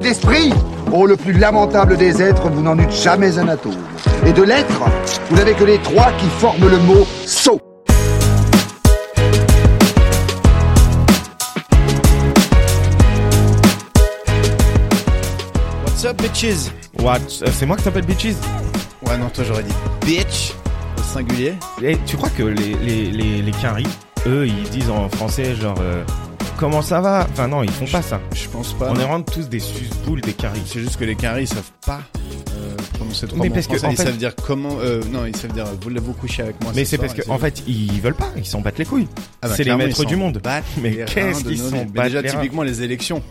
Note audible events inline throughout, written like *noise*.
d'esprit Oh, le plus lamentable des êtres, vous n'en eûtes jamais un atome. Et de l'être, vous n'avez que les trois qui forment le mot sot. What's up, bitches What Euh, C'est moi qui t'appelle bitches Ouais, non, toi, j'aurais dit bitch au singulier. Eh, Tu crois que les, les, les, les Quinri, eux, ils disent en français genre euh, comment ça va Enfin non, ils font pas ça. Je pense pas. On non. est vraiment tous des sus-boules des caries. C'est juste que les Canaries, ils savent pas euh, prononcer trois Mais mots parce en que, français. en Ils fait- savent dire comment... euh, non, ils savent dire « Voulez-vous coucher avec moi Mais ce c'est soir parce Et que en fait, ils veulent pas, ils s'en battent les couilles. Ah bah, c'est les clairement, maîtres ils du s'en monde. battent Mais les qu'est-ce reins de qu'ils nos sont nez. Mais battent Déjà, les reins. typiquement, les élections.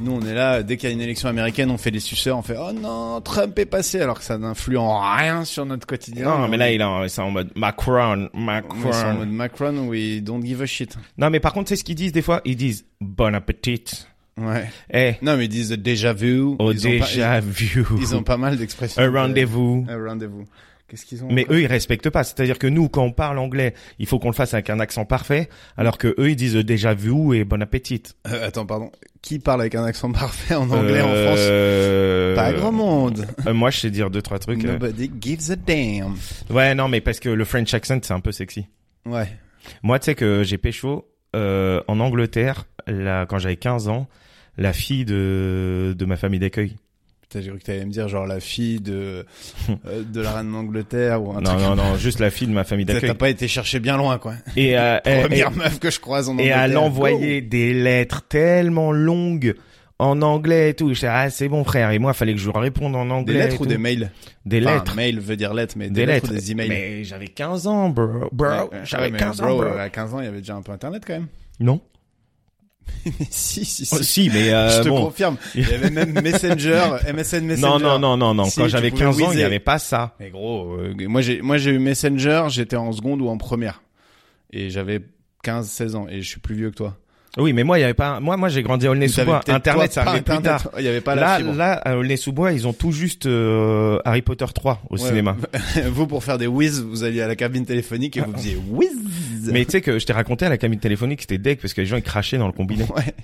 Nous, on est là, dès qu'il y a une élection américaine, on fait des suceurs, on fait « Oh non, Trump est passé !» Alors que ça n'influe en rien sur notre quotidien. Non, mais là, il est en, c'est en mode Macron, On est en mode Macron. Macron, we don't give a shit. Non, mais par contre, c'est ce qu'ils disent des fois. Ils disent bon appétit. Ouais. Eh, Non, mais ils disent déjà vu. au ils ont pas- déjà vu. Ils ont pas mal d'expressions. Un rendez-vous. Un rendez-vous. Qu'est-ce qu'ils ont Mais encore eux, ils respectent pas. C'est-à-dire que nous, quand on parle anglais, il faut qu'on le fasse avec un accent parfait, alors que eux, ils disent euh, déjà vu et bon appétit. Euh, Attends, pardon. Qui parle avec un accent *laughs* parfait en anglais en France Euh, Pas grand monde. euh, moi, je sais dire deux trois trucs. euh. Nobody gives a damn. Ouais, non, mais parce que le French accent, c'est un peu sexy. Ouais. Moi, tu sais que j'ai pécho euh, en Angleterre, là, quand j'avais 15 ans, la fille de de ma famille d'accueil. Putain, j'ai cru que t'allais me dire genre la *laughs* fille de euh, de la reine d'Angleterre ou un Non, truc. non, non, juste la fille de ma famille T'as- d'accueil. T'as pas été chercher bien loin, quoi. Et euh, *laughs* eh, à, Première meuf que je croise en et Angleterre. à l'envoyer des lettres tellement longues en anglais et tout. Je ah, c'est bon frère. Et moi, fallait que je réponde en Oh. anglais. Des lettres et ou tout. des mails Des Enfin, lettres. mail veut dire lettres, mais Des des, lettres, lettres. ou des emails. Mais j'avais 15 ans, bro. Bro, Ouais, ouais, j'avais mais 15 ans, bro, bro. À 15 ans, il y avait déjà un peu internet quand même. *laughs* Non. Mais si, si, si. Oh, si, mais euh, je te bon. *laughs* confirme. Il y avait même Messenger, MSN Messenger. Non, non, non, non, non. Si, Quand tu j'avais pouvais 15 ans, il n'y whizzer. avait pas ça. Mais gros, euh, moi j'ai moi j'ai eu Messenger, j'étais en seconde ou en première. Et j'avais 15 16 ans et je suis plus vieux que toi. Oui, mais moi, il y avait pas. Moi, moi, j'ai grandi à Vous avez Aulnay-sous-Bois. peut-être, Internet, toi, ça pas arrivait plus Internet. tard. Il y avait pas la Là, fibre. là, à Aulnay-sous-Bois, ils ont tout juste euh, Harry Potter 3 au Ouais. *laughs* cinéma. *laughs* vous pour faire des whiz, vous alliez à la cabine téléphonique et vous *laughs* faisiez whiz. Mais tu sais que je t'ai raconté à la cabine téléphonique, c'était deck parce que les gens ils crachaient dans le combiné. ouais,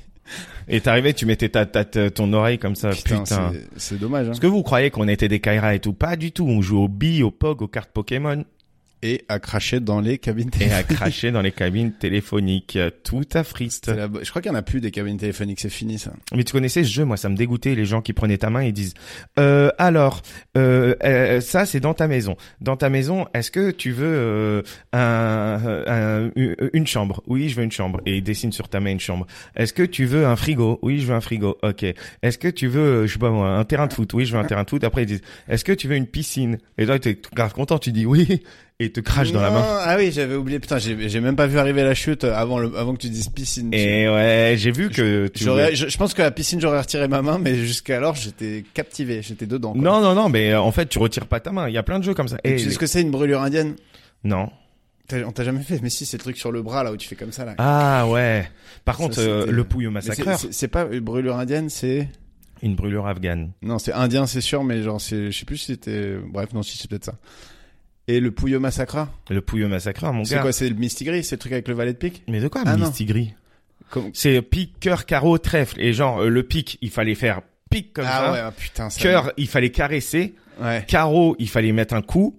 Et t'arrivais, tu mettais ta, ta, ta- ton oreille comme ça. Putain. putain, c'est- c'est dommage. hein. Parce que vous croyez qu'on était des Kaira et tout Pas du tout. On joue au billes, au pog, aux cartes Pokémon Et à cracher dans les cabines et à *laughs* téléphoniques. cracher dans les cabines téléphoniques. Tout à friste. C'est la- Je crois qu'il y en a plus des cabines téléphoniques, c'est fini ça. Mais tu connaissais ce jeu, moi ça me dégoûtait. Les gens qui prenaient ta main et disent euh, alors euh, euh, ça c'est dans ta maison. Dans ta maison, est-ce que tu veux euh, un- un- une chambre Oui, je veux une chambre. Et ils dessinent sur ta main une chambre. Est-ce que tu veux un frigo Oui, je veux un frigo. Ok. Est-ce que tu veux euh, je sais pas moi un terrain de foot Oui, je veux un terrain de foot. Après ils disent est-ce que tu veux une piscine Et toi t'es grave content, tu dis oui et ils te crachent dans la Non, main. Ah oui, j'avais oublié. Putain, j'ai j'ai même pas vu arriver la chute avant le avant que tu dises piscine. Et ouais, j'ai vu que tu voulais- J'aurais, je, je pense que la piscine, j'aurais retiré ma main, mais jusqu'alors, j'étais captivé, j'étais dedans. quoi. non non non, mais euh, en fait tu retires pas ta main. Il y a plein de jeux comme ça. Et Et tu sais ce que c'est une brûlure indienne non. T'as- On t'a jamais fait Mais si, c'est le truc sur le bras là où tu fais comme ça là. Ah ouais. Par Ça, contre, euh, c'était- le pouilleux Mais c'est- massacreur, c'est- C'est pas une brûlure indienne, c'est une brûlure afghane. non, c'est indien, c'est sûr, mais genre c'est, je sais plus si c'était. Bref, non, si c'est peut-être ça. Et le Pouillot Massacra Le pouilleux massacreur, mon C'est gars. quoi C'est le Mistigri C'est le truc avec le valet de pique mais de quoi Ah, non. Mistigri Comme- C'est pique, cœur, carreau, trèfle. Et genre, euh, le pique, il fallait faire pique comme Ah ça. ouais, ah, putain. Ça... Cœur, il fallait caresser. Ouais. Carreau, il fallait mettre un coup.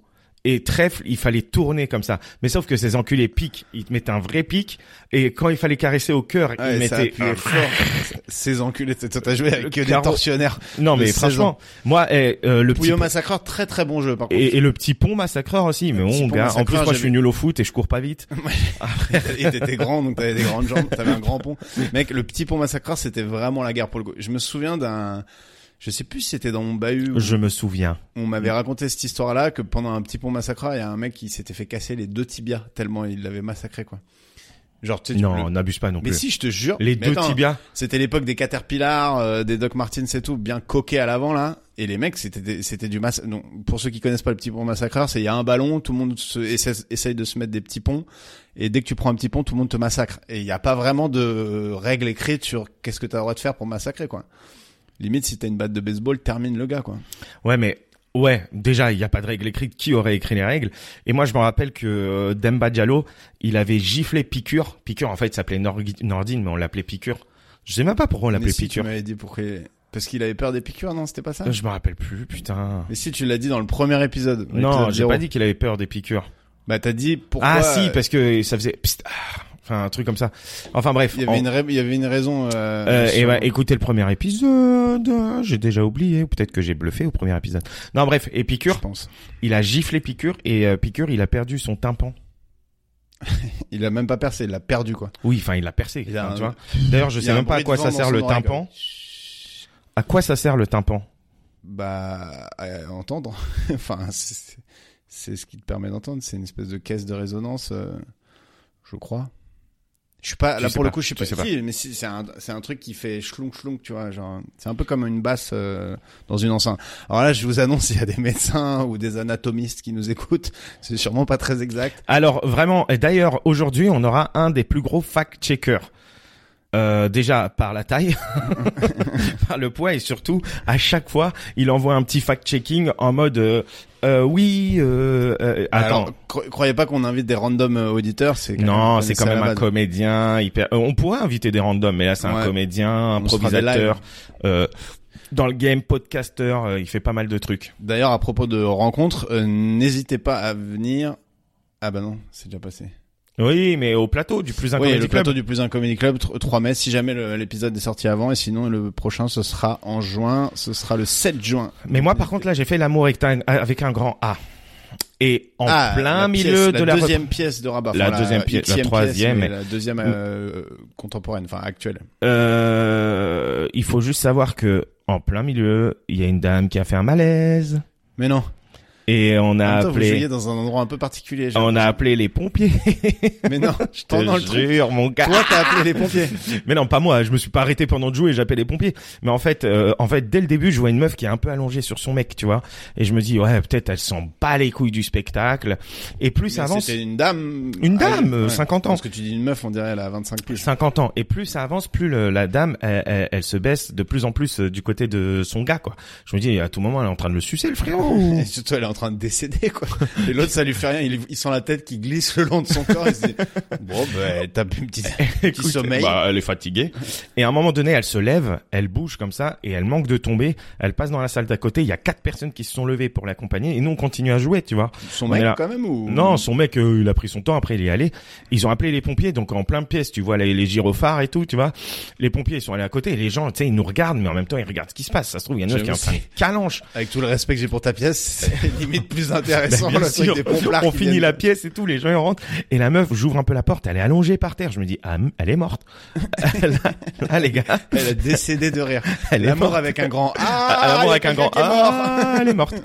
Et trèfle, il fallait tourner comme ça. Mais sauf que ces enculés piquent, ils te mettaient un vrai pic. Et quand il fallait caresser au cœur, ils Ouais, ça mettaient... *laughs* appuyait fort. Ces enculés, t'as t'as joué Le avec que des carreau. tortionnaires. Non mais de 16 ans. franchement, moi, eh, euh, le petit... Pouillot Massacra, très très bon jeu par contre. Et, et le petit pont massacreur aussi, mais petit bon, pont gars, en plus massacreur, moi je suis j'avais- nul au foot et je cours pas *laughs* vite. et t'étais grand, donc t'avais des grandes jambes, t'avais un grand pont. Mec, le petit pont massacreur, c'était vraiment la guerre pour le coup. Je me souviens d'un, je sais plus si c'était dans mon bahut, où Je me souviens. on m'avait raconté cette histoire-là, que pendant un petit pont massacreur, il y a un mec qui s'était fait casser les deux tibias, tellement il l'avait massacré, quoi. Genre, tu sais, tu Non, le- n'abuse pas non mais plus. si, je te jure. Les Mais deux attends, tibias. C'était l'époque des Caterpillars, euh, des Doc Martens et tout, bien coqués à l'avant là. Et les mecs, c'était des- c'était du massacre. Non, pour ceux qui connaissent pas le petit pont massacreur, c'est il y a un ballon, tout le monde se, essaie- essaye de se mettre des petits ponts, et dès que tu prends un petit pont, tout le monde te massacre. Et il n'y a pas vraiment de euh, règles écrites sur qu'est-ce que t'as le droit de faire pour massacrer quoi. Limite, si t'as une batte de baseball, termine le gars quoi. Ouais, mais ouais, déjà il n'y a pas de règles écrites. Qui aurait écrit les règles Et moi je me rappelle que euh, Demba Diallo, il avait giflé Piqûre. Piqûre en fait s'appelait Norgi- Nordine, mais on l'appelait Piqûre. Je sais même pas pourquoi on Mais l'appelait si, tu Piqûre. m'avais dit pourquoi. Parce qu'il avait peur des piqûres, non C'était pas ça Euh, Je me rappelle plus, putain. Mais si, tu l'as dit dans le premier épisode. Non, épisode j'ai zéro. pas dit qu'il avait peur des piqûres. Bah, t'as dit pourquoi. ah si, euh, parce que ça faisait. psst, ah, enfin, un truc comme ça. Enfin bref. euh, Il y en- avait, une, ra- il y avait une raison. Euh, et sur- bah, écoutez le premier épisode. euh, J'ai déjà oublié, ou peut-être que j'ai bluffé au premier épisode. Non, bref, et je Piqûre, pense. il a giflé Piqûre et euh, Piqûre, il a perdu son tympan. Il a même pas percé, il l'a perdu, quoi. Oui, enfin, il l'a percé. Il a enfin, tu un- vois. D'ailleurs, je il y sais a un même pas à bruit quoi de ça vent dans sert son le oreille, tympan. À quoi ça sert le tympan Bah, à entendre. *laughs* enfin, c'est c'est ce qui te permet d'entendre. C'est une espèce de caisse de résonance, euh, je crois. Je suis pas, Tu là sais pour le pas, coup, je sais tu pas. sais pas. Si, mais si, c'est un, c'est un truc qui fait schlong schlong, tu vois. Genre, c'est un peu comme une basse euh, dans une enceinte. Alors là, je vous annonce, il y a des médecins ou des anatomistes qui nous écoutent. C'est sûrement pas très exact. Alors vraiment, et d'ailleurs aujourd'hui on aura un des plus gros fact-checkers. Euh, déjà par la taille, *laughs* par le poids et surtout à chaque fois il envoie un petit fact-checking en mode euh, euh, oui euh, euh, attends Alors, cro- croyez pas qu'on invite des random euh, auditeurs. C'est non c'est quand ça à même la un base. comédien hyper euh, on pourrait inviter des randoms mais là c'est un Ouais. comédien On se fera des improvisateur euh, dans le game podcaster euh, il fait pas mal de trucs D'ailleurs, à propos de rencontres, euh, n'hésitez pas à venir. Ah bah non, c'est déjà passé. oui mais au plateau du plus un Oui, Comedy le Club. plateau du plus un comedy club, tr- 3 mai. Si jamais le- l'épisode est sorti avant, et sinon le prochain, ce sera en juin. Ce sera le 7 juin. Mais moi, par contre, là, j'ai fait l'amour avec un, avec un grand A. Et en Ah, plein la milieu pièce, de la la repr- deuxième pièce de Rabat. La Enfin, deuxième pièce, la huitième troisième. mais la deuxième euh, contemporaine, enfin actuelle. Euh, il faut juste savoir que en plein milieu, il y a une dame qui a fait un malaise Mais non. et on en a même temps, vous jouiez appelé, Ah dans un endroit un peu particulier. j'ai on a appelé les pompiers. *laughs* l'impression. Mais non, je Je t'en dans le te truc. jure, mon gars. Toi, t'as appelé les pompiers. Mais non, pas moi. Je me suis pas arrêté pendant de jouer. J'appelle les pompiers. Mais en fait, euh, en fait, dès le début, je vois une meuf qui est un peu allongée sur son mec, tu vois. Et je me dis, ouais, peut-être elle s'en bat les couilles du spectacle. Et plus ça Mais avance, C'était une dame. Une dame, Ah, euh, 50 ans. Parce que tu dis une meuf, on dirait elle a 25 plus. 50 ans et plus ça avance plus le- la dame elle, elle- elle se baisse de plus en plus euh, du côté de son gars quoi. Je me dis à tout moment elle est en train de le sucer le frérot. ou- Et surtout, elle est en train de décéder, quoi. Et l'autre, ça lui fait rien. Il, il sent la tête qui glisse le long de son corps. Il se dit, bon, ben, t'as plus *laughs* une petite, *laughs* petit Écoute, sommeil. bah, elle est fatiguée. Et à un moment donné, elle se lève, elle bouge comme ça et elle manque de tomber. Elle passe dans la salle d'à côté. Il y a quatre personnes qui se sont levées pour l'accompagner et nous on continue à jouer, tu vois. son on mec, est là. quand même, ou? Non, son mec, euh, il a pris son temps. Après, il est allé. Ils ont appelé les pompiers, donc en plein pièce, tu vois les, les gyrophares et tout, tu vois. Les pompiers ils sont allés à côté. Et les gens, tu sais, ils nous regardent, mais en même temps, ils regardent ce qui se passe. Ça se trouve, il y en a un qui est en J'avoue, train de calanche. Avec tout le respect que j'ai pour ta pièce, *laughs* c'est limite plus *laughs* intéressant, Bah, le bien truc sûr. des pomplards on qui finit viennent. la pièce et tout, les gens ils rentrent et la meuf j'ouvre un peu la porte, elle est allongée par terre, je me dis ah m- elle est morte. *laughs* là, là, les gars, Elle a décédé de rire. *laughs* elle est L'amour morte. avec *laughs* un grand A. Ah, l'amour il y a avec un grand quelqu'un qui est mort. Ah, elle est morte.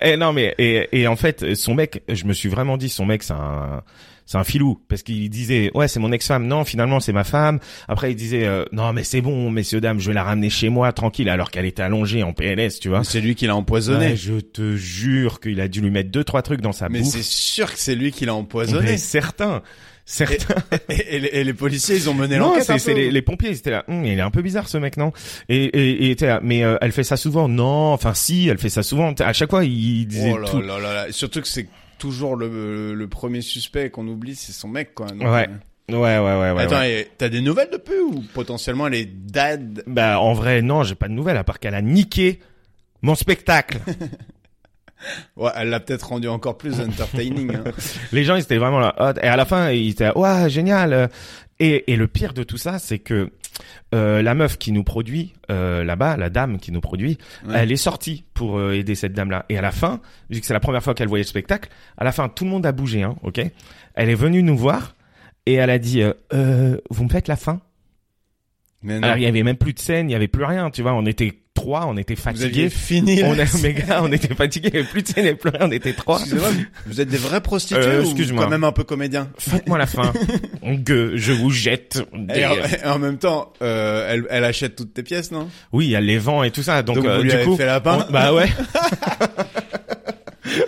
et non mais et, et en fait son mec, je me suis vraiment dit son mec c'est un c'est un filou parce qu'il disait ouais c'est mon ex-femme non finalement c'est ma femme après il disait euh, non mais c'est bon messieurs dames je vais la ramener chez moi tranquille alors qu'elle était allongée en PLS tu vois C'est lui qui l'a Ouais, empoisonné. Ah, je te jure qu'il a dû lui mettre deux trois trucs dans sa Mais bouche c'est sûr que c'est lui qui l'a empoisonné. mais certain certain *laughs* Et, et les- et les policiers, ils ont mené Non, l'enquête. c'est un c'est peu. les, les pompiers, ils étaient là. Hum, il est un peu bizarre ce mec, non Et, et, et était là, mais euh, elle fait ça souvent Non, enfin si, elle fait ça souvent. À chaque fois, il, il disait Oh là tout. là là là. Surtout que c'est toujours le, le premier suspect qu'on oublie, c'est son mec, quoi. Donc, Ouais, euh, Ouais, ouais, ouais, ouais. Attends, ouais. et t'as des nouvelles de peu ou potentiellement les dads Bah en vrai, non, j'ai pas de nouvelles à part qu'elle a niqué mon *laughs* spectacle. Ouais, elle l'a peut-être rendu encore plus *laughs* entertaining. hein. Les gens, ils étaient vraiment là. Ah, Et à la fin, ils étaient là, ouais, génial. euh. Et, et le pire de tout ça, c'est que euh, la meuf qui nous produit euh, là-bas, la dame qui nous produit, Ouais. elle est sortie pour euh, aider cette dame-là. Et à la fin, vu que c'est la première fois qu'elle voyait le spectacle, à la fin, tout le monde a bougé, hein, ok Elle est venue nous voir et elle a dit, euh, Euh, vous me faites la fin Mais non, Alors, il y avait même plus de scène, il y avait plus rien, tu vois. On était trois, on était vous fatigués. aviez fini. On là. a, mes gars, on était fatigués, il y avait plus de scène, il y avait plus rien, on était trois. Excusez-moi, vous êtes des vrais prostituées Euh, ou excuse-moi. quand même un peu comédien Faites-moi la fin. *laughs* On gueule, je vous jette. et en, Des- et en même temps, euh, elle, elle achète toutes tes pièces, non Oui, il y a les vents et tout ça. Donc, Donc, euh, vous lui du avez coup, fait la pain on- bah *laughs* ouais. *laughs*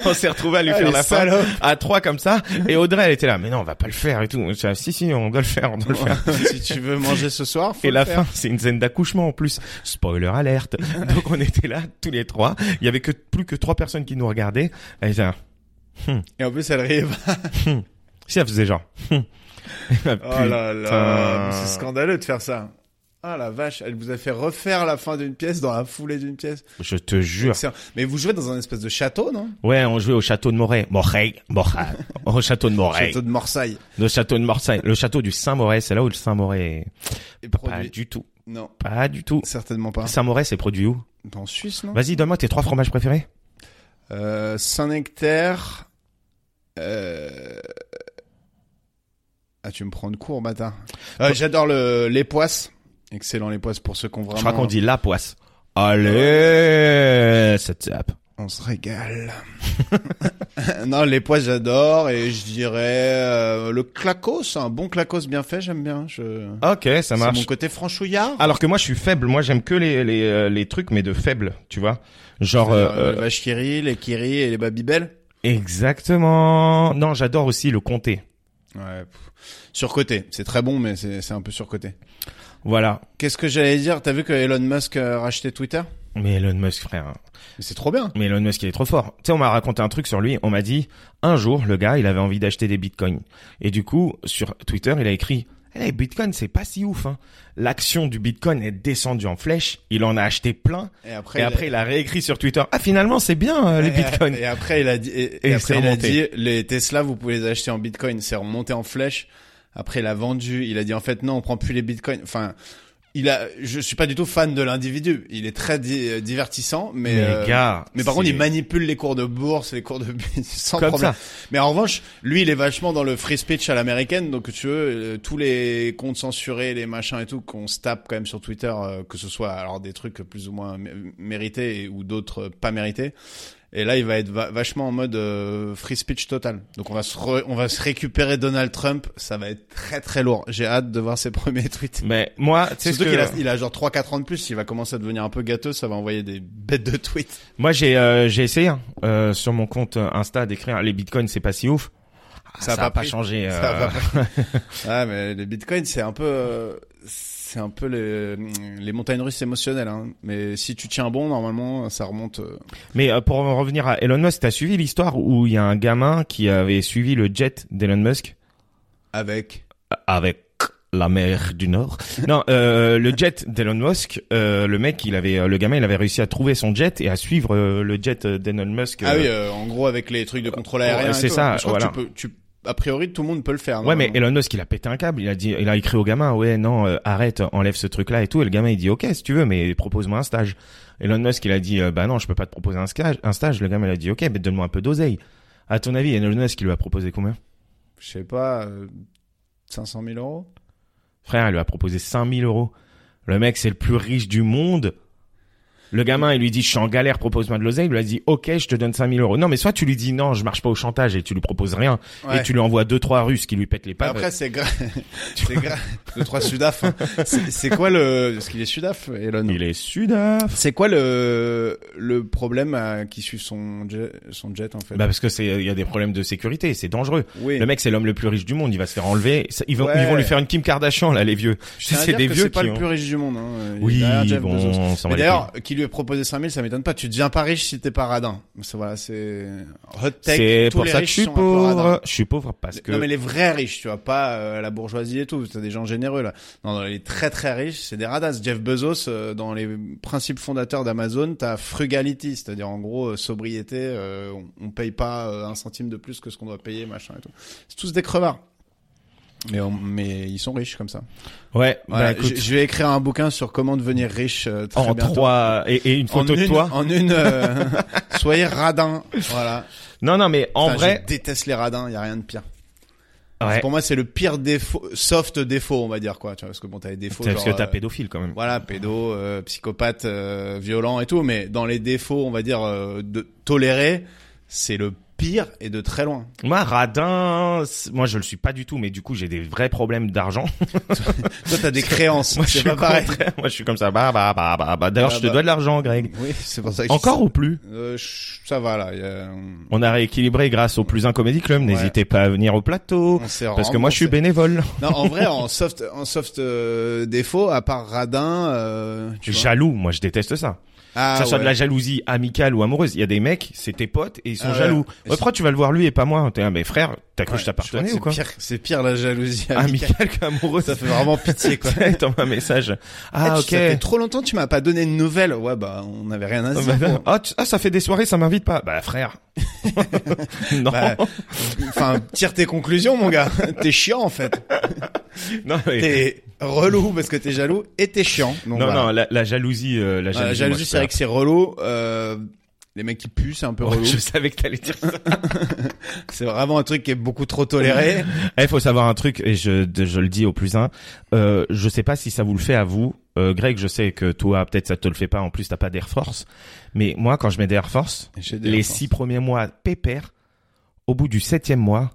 on s'est retrouvé à lui Ah, faire les la fin salopes. à trois comme ça. Et Audrey, elle était là, mais non, on va pas le faire et tout. Je suis là, si si, on doit le faire, on doit le faire. *laughs* si tu veux manger ce soir, faut Et le la faire. fin, c'est une scène d'accouchement en plus. Spoiler alerte. *laughs* Donc on était là tous les trois. Il y avait que plus que trois personnes qui nous regardaient. Et ça, Et en plus, elle riait. *laughs* si elle faisait genre. *laughs* Oh là là, Putain. c'est scandaleux de faire ça. Ah la vache, elle vous a fait refaire la fin d'une pièce dans la foulée d'une pièce. Je te jure. Excellent. Mais vous jouez dans un espèce de château, non Ouais, on jouait au château de Moret. Moret, Moret. *laughs* au château de Moret. Château de Morsailles. Le château de Marseille. Le château du Saint-Moret, c'est là où le Saint-Moret Et est. Pas produit. du tout. Non, Pas du tout. certainement pas. Le Saint-Moret, c'est produit où En Suisse, non Vas-y, donne-moi tes trois fromages préférés. Euh, Saint-Nectaire. Euh... Ah, tu me prends de court, bâtard. Euh, J'adore le les poisses. Excellent les poisses pour ceux qui ont vraiment. Je crois qu'on dit la poisse. Allez, cette tape. On *laughs* se régale. non, les poisses j'adore et je dirais euh, le clacos, un bon clacos bien fait, j'aime bien. Je... Ok, ça C'est marche. mon côté franchouillard. Alors que moi, je suis faible. Moi, j'aime que les, les, euh, les trucs, mais de faible, tu vois. Genre... Euh, euh, les vaches qui rient, les kiri et les babybel. Exactement. Non, j'adore aussi le comté. Ouais. pff. Surcoté, c'est très bon mais c'est c'est un peu surcoté. Voilà. Qu'est-ce que j'allais dire T'as vu que Elon Musk euh, a racheté Twitter Mais Elon Musk, frère. hein. Mais C'est trop bien. Mais Elon Musk, il est trop fort. Tu sais, on m'a raconté un truc sur lui. On m'a dit, un jour, le gars, il avait envie d'acheter des bitcoins. Et du coup, sur Twitter, il a écrit, eh, les bitcoins, c'est pas si ouf, hein. L'action du bitcoin est descendue en flèche. Il en a acheté plein. Et après, Et il a- après, il a réécrit sur Twitter. Ah, finalement, c'est bien, euh, les bitcoins. Et après, il a dit, et, et Et après, c'est il a dit, remonté. les Tesla, vous pouvez les acheter en bitcoin. C'est remonté en flèche. Après, il a vendu. Il a dit, en fait, non, on prend plus les bitcoins. Enfin, il a, je suis pas du tout fan de l'individu. Il est très di- euh, divertissant, mais, Mais euh, gars, mais par contre, c'est il manipule les cours de bourse, les cours de *laughs* business sans Comme problème. ça. Mais en revanche, lui, il est vachement dans le free speech à l'américaine. Donc, tu veux, euh, tous les comptes censurés, les machins et tout, qu'on se tape quand même sur Twitter, euh, que ce soit alors des trucs plus ou moins mé- mérités et- ou d'autres euh, pas mérités. Et là, il va être va- vachement en mode euh, free speech total. Donc, on va se re- on va se récupérer Donald Trump. Ça va être très très lourd. J'ai hâte de voir ses *laughs* premiers tweets. Mais moi, Mm. tu sais ce Surtout que... qu'il a, il a genre 3-4 ans de plus, il va commencer à devenir un peu gâteux, ça va envoyer des bêtes de tweets. Moi, j'ai euh, j'ai essayé hein, euh, sur mon compte Insta d'écrire les bitcoins, c'est pas si ouf. Ah, Ça ça a pas a pas pris. changé. Ça euh, va pas. *laughs* ah, mais les bitcoins, c'est un peu, euh, c'est un peu les, les montagnes russes émotionnelles. Hein. Mais si tu tiens bon, normalement, ça remonte. euh. Mais euh, pour en revenir à Elon Musk, t'as suivi l'histoire où il y a un gamin qui avait suivi le jet d'Elon Musk euh, Avec. avec la mer du *laughs* Nord. Non, euh, le jet d'Elon Musk, euh, le mec, il avait, euh, le gamin, il avait réussi à trouver son jet et à suivre euh, le jet euh, d'Elon Musk. Ah euh, oui, euh, en gros, avec les trucs de contrôle Ouais, aérien. et Euh, c'est tout. ça, Je crois que voilà. tu peux, tu, a priori, tout le monde peut le faire. Ouais, mais normalement. Elon Musk, il a pété un câble. Il a dit, il a écrit au gamin, ouais, non, euh, arrête, enlève ce truc-là et tout. Et le gamin, il dit, ok, si tu veux, mais propose-moi un stage. Elon Musk, il a dit, euh, bah non, je peux pas te proposer un stage. Un stage. Le gamin, il a dit, ok, mais donne-moi un peu d'oseille. À ton avis, Elon Musk, il lui a proposé combien Je sais pas, euh, 500 000 euros. Frère, il lui a proposé 5000 euros. Le mec, c'est le plus riche du monde. Le gamin, il lui dit, je suis en galère, propose-moi de l'oseille. Il lui a dit, ok, je te donne 5000 euros. Non, mais soit tu lui dis, non, je marche pas au chantage et tu lui proposes rien. Ouais. Et tu euh, lui envoies deux, trois russes qui lui pètent les pattes. *laughs* Après, c'est grave. c'est grave. Deux, trois Sudaf. hein. C'est c'est quoi le, parce qu'il est Sudaf, Elon. Il est sudaf. C'est quoi le le problème à qui suit son jet, son jet en fait Bah parce que c'est il y a des problèmes de sécurité, c'est dangereux. Oui. Le mec c'est l'homme le plus riche du monde, il va se faire enlever. Ça- Ils vont Ouais. ils vont lui faire une Kim Kardashian là les vieux. Je tiens à C'est dire des que vieux C'est pas qui le ont- plus riche du monde. Hein. Il est Oui derrière Jeff bon, Bezos. on s'en Mais va les d'ailleurs, couilles. qui lui ait proposé 5000, ça m'étonne pas. Tu deviens pas riche si t'es pas radin. C'est voilà, c'est hot take. C'est Tous pour les ça que je riches suis sont un peu radins. pauvre. Je suis pauvre parce que Non mais les vrais riches, tu vois, pas euh, la bourgeoisie et tout. C'est des gens généreux là. Non, non, les très très riches, c'est des radins. Jeff Bezos, euh, dans les principes fondateurs d'Amazon, t'as frugality, c'est-à-dire en gros euh, sobriété. euh, on, on paye pas euh, un centime de plus que ce qu'on doit payer, machin et tout. C'est tous des crevards. Mais, on- mais ils sont riches comme ça. ouais. Voilà, bah, écoute, je, je vais écrire un bouquin sur comment devenir riche euh, très en bientôt. trois et, et une En photo de une- toi. En *laughs* une, euh, soyez radin. Voilà. Non non mais en Putain, vrai. je déteste les radins. Il y a rien de pire. Ouais. Pour moi, c'est le pire défaut, soft défaut, on va dire quoi. Tu vois, parce que bon, t'as les défauts. C'est parce que genre, t'as euh, pédophile quand même. voilà, pédo, euh, psychopathe, euh, violent et tout. Mais dans les défauts, on va dire euh, de tolérer, c'est le pire et de très loin. Moi radin, c'est- moi je le suis pas du tout, mais du coup j'ai des vrais problèmes d'argent. *laughs* Toi, t'as des créances. moi je c'est suis pas pareil. contraire. *laughs* Moi je suis comme ça. Bah bah bah bah. bah. D'ailleurs Ah, je te bah. dois de l'argent Greg. Oui, c'est pour ça. Que Encore ou plus Euh, ch- ça va là. il y a- On a rééquilibré grâce au plus un comedy club. N'hésitez pas à venir au plateau. on s'est Parce que moi, je suis remboursé. bénévole. Non, en vrai, en soft, en soft euh, défaut, à part radin, euh, *laughs* tu vois. Jaloux, moi, je déteste ça. Ah, que ça soit ouais. de la jalousie amicale ou amoureuse. Il y a des mecs, c'est tes potes et ils sont Ah ouais. jaloux. Ouais, pourquoi tu vas le voir lui et pas moi T'es un mais frère, t'as cru que je Ah, t'appartenais ou C'est quoi pire, c'est pire la jalousie amicale. Amical qu'amoureux, Ça fait vraiment pitié quoi. T'envoies un message. Eh, *laughs* Ah tu- ok. Ça fait trop longtemps que tu m'as pas donné de nouvelles. Ouais bah on n'avait rien à se Ah, dire. bah, quoi. ah, tu- ah, ça fait des soirées, ça m'invite pas. Bah *laughs* frère. non. Bah, Enfin tire tes conclusions mon gars. *laughs* T'es chiant en fait. non, mais- T'es relou parce que t'es jaloux et t'es chiant. Donc, non, voilà. non, la, la jalousie, euh, la Ah, jalousie. La jalousie moi, je c'est vrai que c'est relou. Euh, les mecs qui puent c'est un peu peux- *laughs* relou. Je savais que t'allais dire ça. C'est vraiment un truc qui est beaucoup trop toléré. Il Eh, faut savoir un truc, et je, de- je le dis au plus un, euh, je sais pas si ça vous le fait à vous. Euh, Greg, je sais que toi, peut-être ça te le fait pas, en plus t'as pas d'Air Force. Mais moi, quand je mets des Air Force, J'ai des les enfants. six premiers mois pépère, au bout du septième mois,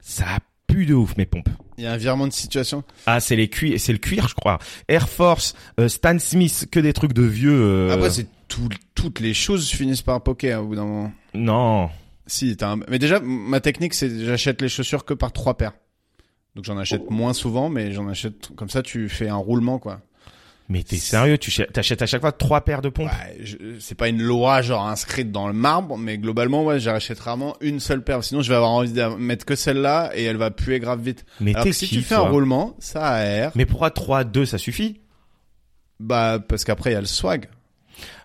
ça pue de ouf mes pompes. Il y a un virement de situation. Ah, c'est les cuirs, c'est le cuir, je crois. Air Force, euh, Stan Smith, que des trucs de vieux. euh, Après Ah, bah, c'est tout- toutes les choses finissent par poquer hein, au bout d'un moment. non. Si, t'as un... Mais déjà, m- ma technique, c'est j'achète les chaussures que par trois paires. Donc j'en achète Oh. moins souvent, mais j'en achète comme ça, tu fais un roulement, quoi. Mais t'es sérieux, tu ch- t'achètes à chaque fois trois paires de pompes. Ouais, je- c'est pas une loi genre inscrite dans le marbre, mais globalement, ouais, j'achète rarement une seule paire. Sinon, je vais avoir envie de mettre que celle-là et elle va puer grave vite. Mais Alors t'es que si qui, tu fais toi un roulement, ça aère. Mais pourquoi 3, 2, ça suffit Bah, parce qu'après, il y a le swag.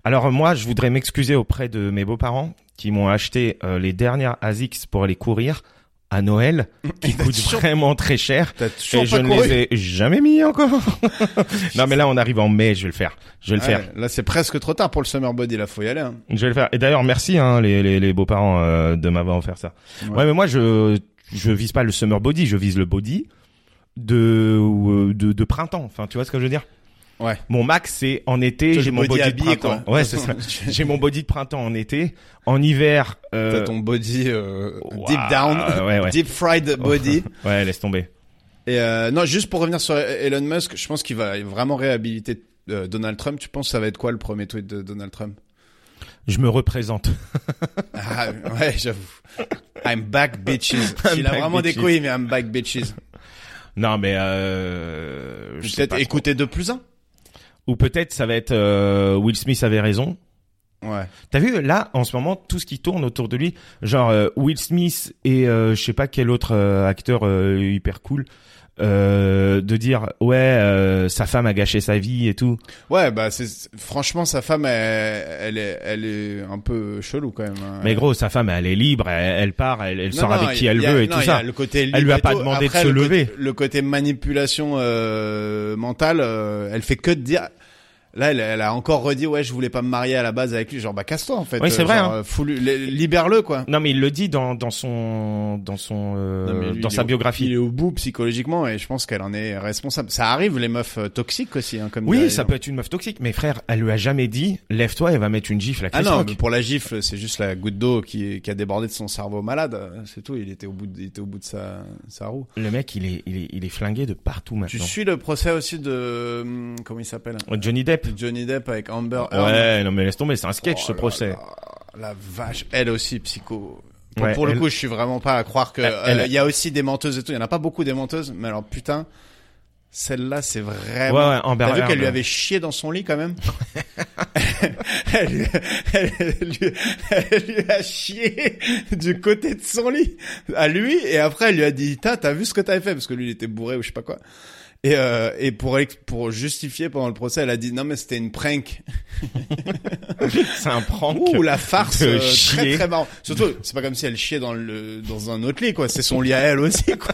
Alors euh, moi, je voudrais m'excuser auprès de mes beaux-parents qui m'ont acheté euh, les dernières ASICS pour aller courir à *laughs* Noël, qui T'as coûtent toujours- vraiment très cher. T'as toujours Et pas je ne couru. les ai jamais mis encore. *laughs* non mais là, on arrive en mai, je vais le faire. Je vais le Ah Ouais, faire. Là, c'est presque trop tard pour le summer body, là, faut y aller. Hein. Je vais le faire. Et d'ailleurs, merci hein, les, les, les beaux-parents euh, de m'avoir offert ça. Ouais. Ouais. mais moi je je vise pas le summer body, je vise le body de ou, euh, de, de printemps. Enfin, tu vois ce que je veux dire Ouais. Mon max c'est en été, Toi, j'ai le mon body body, habillé, de printemps. quoi. Ouais, c'est *laughs* ça. J'ai mon body de printemps en été, en hiver euh, T'as ton body euh, Ouah, deep down, ouais, ouais. *laughs* deep fried body. *laughs* Ouais, laisse tomber. Et euh, non, juste pour revenir sur Elon Musk, je pense qu'il va vraiment réhabiliter euh, Donald Trump. Tu penses que ça va être quoi le premier tweet de Donald Trump *laughs* Je me représente. Ah ouais, j'avoue. I'm back *laughs* bitches. I'm Il a back, vraiment des bitches. couilles, mais I'm back bitches. Non mais euh, je sais Peut-être pas écouter de plus un. trop. ou peut-être ça va être euh, Will Smith avait raison. Ouais. T'as vu là en ce moment tout ce qui tourne autour de lui, genre euh, Will Smith et euh, je sais pas quel autre euh, acteur euh, hyper cool euh, de dire ouais euh, sa femme a gâché sa vie et tout. Ouais, bah c'est franchement sa femme, elle, elle est, elle est un peu chelou quand même. hein. Mais gros sa femme elle est libre, elle, elle part, elle, elle Non, sort non, avec qui il y a- elle il y a- veut et non, tout il y ça. a le côté Elle lui a libre et pas tout. demandé de Après, se le côté- lever. le côté manipulation euh, mentale, euh, elle fait que de dire. Là, elle, elle a encore redit ouais, je voulais pas me marier à la base avec lui. Genre bah casse-toi en fait. Oui, c'est Euh, vrai, genre, hein. euh, fous-lui- li- libère-le quoi. Non mais il le dit dans dans son dans son euh, Non, mais lui, dans il sa est au- Il biographie. est au bout psychologiquement et je pense qu'elle en est responsable. Ça arrive les meufs euh, toxiques aussi, hein, comme Oui, dirait- ça peut être une meuf toxique, mais frère, elle lui a jamais dit lève-toi et va mettre une gifle à Ah Chris non, Rock. mais pour la gifle, c'est juste la goutte d'eau qui, qui a débordé de son cerveau malade. euh, C'est tout. Il était au bout, de, il était au bout de sa, sa roue. Le mec, il est il est il est flingué de partout Tu maintenant. suis le procès aussi de hum, comment il s'appelle Johnny Depp. Johnny Depp avec Amber Heard. Ouais, non mais laisse tomber, c'est un sketch Ah Oh ce là procès. là, la vache, elle aussi psycho. Pour, Ouais, pour le elle- coup, je suis vraiment pas à croire que. Elle- euh, Il elle- y a aussi des menteuses et tout. Il y en a pas beaucoup des menteuses, mais alors putain, celle-là, c'est Ouais, vraiment. ouais, Amber T'as vu Heard. qu'elle lui avait chié dans son lit *laughs* quand même elle, lui- elle lui- elle lui a chié du côté de son lit à lui et après elle lui a dit t'as t'as vu ce que t'avais fait parce que lui il était bourré ou je sais pas quoi et euh, et pour ex- pour justifier pendant le procès elle a dit non mais c'était une prank C'est un prank. ou la farce de euh, très chier. très marrant surtout c'est pas comme si elle chiait dans le dans un autre lit quoi c'est son lit à elle aussi *laughs* quoi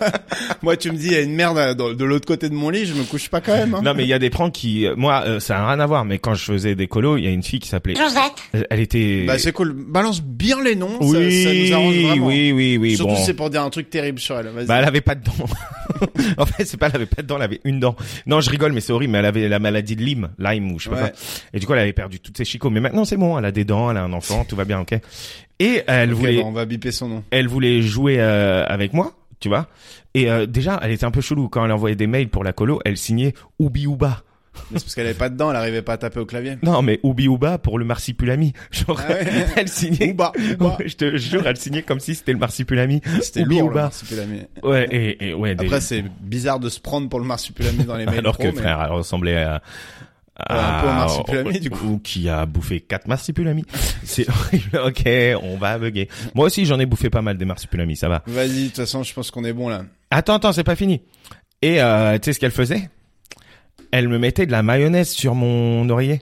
moi tu me dis il y a une merde euh, dans- de l'autre côté de mon lit je me couche pas quand même hein. Non mais il y a des pranks qui euh, moi euh, ça a rien à voir mais quand je faisais des colos, il y a une fille qui s'appelait Euh, Josette. elle elle était Bah c'est cool, balance bien les noms, ça- oui, ça, nous arrange vraiment. oui, oui, oui, Surtout bon. si c'est pour dire un truc terrible sur elle. Vas-y. Bah elle avait pas de dents. *laughs* en fait, c'est pas elle avait pas de dents, elle avait une dent. Non, je rigole mais c'est horrible, mais elle avait la maladie de Lyme, Lyme ou je sais pas Ouais. quoi. Et du coup, elle avait perdu toutes ses chicots mais maintenant c'est bon, elle a des dents, elle a un enfant, tout va bien, OK. Et elle Ok, voulait bah, on va biper son nom. elle voulait jouer euh, avec moi, tu vois. Et euh, déjà, elle était un peu chelou quand elle envoyait des mails pour la colo, elle signait Oubi Ouba. Mais c'est parce qu'elle avait pas dedans, elle arrivait pas à taper *laughs* au clavier. Non, mais Oubi Ouba pour le marsipulami. *laughs* Genre, Ah ouais. elle signait. Ouba, Ouba. Je te jure, elle signait comme si c'était le marsipulami. C'était Oubi lourd. Ouba. le marsupilami. Ouais, et, et ouais. des- Après c'est bizarre de se prendre pour le marsupilami dans les *laughs* mails alors pro, que mais- frère, elle ressemblait à un peu en marsupilami, du coup. Ou qui a bouffé quatre marsupilami. *laughs* C'est horrible. Ok, on va bugger. Moi aussi, j'en ai bouffé pas mal des marsupilami, ça va. Vas-y, de toute façon, je pense qu'on est bon là. Attends, attends, c'est pas fini. Et euh, tu sais ce qu'elle faisait Elle me mettait de la mayonnaise sur mon oreiller.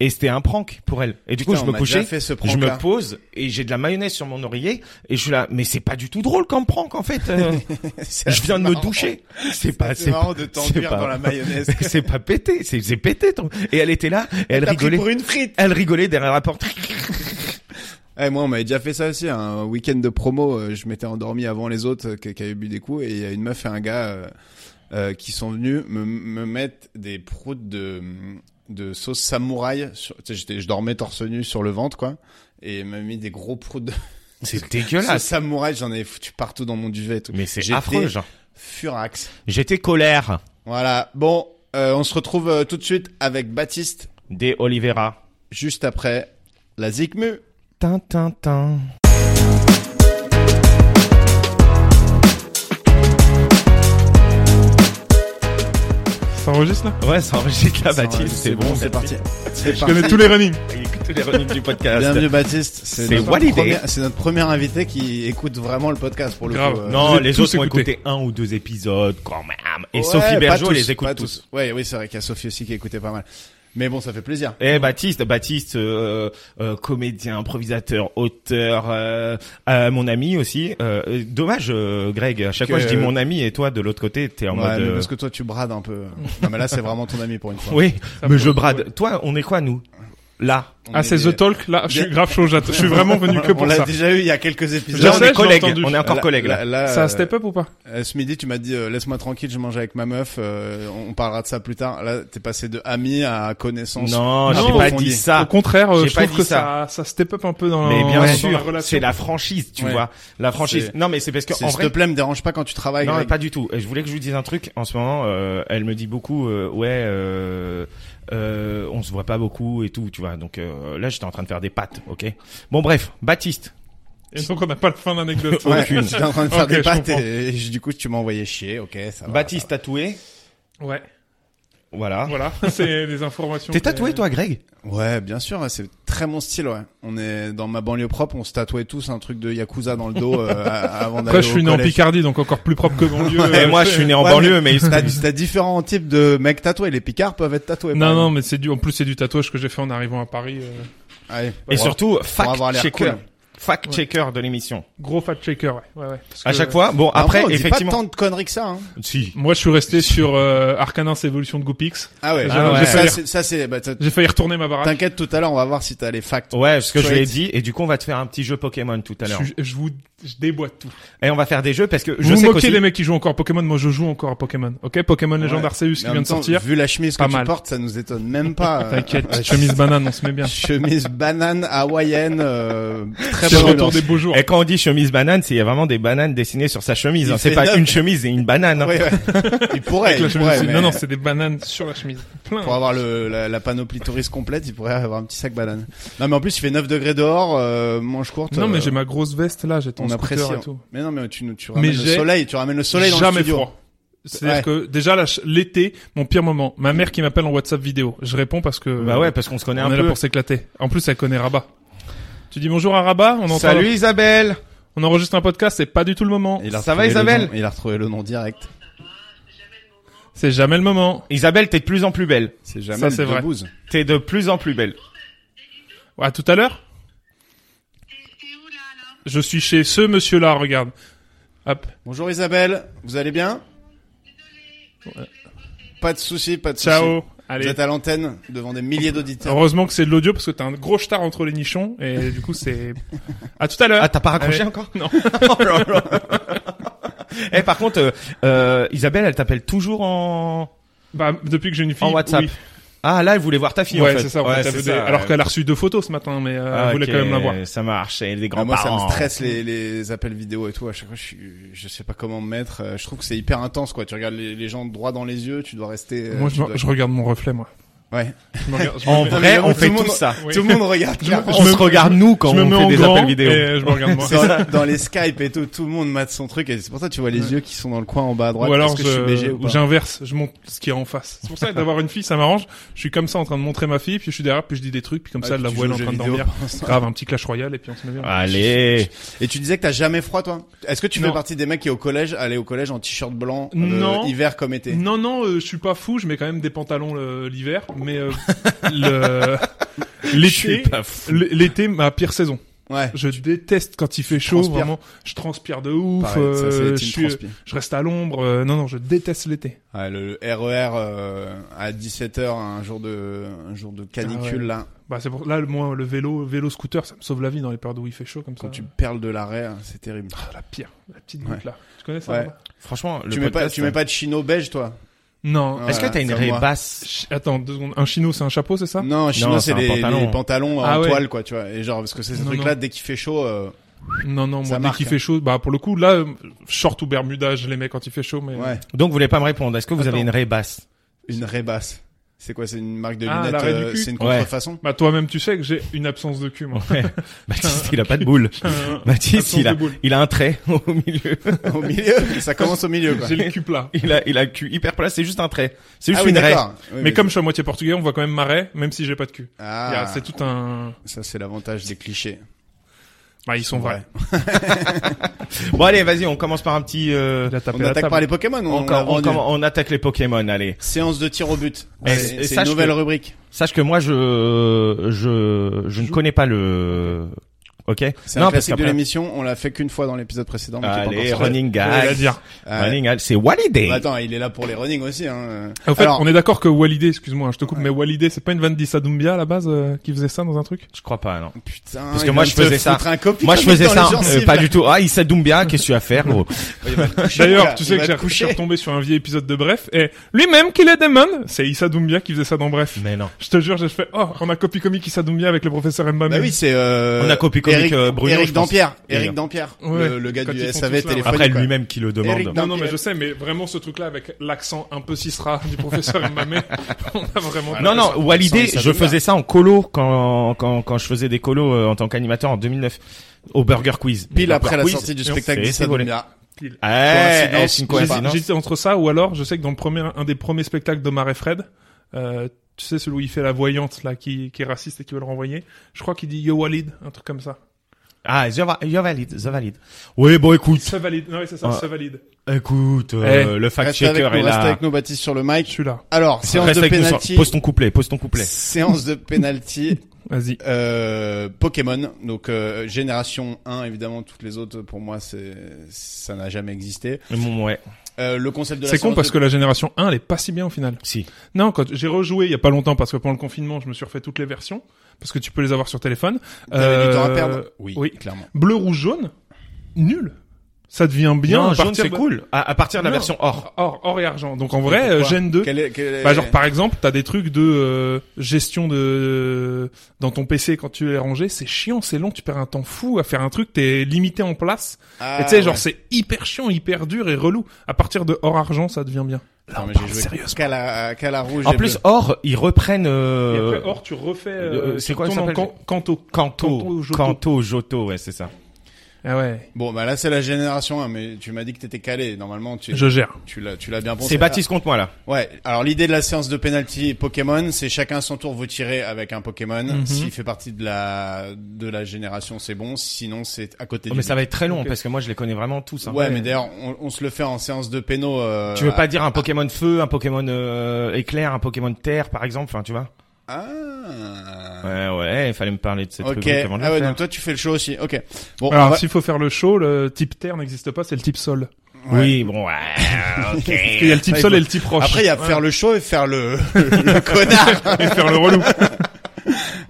Et c'était un prank pour elle. Et du coup, Putain, je on me m'a couchais, déjà fait ce je me prank-là. pose et j'ai de la mayonnaise sur mon oreiller et je suis là. Mais c'est pas du tout drôle comme prank en fait. euh. *laughs* C'est je viens de assez me marrant. doucher. Bah, C'est pas, C'est marrant de c'est t'enduire pas- dans la mayonnaise. *laughs* c'est pas pété, c'est c'est pété. ton- Et elle était là, et elle T'as pris rigolait. pour une frite. Elle rigolait derrière la *laughs* porte. Eh, moi, on m'avait déjà fait ça aussi. Un week-end de promo, euh, je m'étais endormi avant les autres euh, qui, qui avaient bu des coups, et il y a une meuf et un gars euh, euh, qui sont venus me, me mettre des proutes de de sauce samouraï. Sur, tu sais, j'étais, je dormais torse nu sur le ventre, quoi, et il m'a mis des gros proutes de C'est sauce dégueulasse. samouraï. J'en avais foutu partout dans mon duvet. Et tout. Mais c'est J'étais affreux, genre. Furax. J'étais colère Voilà. Bon, euh, on se retrouve euh, tout de suite avec Baptiste des Oliveira. juste après la Zikmu. Tin, tin, tin. Ça enregistre là Ouais, ça enregistre là, Ça, Ah, Baptiste. C'est bon, c'est parti. C'est Je parti. connais tous les running. Il écoute tous les revenus du podcast. Bienvenue Baptiste. C'est notre Walid. premier- C'est notre premier invité qui écoute vraiment le podcast pour le Grave. coup. euh. Vous Non, êtes les tous autres ont écoutés. écouté un ou deux épisodes quand même. Et Ouais, Sophie pas Bergeau tous, les écoute pas tous. Ouais, oui, c'est vrai qu'il y a Sophie aussi qui écoutait pas mal. Mais bon, ça fait plaisir. Eh Baptiste, Baptiste, euh, euh, comédien, improvisateur, auteur, euh, euh, mon ami aussi. Euh, euh, dommage, euh, Greg. À chaque Que- fois, je dis mon ami et toi, de l'autre côté, t'es en Ouais, mode. mais euh, parce que toi tu brades un peu. non mais là c'est vraiment ton ami pour une fois. Oui, mais peut- je brade. Toi, on est quoi nous Là, On est Ah, c'est des- The Talk là. Je suis Bien. grave chaud. *laughs* j'att- Je suis vraiment venu que On pour l'a ça. déjà eu il y a quelques épisodes. Je là, on est sais, je l'ai collègues. entendu. On est encore Là- collègues là. là- là, Ça euh, a step up ou pas Euh, ce midi, tu m'as dit euh, laisse-moi tranquille, je mange avec ma meuf. euh, on parlera de ça plus tard. Là, t'es passé de ami à connaissance. Non, j'ai Non, pas on dit dit. Au ça. contraire, euh, j'ai je pas trouve dit que ça. ça. ça step up un peu dans Mais bien dans la sûr, relation. c'est la franchise, tu Ouais. vois. La franchise. C'est- Non, mais c'est parce que C'est- en S'il te vrai, plaît, me dérange pas quand tu travailles. Non, mais Greg. pas du tout. Et Je voulais que je vous dise un truc. En ce moment, euh, elle me dit beaucoup, euh, ouais, euh, euh, on se voit pas beaucoup et tout, tu vois. Donc euh, là, j'étais en train de faire des pattes, ok. Bon, bref, Baptiste. Et donc on n'a pas la fin d'anecdote. Ouais, aucune. j'étais en train de faire Ok, des je pâtes comprends. et, et je- du coup, tu m'as envoyé chier. Ok, ça va. Baptiste tatoué. Ouais. Voilà. euh, Voilà, *laughs* c'est des informations. T'es que- tatoué, toi, Greg Ouais, bien sûr, ouais, c'est très mon style. Ouais. On est dans ma banlieue propre, on se tatouait tous un truc de yakuza dans le dos euh, à- avant d'aller Après, je suis au né en collège. Picardie, donc encore plus propre que banlieue. Bah, *laughs* Et euh, moi, je c'est- suis né en Ouais, banlieue, mais, T'as, t'as différents types de mecs tatoués. Les picards peuvent être tatoués. par Non, non, exemple. mais c'est du. En plus, c'est du tatouage que j'ai fait en arrivant à Paris. euh, Allez, et Bah, pour- surtout fact avoir l'air checker, cool. fact checker de l'émission. Gros fact checker, ouais, ouais, ouais. Parce À que- chaque fois. Bon, après, Normalement, Bah, on dit effectivement. pas tant de conneries que ça. Hein. Si. Moi, je suis resté sur euh, Arcanins Evolution de Goopix. Ah ouais. Ah ça, ouais. ça, c'est, ça, c'est- bah, t'as- J'ai failli retourner ma baraque. t'inquiète, tout à l'heure, on va voir si t'as les facts. Ouais, ce que je lui ai dit. Straight. Et du coup, on va te faire un petit jeu Pokémon tout à Je, l'heure. suis- je vous, je déboîte tout. Et on va faire des jeux parce que je vous sais moquez qu'aussi- les mecs qui jouent encore à Pokémon. Moi, je joue encore à Pokémon. Ok, Pokémon Legend Ouais. Arceus Mais qui en vient même de temps, sortir. Vu la chemise que Pas tu mal. portes, ça nous étonne même pas. euh, *laughs* T'inquiète, chemise banane, on se met bien. chemise banane hawaïenne, euh, très C'est le bonne retour ambiance. des beaux jours. Et quand on dit chemise banane, c'est il y a vraiment des bananes dessinées sur sa chemise. Il hein. C'est fait pas neuf. une chemise et une banane. hein. Ouais, ouais. Il pourrait, Avec la il chemise pourrait, aussi. mais Non, non, c'est des bananes sur la chemise. Plein. pour avoir le, la, la panoplie touriste complète, il pourrait avoir un petit sac banane. Non, mais en plus, il fait 9 degrés dehors, euh, manche courte. Non, mais euh, j'ai ma grosse veste là, j'ai ton on apprécie. scooter et hein. tout. Mais non, mais tu, nous- tu Mais ramènes le j'ai soleil, tu ramènes le soleil dans le Jamais studio. froid. C'est-à-dire Ouais. que déjà la ch- l'été, mon pire moment, ma mère qui m'appelle en WhatsApp vidéo, je réponds parce que Bah ouais, parce qu'on se connaît on un est là peu. pour s'éclater. En plus, elle connaît Rabat. Tu dis bonjour à Rabat, on entend Salut Isabelle. On enregistre un podcast, c'est pas du tout le moment. Il a Ça va, retrouvé le Isabelle nom- Il a retrouvé le nom direct. C'est jamais le moment. Isabelle, t'es de plus en plus belle. C'est jamais Ça, c'est de vrai. bouse. T'es de plus en plus belle. À tout à l'heure. Je suis chez ce monsieur-là, regarde. Hop. Bonjour Isabelle, vous allez bien Pas de soucis, pas de soucis. Ciao. Vous Allez. êtes à l'antenne devant des milliers d'auditeurs. Heureusement que c'est de l'audio parce que t'as un gros star entre les nichons et du coup c'est. À tout à l'heure. Ah, t'as pas raccroché *laughs* Allez. encore Non. Oh là là. Eh, par contre, euh, euh, Isabelle, elle t'appelle toujours en. Bah, depuis que j'ai une fille. En WhatsApp. oui. Ah là, elle voulait voir ta fille. en Ouais, fait. c'est ça. en fait, Ouais, elle c'est veut ça, des- Alors ouais. qu'elle a reçu deux photos ce matin, mais euh, Ah, elle voulait ok, quand même la voir. Ça marche. Et les Ah, moi, ça grands-parents. me stresse les, les appels vidéo et tout. À chaque fois, je, suis- je sais pas comment me mettre. Euh, Je trouve que c'est hyper intense, quoi. Tu regardes les, les gens droit dans les yeux, tu dois rester. euh, moi, tu je, dois- je regarde mon reflet, moi. Ouais. *laughs* Je me regarde- je me En mets- vrai, mais on on- fait tout le tout monde- ça. Oui. Tout le monde regarde. Je Car- me- On se regarde nous quand je me on mets fait en des grand appels vidéo. et euh, je *laughs* me regarde moi. dans, dans les Skype et tout, tout le monde mate son truc et c'est pour ça que tu vois les Ouais. yeux qui sont dans le coin en bas à droite. Ou alors parce que je suis BG je- ou pas. j'inverse, je monte ce qui est en face. C'est pour ça que d'avoir une fille, ça m'arrange. Je suis comme ça en train de montrer ma fille, puis je suis derrière, puis je dis des trucs, puis comme Ah, ça, puis elle la tu voit elle joues est en aux train de jeux dormir. vidéo. Ah, Grave, un petit Clash Royale, et puis on se met bien. Allez. Et tu disais que t'as jamais froid toi. Est-ce que tu fais Non. partie des mecs qui au collège allaient au collège en t-shirt blanc, euh, Non. hiver comme été Non, non, euh, je suis pas fou, je mets quand même des pantalons euh, l'hiver, mais euh, *laughs* le... l'été, l- l'été, ma pire saison. Ouais. Je déteste quand il fait chaud, transpires. vraiment. Je transpire de ouf, Pareil, ça, c'est euh, les je, teams suis- transpi. je reste à l'ombre. euh, non, non, je déteste l'été. Ouais, le le RER euh, à 17h un jour de un jour de canicule Ah ouais. là Bah, c'est pour là, le- moi, le vélo, vélo scooter, ça me sauve la vie dans les périodes où il fait chaud comme quand ça. tu perles de l'arrêt, hein, c'est terrible. Ah, la pire, la petite Ouais. goutte là. Tu connais ça Ouais. Romain Franchement, le tu mets pas podcast, euh, tu mets pas de chino beige toi Non. Ouais. Est-ce que t'as une comme raie moi. basse Ch- Attends deux secondes. Un chino, c'est un chapeau, c'est ça Non, chino Non, c'est c'est un des, pantalon. des pantalons Ah en ouais. toile quoi, tu vois. Et genre parce que c'est ce Non, truc là non. dès qu'il fait chaud euh, Non, non, Ça moi, dès marque, qu'il hein. fait chaud, bah, pour le coup, là, euh, short ou bermuda, je les mets quand il fait chaud, mais. ouais, Donc vous voulez pas me répondre. Est-ce que vous avez Attends. une raie *laughs* basse une raie basse. C'est quoi C'est une marque de Ah, lunettes, la raie euh, du cul. c'est une Ouais. contrefaçon *laughs* Bah, toi-même, tu sais que j'ai une absence de cul, moi. Ouais. *laughs* Baptiste, il a pas de boule. *laughs* Un- Baptiste, absence il a, de boule. il a un trait *laughs* au milieu. au milieu, ça commence au milieu quoi. J'ai le cul plat. Il a, il a le cul hyper plat. C'est juste un trait. C'est Ah juste oui, une raie. d'accord. *laughs* Oui, Mais comme je suis à moitié portugais, on voit quand même marais, même si j'ai pas de cul. Il y a- ah, C'est tout un. ça c'est l'avantage des clichés. Bah, ils sont vrais. Bon allez, vas-y, on commence par un petit. euh, Il a tapé On la attaque table. par les Pokémon, on, encore, on, on, commence- on attaque les Pokémon. Allez. séance de tir au but. Et- C'est et c'est une sache nouvelle que- rubrique. Sache que moi, je, je, je ne connais pas le. Ok. C'est un parce classique de qu'après- l'émission, on l'a fait qu'une fois dans l'épisode précédent. mais qui est pas Allez, encore sorti. running J'allais la gag. dire. Ah, ouais. Running gag. C'est Walidé. Bah, attends, il est là pour les running aussi. Hein. En fait, Alors, on est d'accord que Walidé, excuse-moi, hein, je te coupe, mais Walidé, c'est pas une vanne d'Issadoumbia à la base euh, qui faisait ça dans un truc Je crois pas, non. putain, Parce il que moi, vient je de te faisais ça. foutre un copy Moi, je comique faisais dans ça, les euh, gencives, pas là. du tout. Ah, Issa Doumbia, qu'est-ce que tu as à faire, gros *laughs* Il va te coucher, D'ailleurs, gars, tu il sais va que te j'ai je coucher. suis retombé sur un vieil épisode de Bref, et lui-même qui le demande, c'est Issadoumbia qui faisait ça dans Bref. *laughs* Mais non. Je te jure, j'ai fait, oh, on a copie comique Issadoumbia avec le professeur Mbamé. Bah oui, c'est euh, On a copie comique, Eric, euh, Bruno, Eric je pense. Dampierre, Eric D'ailleurs. Dampierre, Ouais. le, le gars Quand du ils font SAV tout ça, ouais. téléphonique. Après, quoi. lui-même qui le demande. Eric non, non, Donc, mais il- je sais, mais vraiment ce truc-là avec l'accent un peu cisra du *laughs* professeur Mbamé, on a vraiment... Non, non, Walidé, Issa je Doumbia. faisais ça en colo quand, quand, quand je faisais des colos euh, en tant qu'animateur en 2009 au Burger Quiz. Pile Le Burger après la Quiz, sortie du et on spectacle s'est d'Issa fait voler. Doumbia. Eh, Coïncidence, eh, c'est une j'ai- J'hésite coïncidence. j'hésite entre ça ou alors, je sais que dans le premier, un des premiers spectacles de Marais Fred, euh, tu sais, celui où il fait la voyante, là, qui, qui est raciste et qui veut le renvoyer, je crois qu'il dit Yo Walid, un truc comme ça. Ah, The Va- The Valid, The Valid. Oui, bon, écoute, Se valide, non, oui, c'est ça, Ah. se valide. écoute, euh, le Reste avec fact-checker nous, est reste là. avec nous, Baptiste, sur le mic. Celui-là, Alors, séance Reste de avec nous, penalty. sur- pose ton couplet, pose ton couplet. Séance de penalty. vas-y. Euh, Pokémon, donc euh, génération 1 évidemment, toutes les autres pour moi c'est ça n'a jamais existé. Bon, ouais, Euh, le concept de la C'est con séance parce de- que la génération 1, elle est pas si bien au final. si. Non, quand j'ai rejoué il y a pas longtemps parce que pendant le confinement, je me suis refait toutes les versions parce que tu peux les avoir sur téléphone. Euh, T'avais du temps à perdre. Oui, oui. Bah, clairement. Bleu rouge jaune, nul. Ça devient bien non, à jaune, partir c'est de- cool. À, à partir de la Non. version or. Or, or et argent. Donc en vrai, euh, Pourquoi Gen 2. Quel est- quel est- Bah genre par exemple, t'as des trucs de euh, gestion de dans ton PC quand tu es rangé, c'est chiant, c'est long, tu perds un temps fou à faire un truc, t'es limité en place. Ah, et tu sais genre ouais. c'est hyper chiant, hyper dur et relou. À partir de hors argent, ça devient bien. Là, Non, on mais parle j'ai joué sérieusement. qu'à la qu'à la rouge En et plus, bleu. or, ils reprennent euh, Et après hors, tu refais euh, euh, c'est tu quoi, ça retournes en s'appelle can- Kanto. Kanto Kanto, ou Johto. Kanto, Johto, ouais, c'est ça. Ah ouais, Bon, bah là c'est la génération 1 mais tu m'as dit que t'étais calé, normalement tu je gère. tu l'as tu l'as bien pensé. c'est Baptiste contre moi là. Ah, Ouais. Alors l'idée de la séance de penalty Pokémon, c'est chacun son tour vous tirez avec un Pokémon, Mhm. s'il fait partie de la de la génération, c'est bon, sinon c'est à côté Oh, du mais ça va être très long Ok. parce que moi je les connais vraiment tous. hein. Ouais, mais d'ailleurs, on, on se le fait en séance de péno. Euh, Tu veux à- pas dire un Pokémon feu, un Pokémon euh, éclair, un Pokémon terre par exemple, enfin tu vois. Ah. Ouais ouais, il fallait me parler de ces ok. trucs avant de le Ah ouais, faire. donc toi tu fais le show aussi. Ok. Bon. on Alors va- s'il faut faire le show, le type terre n'existe pas, c'est le type sol. Oui, bon ouais. OK. Parce qu'il y a le type Ouais, sol il et le type roche. Après, il y a Ouais. faire le show et faire le, *laughs* *laughs* le connard. et faire le *laughs* relou.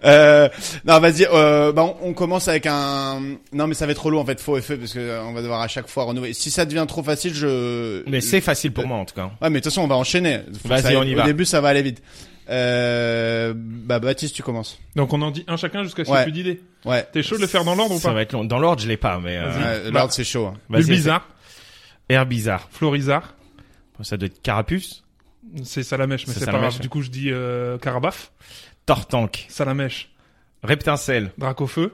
Euh, non, vas-y. Euh, bah, on, on commence avec un. Non, mais ça va être relou en fait, faux et feu, parce que euh, on va devoir à chaque fois renouveler. Si ça devient trop facile, je. Mais c'est facile pour moi en tout cas. Ouais, mais de toute façon, on va enchaîner. Faut que Vas-y, ça- on y Au va. début, ça va aller vite. Euh, bah, Baptiste, tu commences. Donc on en dit un chacun jusqu'à ce qu'il n'y Ouais. ait plus d'idées. Ouais. T'es chaud de le faire dans l'ordre ou Ça pas va être long. Dans l'ordre, je l'ai pas mais euh, Euh, Bah. L'ordre, c'est chaud. hein. vas-y, Bulbizarre, air bizarre. Florizard, Ça doit être Carapuce. C'est Salamèche, mais C'est c'est pas Salamèche, grave. ouais. Du coup, je dis euh, Carabaf, Tortank, Salamèche, Reptincelle. Dracofeu,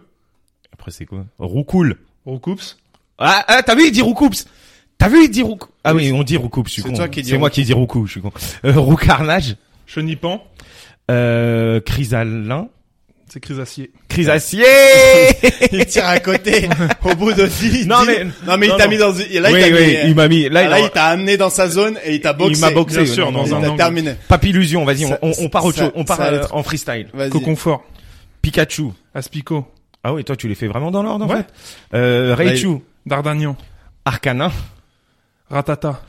Après c'est quoi Roucoule. Roucoups. Ah, ah t'as vu il dit Roucoups. T'as vu il dit Roucou. Ah oui, on dit Roucoups, je suis C'est con. toi qui dis C'est moi qui dis Roucou, je suis con. Euh, Roucarnage, Chenipan, euh, Chrysalin, c'est Crisacier. Chrysacier. il tire *laughs* à côté au bout de dix- Non, dix- mais- non mais il non, t'a non. mis dans et *laughs* là oui, il t'a oui, mis il m'a mis. Là, là, il il t'a amené dans sa zone et il t'a boxé il m'a boxé, bien sûr, ouais, dans non, il un t'a angle. terminé Papillusion, vas-y, on, Ça- on, on part autre ça- chose, on part ça allait euh, être- en freestyle. vas-y Coconfort, Pikachu. Aspico, Ah oui, toi tu les fais vraiment dans l'ordre en Ouais. fait. Euh, Raichu, Dardagnan, Arcanin, Ratata,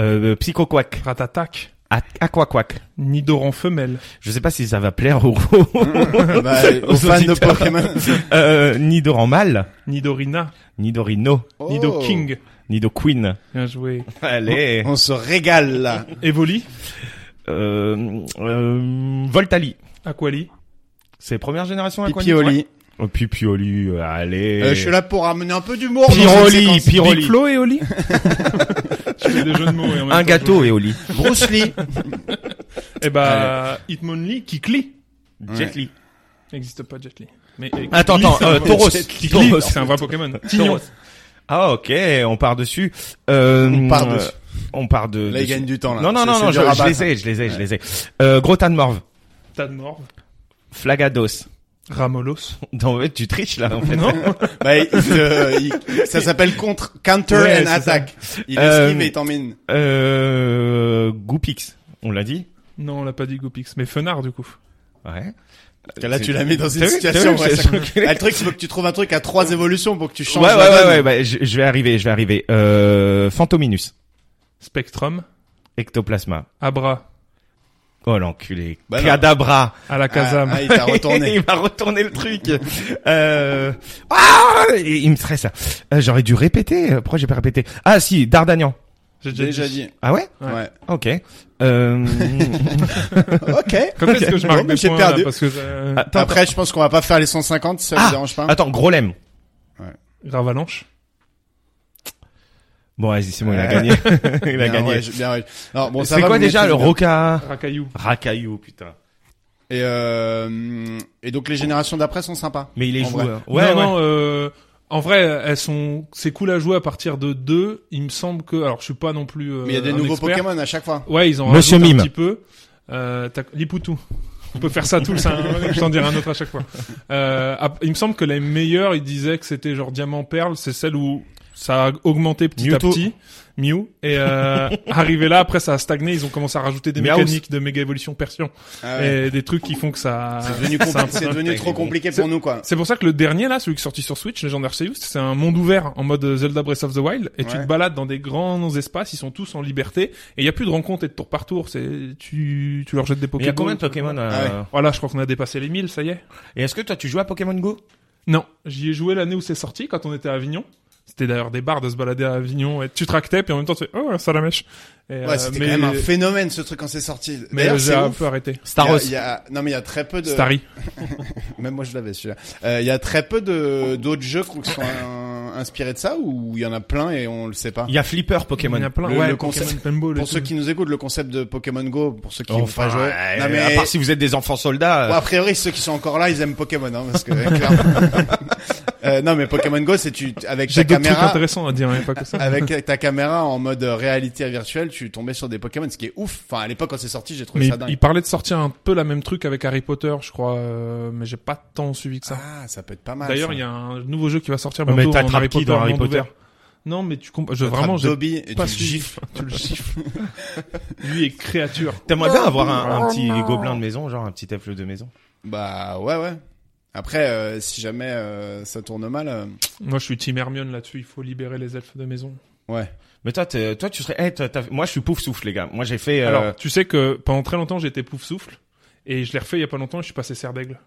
euh, Psychoquack, Ratatac, A- Aquaquack. Nidoran femelle, Je sais pas si ça va plaire au *laughs* bah, *laughs* Aux aux fans de auditeurs. Pokémon *laughs* euh, Nidoran mâle, Nidorina, Nidorino, Oh. Nidoking. Nidoqueen. Bien joué. Allez. on se régale là Evoli, Euh, euh, Voltali. Aquali, C'est première génération à Pipioli Oh, Pipioli, euh, allez. Euh, je suis là pour ramener un peu d'humour dans cette Piroli, séquence. Piroli. Big Flo et Oli. je fais des jeux de mots. Et en même Un temps, gâteau et *laughs* Oli. Bruce Lee je- Eh bah, Hitmonlee, Kikli. Jet Li. N'existe pas Jet Li. Mais eh, Attends, attends, euh, Tauros. Tauros, Tauros. c'est un vrai Pokémon. Tignon. Tauros. Ah ok, on part dessus. Euh, On part dessus. On part de. Là, il dessus. gagne du temps, là. Non non C'est- non c'est non, du je, je rabat, les ça. ai, je les ai, je les ai. Euh, Grotanmorve, Tadmorve, Flagados. *laughs* Ramolos. Non mais tu triches là en fait. *laughs* Non bah, il, euh, il- ça s'appelle contre counter Ouais, c'est and attack il Euh, esquive et il t'emmène Euh, Goupix, on l'a dit. Non, on l'a pas dit Goopix, mais Fenard du coup. Ouais. Parce que là c'est- tu la mets dans T'as une vu, situation t'as vu, ouais, c'est- ça- *laughs* Ah, le truc il faut que tu trouves un truc à trois évolutions pour que tu Ouais changes ouais la ouais, donne. ouais bah, je, je vais arriver, je vais arriver. Euh, Fantominus, Spectrum, Ectoplasma. Abra, Oh l'enculé. Bah non. Cadabra. à la ah, Kazam, ah, il t'a *laughs* retourné il m'a retourné le truc. Euh... Ah il il me serait ça. Euh, J'aurais dû répéter. euh, Pourquoi j'ai pas répété Ah si, Dardagnan. j'ai déjà, déjà dit. dit Ah ouais Ouais. ouais *laughs* Ok. *laughs* Euh... ok Quand *laughs* est-ce que je marque Bon, bah, des j'ai points perdu. Ah. là, Parce que euh, attends, après hein. je pense qu'on va pas faire les 150 si ça Ah, vous dérange pas attends, Grolem. Ravalanche, Bon, vas-y, c'est bon, il a Ouais. gagné. *laughs* il a Bien, gagné. ouais, je- bien, ouais. Alors, bon, ça c'est va, quoi vous déjà mettez le bien. Roca Racaillou, Racaillou, putain. et euh, et donc les générations d'après sont sympas Mais il est En joueur. non, non, euh, en vrai, elles sont, c'est cool à jouer à partir de 2. Il me semble que, alors, je suis pas non plus. euh, mais il y a des un nouveaux expert. Pokémon à chaque fois Ouais, ils en Monsieur rajoutent Mime. un petit peu. Euh, t'as- Lipoutou. On peut faire ça tout, ça, hein, je t'en dirai un autre à chaque fois. Euh, ap- il me semble que la meilleure, il disait que c'était genre diamant perle, c'est celle où ça a augmenté petit Mewtwo. à petit. Mew. Et euh, *laughs* arrivé là, après ça a stagné, ils ont commencé à rajouter des Meowth. mécaniques de méga évolution persian. Ah ouais. Et des trucs qui font que ça... c'est *laughs* devenu, compli- ça a- c'est devenu trop compliqué pour nous quoi C'est pour ça que le dernier là, celui qui est sorti sur Switch, Legend of Arceus, c'est un monde ouvert en mode Zelda Breath of the Wild et tu Ouais. te balades dans des grands espaces, ils sont tous en liberté et il y a plus de rencontres et de tour par tour, c'est tu tu leur jettes des Mais Pokémon. il y a combien de Pokémon euh, Voilà, je crois qu'on a dépassé les 1000, ça y est. Et est-ce que toi tu joues à Pokémon Go Non, j'y ai joué l'année où c'est sorti quand on était à Avignon. C'était d'ailleurs des bars de se balader à Avignon et tu tractais puis en même temps tu fais oh ça la mèche. Et, euh, Ouais, c'était mais- quand même un phénomène ce truc quand c'est sorti. Mais D'ailleurs, j'ai c'est un ouf. peu arrêté. Staros. Il y a- il y a- non mais il y a très peu de. Starry. Même moi je l'avais celui-là. Euh, Il y a très peu de d'autres jeux qui *laughs* sont euh, inspirés de ça ou il y en a plein et on le sait pas. Il y a Flipper Pokémon. Il y en a plein. Le- ouais, le Pokémon concept- Pinball et Pour tout. ceux qui nous écoutent, le concept de Pokémon Go, pour ceux qui n'ont Enfin, pas joué. ouais, non mais à part si vous êtes des enfants soldats. Bon, euh, a priori, ceux qui sont encore là, ils aiment Pokémon, hein, parce que clairement. *laughs* Euh, non, mais Pokémon Go, c'est tu avec ta J'ai d'autres trucs caméra, intéressants à dire, hein, pas que ça. avec ta caméra en mode euh, réalité virtuelle, tu tombais sur des Pokémon, ce qui est ouf. Enfin, à l'époque quand c'est sorti, j'ai trouvé Mais ça il- dingue. il parlait de sortir un peu la même truc avec Harry Potter, je crois, euh, mais j'ai pas tant suivi que ça. Ah, ça peut être pas mal. D'ailleurs, ça. il y a un nouveau jeu qui va sortir Mais bientôt en t'attrapes Harry qui Potter, dans Harry monde Potter ouvert. Non, mais tu comprends. Je, T'attrapes vraiment, j'ai Dobby et tu pas le suivi. gifles. *laughs* Tu le gifles. Lui est créature. T'aimerais bien avoir un, un petit gobelin de maison, genre un petit elfe de maison. Bah ouais ouais. Après euh, si jamais euh, ça tourne mal euh, *laughs* Moi, je suis Team Hermione là-dessus. Il faut libérer les elfes de maison. ouais. Mais toi, t'es- toi, tu serais. eh, t'as- t'as- Moi, je suis pouf souffle, les gars. Moi, j'ai fait. euh, Alors, tu sais que pendant très longtemps, j'étais pouf souffle. Et je l'ai refait il y a pas longtemps et je suis passé serre d'aigle.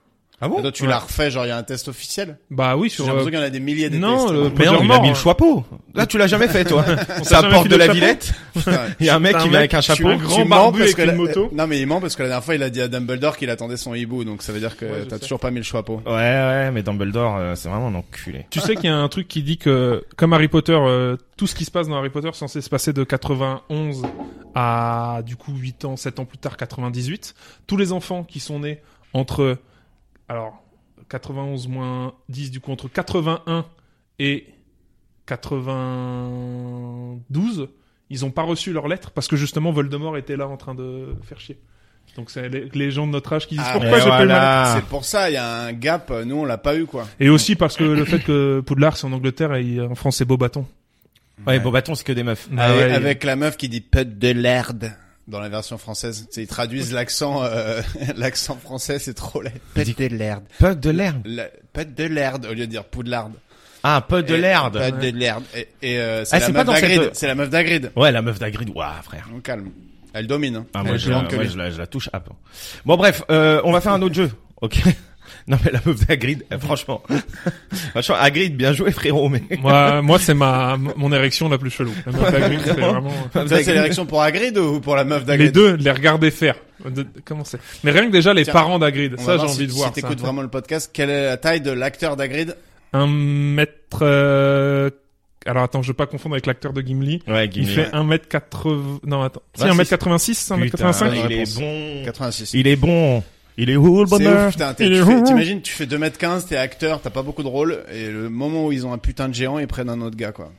Ah bon Attends, tu Oh, Ouais. l'as refait, genre il y a un test officiel Bah oui, J'ai sur. l'impression euh, qu'il y en a des milliers de Non, tests. hein. *laughs* Mais le hein. non, plusieurs il a mis morts. le chapeau. Là, tu l'as jamais fait, *laughs* toi. t'a Ça jamais porte fait de le la chapeau Villette. Putain, Il y a un mec T'as qui un vient mec avec un chapeau. un grand tu mens barbu parce avec que une la- euh, moto. Non mais il ment parce que la dernière fois il a dit à Dumbledore qu'il attendait son hibou donc ça veut dire que Ouais, je t'as sais. toujours pas mis le chapeau. Ouais, ouais, mais Dumbledore, euh, c'est vraiment un enculé. Tu sais qu'il y a un truc qui dit que, comme Harry Potter, euh, tout ce qui se passe dans Harry Potter est censé se passer de 91 à, du coup, 8 ans, 7 ans plus tard, 98. Tous les enfants qui sont nés entre, alors, 91 moins 10, du coup, entre 81 et 92, ils ont pas reçu leur lettre parce que justement Voldemort était là en train de faire chier. Donc c'est les, les gens de notre âge qui disent Ah, pourquoi mais j'ai pas eu ma lettre voilà. C'est pour ça il y a un gap. euh, Nous on l'a pas eu quoi. Et aussi parce que le fait que Poudlard c'est en Angleterre et il- en France c'est beau bâton. Ouais, beau bâton, c'est que des meufs. Ah avec, ouais, avec la meuf qui dit pute de l'herbe dans la version française. Tu sais, ils traduisent l'accent euh, *laughs* l'accent français c'est trop laid. Pute de l'herbe. Pug de l'herbe. La- Pute de l'herbe au lieu de dire poudlard. Ah, Pug de Et- l'herbe. Pute de l'herbe. Et, et, euh, c'est Ah, la c'est pas meuf dans cette- d'Agrid. C'est la meuf d'Agrid. Ouais, la meuf d'Agrid. Ouah, frère. On calme. Elle domine. hein. Ah, Elle moi, est je, plus la, grande que ouais, lui. je, la, je la touche à peu. Bon, bref, euh, on va faire un autre jeu. Ok. *laughs* Non, mais la meuf d'Agrid, eh, franchement. *laughs* franchement, Agrid, bien joué, frérot, mais. Moi, moi c'est ma mon érection la plus chelou. La *laughs* meuf d'Agrid, c'est vraiment Ça c'est l'érection pour Agrid ou pour la meuf d'Agrid les deux, les regarder faire. De- comment c'est Mais rien que déjà les Tiens, parents d'Agrid, On ça va j'ai voir envie si, de voir. Si ça. t'écoutes vraiment le podcast, quelle est la taille de l'acteur d'Agrid Un mètre. euh, Alors attends, je veux pas confondre avec l'acteur de Gimli. Ouais, Il Guinée. fait 1 mètre 80 Non attends. Si Ah, 1 si, mètre si. 86, 1 mètre Putain, 85. il est Réponse. bon. 86. Il est bon. Il est où, le C'est ouf, bonheur? putain. t'es- Il est tu fais- ouf. T'imagines, tu fais 2m15, t'es acteur, t'as pas beaucoup de rôle, et le moment où ils ont un putain de géant, ils prennent un autre gars, quoi.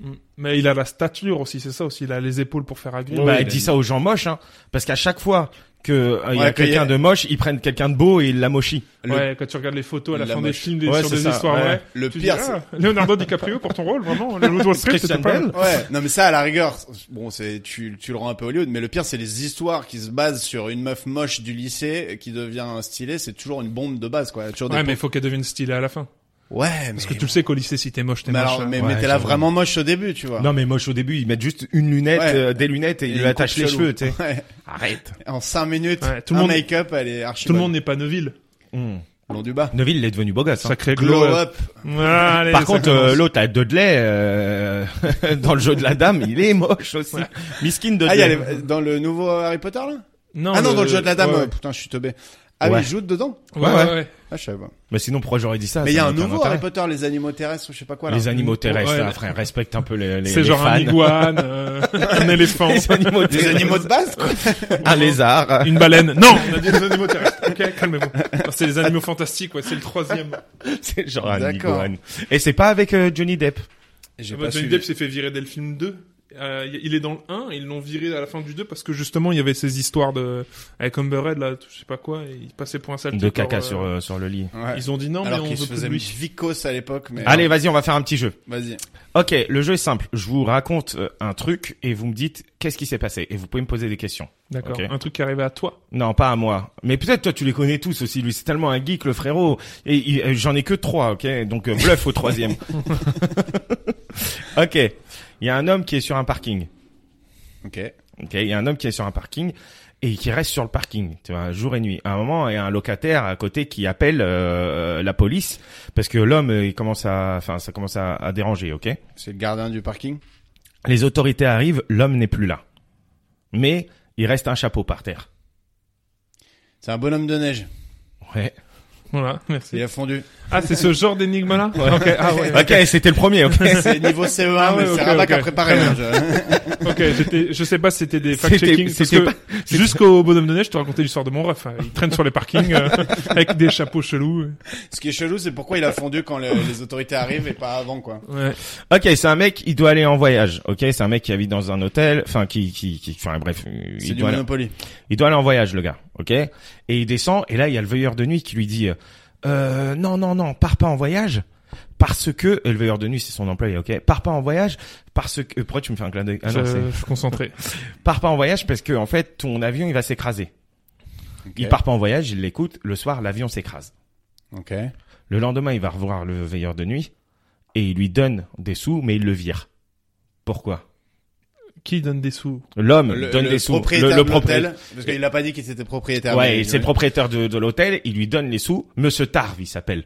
Mm. Mais il a la stature aussi, c'est ça aussi. Il a les épaules pour faire Agrid. bah, il a dis une- ça aux gens moches, hein. Parce qu'à chaque fois que euh, il y a Ouais, que quelqu'un y a- de moche, ils prennent quelqu'un de beau et ils l'amochient. Le- Ouais, quand tu regardes les photos à la, La fin des moche. films des, Ouais, sur c'est des ça, histoires, ouais. ouais. Le Tu pire, dis, ah, Leonardo DiCaprio pour ton rôle, vraiment. Le Woodward Street, Christian c'était pas Bale. mal. Ouais, non mais ça à la rigueur, bon c'est tu tu le rends un peu Hollywood, mais le pire c'est les histoires qui se basent sur une meuf moche du lycée qui devient stylée, c'est toujours une bombe de base quoi. Elle a Toujours des Ouais, mais faut qu'elle devienne stylée à la fin. ouais, mais Parce que tu le sais qu'au lycée, si t'es moche, t'es mais moche. alors hein. mais, Ouais, mais t'es là j'avoue. vraiment moche au début, tu vois. Non, mais moche au début, ils mettent juste une lunette, Ouais. euh, des lunettes et, ils lui attachent les cheveux, tu sais. *laughs* Ouais. *laughs* Arrête. En 5 minutes, Ouais, tout le un monde- make-up, elle est archi Tout le bonne. monde n'est pas Neuville. Hmm. long du bas. Neville, il est devenu beau gosse. hein. Sacré Glow up. Ah, allez, Par ça contre, commence. euh, l'autre, à Dudley, euh, *laughs* dans le jeu de la dame, il est moche aussi. Ouais. Miskin Dudley. Ah, il y a les- dans le nouveau Harry Potter là non, Ah non, dans le jeu de la dame. ouais, euh, Putain, je suis teubé. Ah Ouais. oui, il joue dedans Ouais, ouais, Ouais, ouais. Ah, je savais pas. Mais sinon, pourquoi j'aurais dit Ah, ça Mais il y ça a un n'a aucun nouveau hein. intérêt. Harry Potter, les animaux terrestres ou je sais pas quoi là. Les animaux terrestres, Ouais, là, mais- frère, respecte un peu les, les, C'est les genre fans. un iguane, euh, *laughs* un éléphant, *laughs* Les animaux *laughs* Les terrestres. animaux de base *laughs* quoi. Un *laughs* lézard. *laughs* une baleine. Non, on a dit les animaux terrestres. Ok, calmez-vous. Non, C'est les animaux fantastiques, ouais, c'est le troisième. C'est genre un D'accord. iguane. Et c'est pas avec euh, Johnny Depp. J'ai pas Johnny suivi. Depp s'est fait virer dès le film 2. Euh, y- il est dans le 1, ils l'ont viré à la fin du 2 parce que justement il y avait ces histoires de avec Amber Heard là, je sais pas quoi, et il passait pour un sale De type, caca alors, sur, euh, euh, sur le lit. Ouais. Ils ont dit non Alors mais on qu'il se veut plus de faisait lui. Vicos à l'époque, mais. Allez, vas-y, on va faire un petit jeu. vas-y. Ok, le jeu est simple. Je vous raconte euh, un truc et vous me dites qu'est-ce qui s'est passé. Et vous pouvez me poser des questions. D'accord. Ok. Un truc qui arrivait à toi. Non, pas à moi. Mais peut-être toi, tu les connais tous aussi. Lui, c'est tellement un geek, le frérot. Et il- euh, j'en ai que trois, ok. Donc euh, bluff au troisième. *laughs* ok. Il y a un homme qui est sur un parking. Ok. Ok. Il y a un homme qui est sur un parking et qui reste sur le parking, tu vois, jour et nuit. À un moment, il y a un locataire à côté qui appelle euh, la police parce que l'homme, euh, il commence à, enfin, ça commence à, à déranger, ok. C'est le gardien du parking. Les autorités arrivent, l'homme n'est plus là. Mais il reste un chapeau par terre. C'est un bonhomme de neige. Ouais. Voilà, merci. Il a *laughs* fondu. Ah, c'est ce genre d'énigme là *laughs* OK, *laughs* ah ouais. Ok, c'était le premier, ok. C'est niveau CE1, Ah ouais, mais ok, c'est Rabat ok. qui a préparé. hein, *laughs* je- OK, j'étais je sais pas si c'était des fact checking C'était- c'était jusqu'au bonhomme de neige, je te racontais l'histoire de mon ref, hein. il traîne sur les parkings *laughs* euh, avec des chapeaux chelous. Ce qui est chelou, c'est pourquoi il a fondu quand le- les autorités arrivent et pas avant, quoi. Ouais. Ok, c'est un mec, il doit aller en voyage. Ok, c'est un mec qui habite dans un hôtel, enfin qui, qui, qui, enfin bref, euh, C'est il du doit, aller, Monopoly. il doit aller en voyage, le gars. Ok, et il descend et là il y a le veilleur de nuit qui lui dit, euh, euh, non non non, pars pas en voyage parce que et le veilleur de nuit c'est son employé. Ok, pars pas en voyage parce que euh, pourquoi tu me fais un clin d'œil Ah non, je, c'est- je suis concentré. pars pas en voyage parce que en fait ton avion il va s'écraser. Ok. Il part pas en voyage, il l'écoute. Le soir l'avion s'écrase. Ok. Le lendemain il va revoir le veilleur de nuit et il lui donne des sous mais il le vire. Pourquoi Qui donne des sous L'homme donne des sous. propriétaire Le, de le propriétaire. l'hôtel, parce qu'il a pas dit qu'il était propriétaire. Ouais, mais- et c'est le propriétaire de, de l'hôtel, il lui donne les sous. Monsieur Tarve, il s'appelle.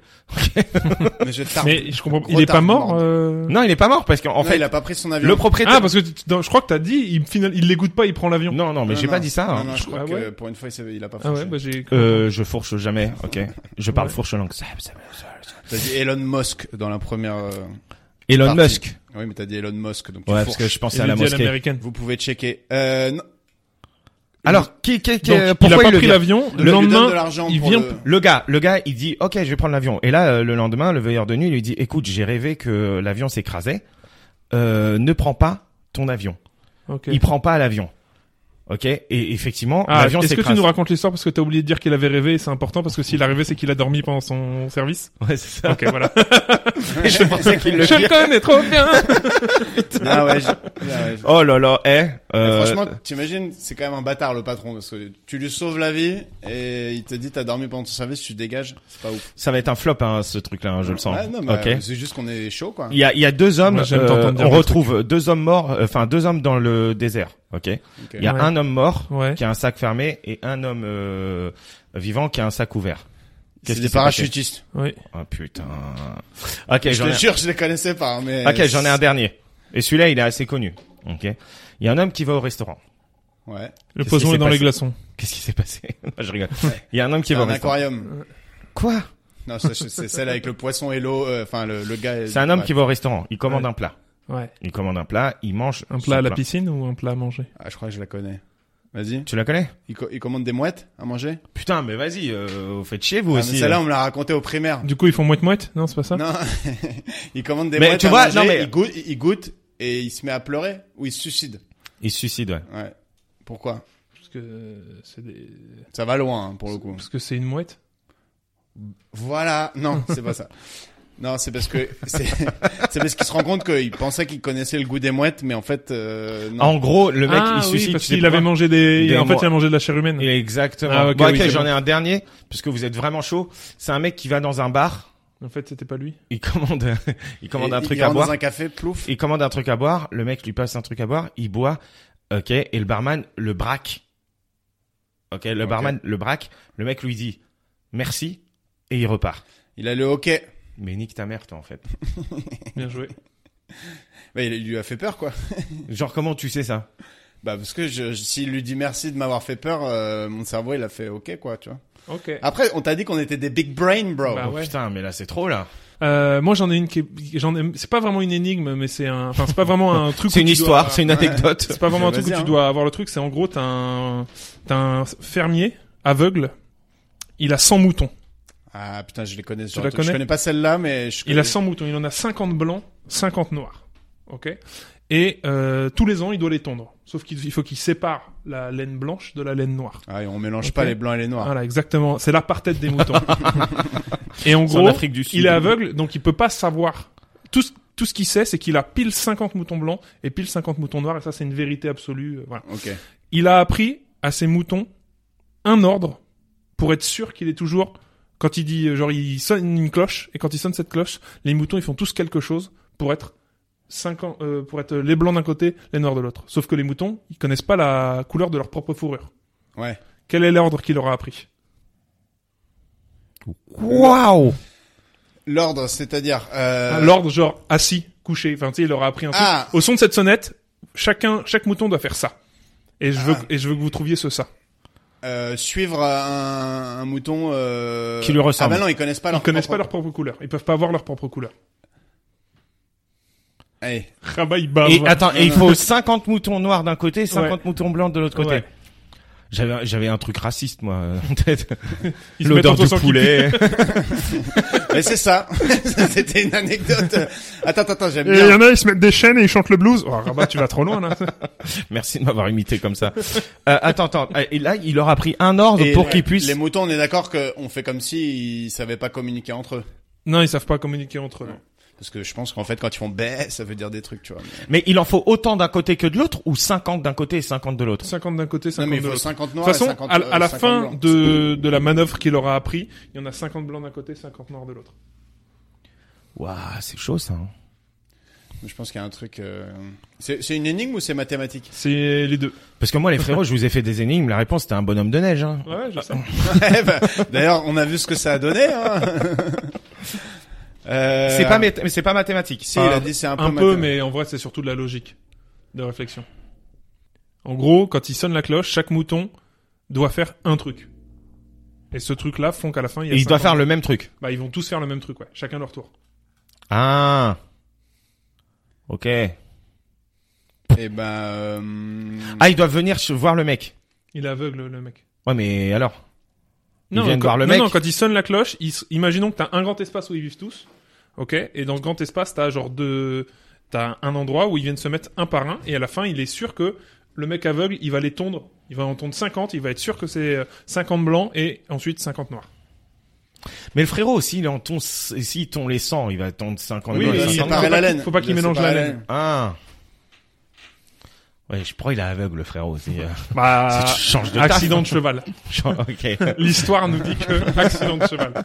Mais je tarde. Mais je comprends. Gros Il est pas tarde, mort. merde. euh Non, il est pas mort parce qu'en Non, fait, il a pas pris son avion. le propriétaire. Ah parce que tu- tu- non, je crois que t'as dit il final il l'égoute pas, il prend l'avion. Non, non, mais Non, j'ai non. pas dit ça. hein. Non, non, je crois Ah que ouais. pour une fois, il s'est- il a pas Ah fourché. ouais, bah j'ai. Euh, je fourche jamais, ok. Je parle Ouais. fourche langue. T'as dit Elon Musk dans la première. euh, Elon partie. Musk. Oui, mais t'as dit Elon Musk, donc tu Ouais, parce fourches. que je pensais il à le la dit à mosquée. l'américaine. Vous pouvez checker. Euh, non, Alors, qui, qui, qui- Donc, euh, il a pourquoi pas il, le pris vire l'avion. Le lui donne de lendemain, l'argent il pour vient. le- Le gars, le gars, il dit, ok, je vais prendre l'avion. Et là, euh, le lendemain, le veilleur de nuit lui dit, écoute, j'ai rêvé que l'avion s'écrasait. Euh, ne prends pas ton avion. Ok. Il prend pas l'avion. Ok. Et effectivement, Ah, l'avion est-ce que s'écrase. tu nous racontes l'histoire parce que t'as oublié de dire qu'il avait rêvé et c'est important parce que s'il a rêvé c'est qu'il a dormi pendant son service. Ouais, c'est ça. Ok voilà. je *laughs* pensais qu'il le je le vire. connais trop bien. Ah ouais. je- ah ouais, je- *laughs* Oh là là, eh. Mais euh, Franchement, t'imagines, c'est quand même un bâtard le patron parce que tu lui sauves la vie et il te dit t'as dormi pendant ton service, tu dégages, c'est pas ouf. ça va être un flop, hein, ce truc-là, hein, je le sens. Ouais, non, mais ok. euh, c'est juste qu'on est chaud quoi. Il y a, il y a deux hommes. Moi, j'aime euh, t'entendre dire on des retrouve deux hommes morts, euh, enfin deux hommes dans le désert. Ok. Ok. Il y a Ouais. un homme mort *laughs* Ouais. qui a un sac fermé et un homme euh, vivant qui a un sac ouvert. C'est Qu'est-ce des qui s'est parachutistes. Oui. Oh putain. Ok, Je j'en te ai. jure, je les connaissais pas, hein, mais. Ok, j'en ai un dernier. Et celui-là, il est assez connu. Ok. Il y a un homme qui va au restaurant. Ouais. Le Qu'est-ce poison qui est dans s'est les passé glaçons. Qu'est-ce qui s'est passé *laughs* Non, Je rigole. Il y a un homme qui C'est va au un restaurant. aquarium. Quoi Non, c'est- c'est celle avec le poisson et l'eau. euh, Enfin, le, le gars. C'est un homme ouais. qui va au restaurant. Il commande Ouais. un plat. Ouais. Il commande un plat. Il mange Un son plat à la piscine ou un plat à manger Ah, je crois que je la connais. Vas-y. Tu la connais Il, co- il commande des mouettes à manger. Putain, mais vas-y, euh, vous faites chier vous Ah, mais aussi. euh, Celle-là, on me l'a raconté au Ah. primaire. Du coup, ils font mouette-mouette Non, c'est pas ça Non, *laughs* il commande des Mais mouettes tu à vois, manger, non, mais- il, goûte, il goûte et il se met à pleurer ou il se suicide. Il se suicide. Ouais. Ouais. Pourquoi Parce que euh, c'est des... Ça va loin hein, pour le coup. parce que c'est une mouette. Voilà. Non, c'est pas ça. Non, c'est parce que c'est *laughs* c'est parce qu'il se rend compte qu'il pensait qu'il connaissait le goût des mouettes, mais en fait, euh, non. En gros, le mec ah il se oui, suicide. parce tu sais qu'il avait pourquoi mangé des. Des en fait, mois. il a mangé de la chair humaine. Exactement. Ah, ok, Bon, ok, oui, c'est j'en bon. ai un dernier parce que vous êtes vraiment chaud. C'est un mec qui va dans un bar. En fait, *laughs* c'était pas lui. Il commande, il commande Et un il truc à rentre boire. dans un café, plouf. Il commande un truc à boire, le mec lui passe un truc à boire, il boit, ok, et le barman le braque. Ok, le Ok. barman le braque, le mec lui dit merci, et il repart. Il a le hockey. Mais nique ta mère, toi, en fait. Bien joué. Ouais, il il lui a fait peur, quoi. Genre, comment tu sais ça Bah parce que je, je- s'il lui dit merci de m'avoir fait peur, euh, mon cerveau il a fait ok, quoi, tu vois. Ok. Après, on t'a dit qu'on était des big brain, bro. Bah, Ah Oh, ouais. Putain, mais là, c'est trop, là. Euh, moi, j'en ai une qui. est- J'en ai. C'est pas vraiment une énigme, mais c'est un. Enfin, c'est pas vraiment un truc. C'est où une tu histoire, dois- c'est une anecdote. C'est pas vraiment un truc où Vas-y, tu hein. dois avoir le truc. C'est en gros, t'as un. T'as un fermier aveugle. Il a 100 moutons. Ah putain, je les connais. sur la le truc. Je connais connais pas celle-là, mais je. Il a 100 moutons, il en a 50 blancs, 50 noirs. OK Et euh, tous les ans, il doit les tondre. Sauf qu'il il faut qu'il sépare la laine blanche de la laine noire. Ah, et on mélange Ok. pas les blancs et les Ah. noirs. Voilà, exactement. C'est la tête *laughs* des moutons. et en C'est en gros, Afrique du Sud. il est aveugle, donc il peut pas savoir. Tout ce, tout ce qu'il sait, c'est qu'il a pile 50 moutons blancs et pile 50 moutons noirs. Et ça, c'est une vérité absolue. euh, Voilà. Ok. Il a appris à ses moutons un ordre pour être sûr qu'il est toujours. Quand il dit, euh, genre, il sonne une cloche, et quand il sonne cette cloche, les moutons, ils font tous quelque chose pour être cinq ans, euh, pour être les blancs d'un côté, les noirs de l'autre. Sauf que les moutons, ils connaissent pas la couleur de leur propre fourrure. Ouais. Quel est l'ordre qu'il aura appris? Waouh L'ordre, c'est-à-dire. Euh... Ah, L'ordre, genre, assis, couché. Enfin, tu sais, il aura appris un truc. Ah. Au son de cette sonnette, chacun, chaque mouton doit faire ça. Et je veux, Ah. et je veux que vous trouviez ce ça. euh, suivre un, un mouton euh... Qui lui ressemble. Ah bah non, ils connaissent pas leur. Ils connaissent pas propre- leur propre couleur. Ils peuvent pas avoir leur propre couleur. Allez. Rabat, il bave. Et attends, et il Non, faut 50 moutons noirs d'un côté, 50 moutons blancs de l'autre côté. Ouais. J'avais, j'avais un truc raciste, moi, euh, en tête. Ils se mettent L'odeur entre du cent qui poulet. Mais c'est ça. *laughs* C'était une anecdote. Attends, attends, attends, j'aime Et il y bien. en a, ils se mettent des chaînes et ils chantent le blues. Oh, Rabat, tu vas trop loin, là. Merci de m'avoir imité comme ça. Euh, attends, attends. Euh, Et là, il leur a pris un ordre Et pour ouais, qu'ils puissent. Les moutons, on est d'accord qu'on fait comme si ils savaient pas communiquer entre eux. *laughs* non, ils savent pas communiquer entre eux. Parce que je pense qu'en fait, quand ils font bé, ça veut dire des trucs, tu vois. Mais- Mais il en faut autant d'un côté que de l'autre ou 50 d'un côté et 50 de l'autre 50 d'un côté, Non, 50 mais il de faut l'autre. 50 De noirs. toute façon, et 50, à, à la euh, 50 fin blancs. de, de la manœuvre qu'il aura appris, il y en a 50 blancs d'un côté, 50 noirs de l'autre. Waouh, c'est chaud ça. hein. Je pense qu'il y a un truc. euh, C'est c'est une énigme ou c'est mathématique *laughs* C'est les deux. Parce que moi, les frérots, je vous ai fait des énigmes. La réponse, c'était un bonhomme de neige. Hein. Ouais, je sais. Ouais, bah, D'ailleurs, on a vu ce que ça a donné. *laughs* Hein. Euh, C'est pas, méth- c'est pas mathématique. Si, il a dit c'est un peu. Un peu, mathématique. mais en vrai, c'est surtout de la logique, de réflexion. En gros, quand il sonne la cloche, chaque mouton doit faire un truc. Et ce truc-là font qu'à la fin, il y a Et Ah, il doit 50 faire le même truc. Bah, ils vont tous faire le même truc, ouais. Chacun leur tour. Ah. Ok. Eh ben. euh, Ah, ils doivent venir ch- voir le mec. Il est aveugle, le mec. Ouais, mais alors Ils viennent quand, voir le non, mec. non, quand il sonne la cloche, ils, s- imaginons que t'as un grand espace où ils vivent tous. Ok. Et dans ce grand espace, t'as genre deux, t'as un endroit où ils viennent se mettre un par un. Et à la fin, il est sûr que le mec aveugle, il va les tondre. Il va en tondre 50. Il va être sûr que c'est euh, 50 blancs et ensuite 50 noirs. Mais le frérot, s'il en tombe, s'il tombe les 100, il va tondre 50 Oui, euros, oui, il il 500. faut pas séparait la qu'il- laine. faut pas qu'il Il a mélange séparé la laine. laine. Ah. Ouais, je crois qu'il est aveugle, le frérot. C'est, euh, Bah, c'est- change de taf. *laughs* accident de *laughs* cheval. Genre, ok. L'histoire nous dit *laughs* que accident de cheval.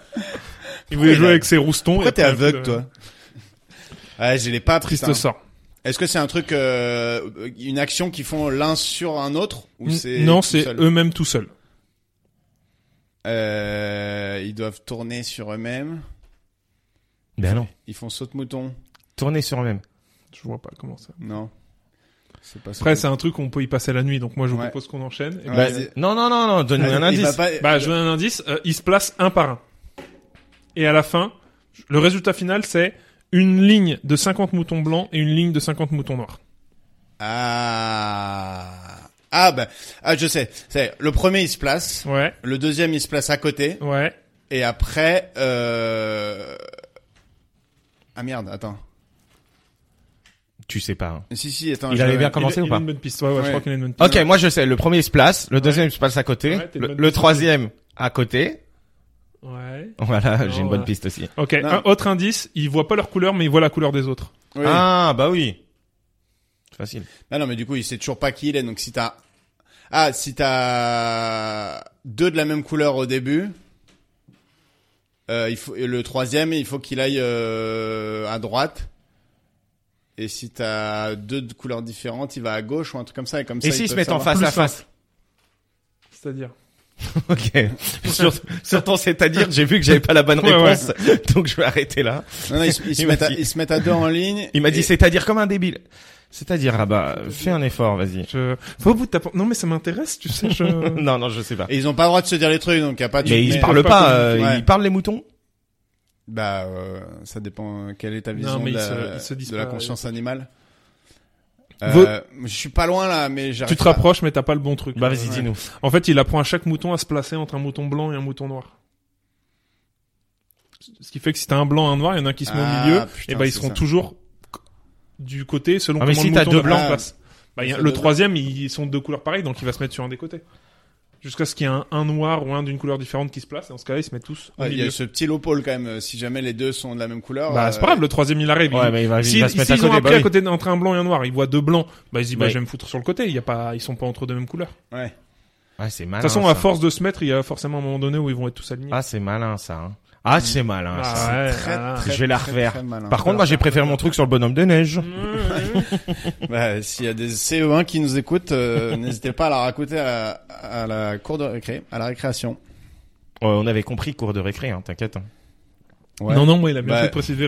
Il voulait jouer avec ses roustons. Pourquoi et t'es puis, aveugle, euh, toi Ouais, j'ai les pas hein. Triste putain. sort. Est-ce que c'est un truc, euh, une action qu'ils font l'un sur un autre ou c'est non, tout c'est seul eux-mêmes tout seuls. Euh, ils doivent tourner sur eux-mêmes. ben non. Ils font saut de mouton. Tourner sur eux-mêmes. Je vois pas comment ça. Non. C'est pas Après, c'est un truc où on peut y passer la nuit, donc moi je vous Ouais. propose qu'on enchaîne. Et Ouais, bah, vas-y. Euh, Non, non, non, non, donne-nous un indice. bah, je donne un indice, euh, ils se placent un par un. Et à la fin, le résultat final, c'est une ligne de 50 moutons blancs et une ligne de 50 moutons noirs. Ah. Ah, bah. Ah, je sais. C'est, le premier, il se place. Ouais, Le deuxième, il se place à côté. ouais. Et après, euh... Ah merde, attends. Tu sais pas. hein. Si, si, attends. Il j'avais- avait bien commencé il, ou il pas a une bonne piste, ouais, ouais, je Ouais. crois qu'il a une bonne piste. Ok, moi je sais. Le premier il se place, le deuxième il se passe à côté, Ouais, t'es une le, bonne le piste. troisième à côté. Ouais. Voilà, Non, j'ai une bonne voilà. piste aussi. Ok, Non. un autre indice, ils voient pas leur couleur, mais ils voient la couleur des autres. Oui. Ah. Ah bah oui. C'est Facile. non, mais du coup, il sait toujours pas qui il est. Donc si t'as... Ah, si t'as deux de la même couleur au début, euh, il faut... et le troisième, il faut qu'il aille euh, à droite. Et si t'as deux de couleurs différentes, il va à gauche ou un truc comme ça. Et comme ça, Et il s'ils se peut mettent en savoir. face à Plus face C'est-à-dire *laughs* Ok. *laughs* sur, sur ton c'est-à-dire, j'ai vu que j'avais pas la bonne Ouais, ouais. réponse, *laughs* donc je vais arrêter là. Non, non, *laughs* ils, se- ils se Il m'a mettent à... dit. ils se mettent à deux en ligne. Il m'a dit et- c'est-à-dire comme un débile. C'est-à-dire, ah bah, fais un effort, vas-y. je... Faut au bout de ta... Non, mais ça m'intéresse, tu sais, je... *laughs* Non, non, je sais pas. Et ils ont pas le droit de se dire les trucs, donc y a pas de. Mais ils mais- se parlent Faut pas pas, euh, communiquer. ils parlent les moutons Bah, euh, ça dépend euh, quelle est ta vision mais de, ils la, se- ils se disent de la pas, conscience animale. Vos- Euh, Je suis pas loin là, mais j'arrive. Tu te rapproches, mais t'as pas le bon truc. Bah vas-y, Ouais. dis-nous. En fait, il apprend à chaque mouton à se placer entre un mouton blanc et un mouton noir. Ce qui fait que si t'as un blanc et un noir, il y en a un qui se met Ah, au milieu, putain, et bah ils c'est seront ça. toujours du côté selon Ah, mais comment si le t'as mouton deux de blanc blancs, place. Bah, il y a- ça le donne- troisième, ils sont de deux couleurs pareilles, donc il va se mettre sur un des côtés. Jusqu'à ce qu'il y ait un, un noir ou un d'une couleur différente qui se place, et dans ce cas-là, ils se mettent tous Ouais, au Il y milieu. a ce petit lopole quand même. euh, Si jamais les deux sont de la même couleur. Bah, euh, c'est pas grave, le troisième, il arrive. Ouais, il... mais il va, il Si, va se mettre si à ils ont côté. appris bah à oui. côté entre un blanc et un noir, ils voient deux blancs, bah ils disent bah Ouais. je vais me foutre sur le côté, il y a pas ils sont pas entre deux mêmes couleurs. euh, Ouais. Ouais, c'est De malin. toute façon, Ah ça. à force de se mettre, il y a forcément un moment donné où ils vont être tous alignés. Ah, c'est malin ça. hein. Ah, c'est malin. Ah, ça. ouais, Très, ah. très, Je vais la très, refaire. très malin. Par contre, moi, j'ai préféré mon truc sur le bonhomme de neige. Mm. Bah, s'il y a des CE1 qui nous écoutent, euh, *laughs* n'hésitez pas à la raconter à la, à la cour de récré, à la récréation. Ouais, Euh, on avait compris cours de récré, hein, t'inquiète. hein. Ouais. Non, non, moi, il a bien Bah. fait de préciser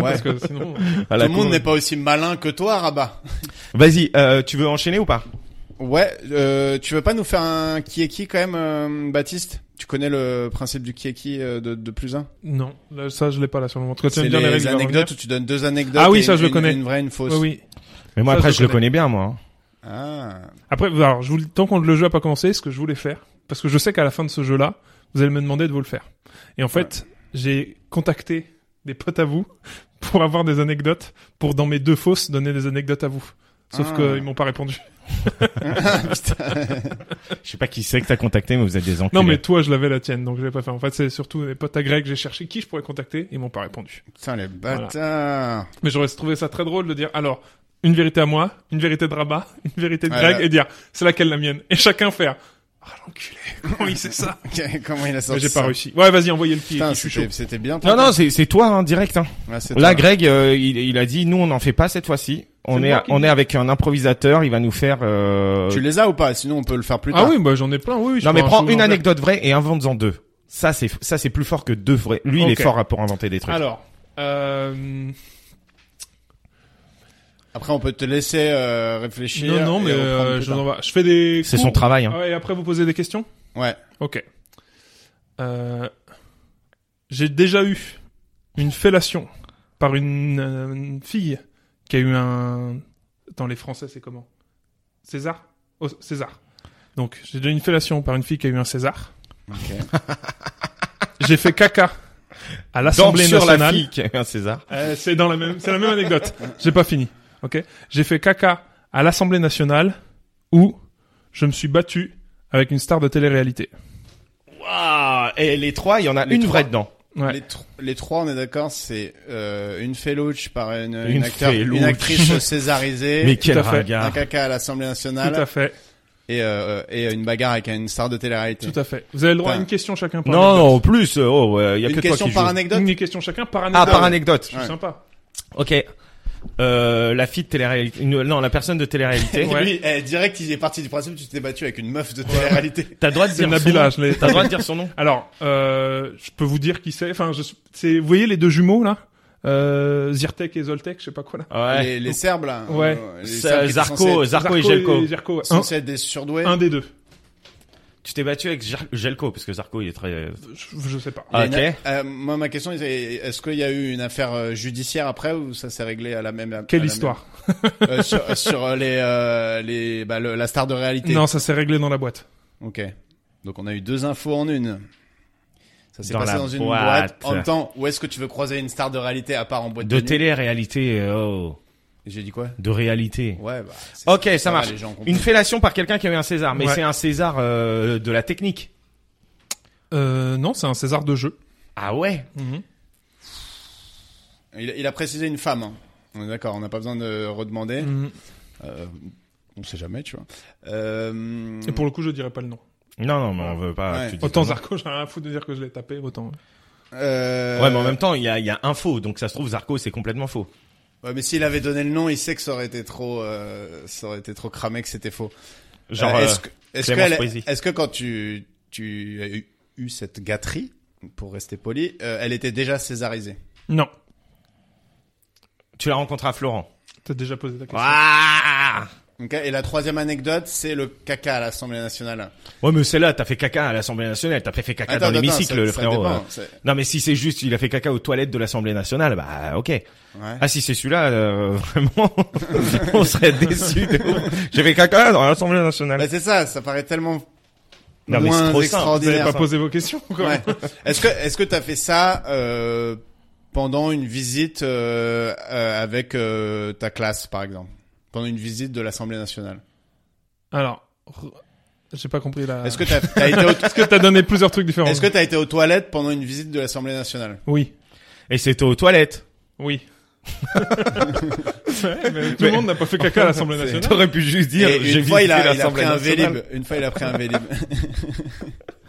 *laughs* Ouais. parce que sinon... euh, À la Tout le monde cour- n'est pas aussi malin que toi, Rabat. Vas-y, euh, tu veux enchaîner ou pas Ouais, euh, tu veux pas nous faire un qui est qui quand même, euh, Baptiste Tu connais le principe du qui est qui euh, de, de plus un Non, là, ça, je l'ai pas, là, sur le moment. En tout cas, tu C'est viens de dire les les règles, on va anecdotes où tu donnes deux anecdotes. Ah oui, et ça, une- je le une- connais. Une vraie, une fausse. revenir. Oui, oui. Mais moi Ça, après, je je le connais. connais bien, *laughs* moi. hein. Ah. Après, alors, je vous, le- tant qu'on le jeu a pas commencé, ce que je voulais faire, parce que je sais qu'à la fin de ce jeu-là, vous allez me demander de vous le faire. Et en fait, j'ai contacté des potes à vous *laughs* pour avoir des anecdotes, pour dans mes deux fausses donner des anecdotes à vous. Sauf Ah. qu'ils m'ont pas répondu. Je sais pas qui c'est que t'as contacté, mais vous êtes des enculés. Non, mais toi, je l'avais la tienne, donc je l'ai pas fait. En fait, c'est surtout les potes à Greg, j'ai cherché qui je pourrais contacter, ils m'ont pas répondu. Putain, les bâtards. *laughs* Mais j'aurais trouvé ça très drôle de dire alors une vérité à moi, une vérité de Rabat, *laughs* une vérité de Ouais, Greg ouais. et dire c'est laquelle la mienne et chacun faire Ah, l'enculé. *laughs* Comment il sait ça Comment il a sorti J'ai pas ça réussi. Ouais, vas-y, envoyez le qui. Putain, qui, je suis c'était chaud. c'était bien. toi. Non, non, c'est c'est toi, hein, direct. Hein. Ouais, c'est Là, toi. Greg, euh, il, il a dit, nous, on n'en fait pas cette fois-ci. On C'est est, moi qui on dis. est avec un improvisateur. Il va nous faire. euh, Tu les as ou pas Sinon, on peut le faire plus Ah tard. oui, bah j'en ai plein. Oui, oui, je Non, mais peux en prends trouver une un plein. anecdote vraie et invente-en deux. Ça, c'est ça, c'est plus fort que deux vrais. Lui, il Ok. est fort à- pour inventer des trucs. Alors, euh, Après, on peut te laisser euh, réfléchir. non, non, et mais reprendre euh, plus je vous tard. envoie. Je fais des. C'est coups. son travail. Hein. Ah ouais, et après, vous posez des questions Ouais. Ok. Euh, J'ai déjà eu une fellation par une, euh, une fille qui a eu un. Dans les Français, c'est comment César Oh, César. Donc, j'ai déjà eu une fellation par une fille qui a eu un César. Ok. *laughs* J'ai fait caca à Dorme l'Assemblée sur la nationale. fille qui a eu un César. Euh, c'est dans la même, c'est la même anecdote. J'ai pas fini. Ok. J'ai fait caca à l'Assemblée nationale où je me suis battu avec une star de télé-réalité. Waouh Et les trois, il y en a Les une trois. vraie dedans. Ouais. Les, tr- les trois, on est d'accord, c'est euh, une félouche par une, une, Une acteur, félouche. une actrice césarisée, *laughs* Mais quel à fait. un regard. caca à l'Assemblée Ah Tout à nationale fait. et, euh, et une bagarre avec une star de télé-réalité. Tout à fait. Vous avez le droit à Putain. une question chacun par Non, anecdote. non, en plus, euh, oh, ouais, il y a Une que toi question qui par joues. anecdote. Une question chacun par anecdote. Ah, par anecdote. Je suis Ouais. sympa. Ok. Euh, la fille de télé-réalité, une- non, la personne de télé-réalité. Ouais. Lui, eh, direct, il est parti du principe que tu t'es battu avec une meuf de télé-réalité. T'as le droit de C'est dire son Nabila, nom. je l'ai. T'as le droit de dire son nom. Alors, euh, je peux vous dire qui c'est. Enfin, je, c'est, vous voyez les deux jumeaux là, euh, Zirtek et Zoltek, je sais pas quoi là. Ouais. les, les Serbes, là. Ouais. euh, les Ça, Serbes qui sont Zarco, censés- Zarco et Jelko. Zirko, ouais. sont censés être des surdoués. un, un des deux. Tu t'es battu avec Jar- Jelko parce que Zarco il est très. euh, Ah, Je, je sais pas. Il y a ok. une- euh, moi, ma question, c'est est-ce qu'il y a eu une affaire euh, judiciaire après ou ça s'est réglé à la même à Quelle la histoire même- Euh, Sur, euh, sur, euh, les, euh, les, bah, le- la star de réalité. Non, ça s'est réglé dans la boîte. Ok. Donc on a eu deux infos en une. Ça s'est Dans passé la dans une boîte. boîte. En même temps, où est-ce que tu veux croiser une star de réalité à part en boîte de, De nuit télé-réalité, euh, oh, J'ai dit quoi de réalité. Ouais. Bah, c'est- Ok, ça va, marche. les gens comprennent. Une fellation par quelqu'un qui a eu un César, mais Ouais. c'est un César euh, de la technique. Euh, non, c'est un César de jeu. Ah ouais. Mhm. Il, il a précisé une femme. hein. On est d'accord. On n'a pas besoin de Mm. redemander. Mhm. Euh, on sait jamais, tu vois. Euh, Et pour le coup, je dirais pas le nom. Non, non, mais on veut pas. Ouais. que tu dises Autant ton nom. Zarco, j'ai rien à foutre de dire que je l'ai tapé, autant. euh, Ouais, mais en même temps, il y a, il y a un faux, donc ça se trouve Zarco c'est complètement faux. Ouais, mais s'il avait donné le nom, il sait que ça aurait été trop, euh, ça aurait été trop cramé que c'était faux. Genre. Euh, euh, est-ce que, est-ce Clémence qu'elle- Poésy. est-ce que quand tu, tu as eu, eu cette gâterie, pour rester poli, euh, elle était déjà césarisée Non. euh, Tu l'as rencontré à Florent. T'as déjà posé ta question. Ah Ok, Et la troisième anecdote, c'est le caca à l'Assemblée nationale. ouais, mais celle-là, t'as fait caca à l'Assemblée nationale, t'as pas fait caca Attends, dans attends, l'hémicycle, ça- le ça frérot. dépend, euh. c'est- Non, mais si c'est juste, il a fait caca aux toilettes de l'Assemblée nationale, bah ok. ouais. Ah si c'est celui-là, euh, *laughs* vraiment, on serait déçus. de ouf. J'ai fait caca dans l'Assemblée nationale. Bah, c'est ça, ça paraît tellement Non, mais c'est moins trop simple. Vous avez extraordinaire. pas ça. posé vos questions, quoi. Ouais. Est-ce que est-ce que t'as fait ça euh, pendant une visite euh, euh, avec euh, ta classe par exemple pendant une visite de l'Assemblée nationale Alors, re- j'ai pas compris la. Est-ce que t'as t'as *laughs* été au- Est-ce que t'as donné plusieurs trucs différents est-ce que t'as été aux toilettes pendant une visite de l'Assemblée nationale Oui. Et c'était aux toilettes. *laughs* Oui. Ouais, mais tout le monde n'a pas fait caca à l'Assemblée nationale. T'aurais pu juste dire. Et j'ai une fois il visité a, il a l'Assemblée pris un nationale. vélib. Une fois il a pris un *laughs* vélib.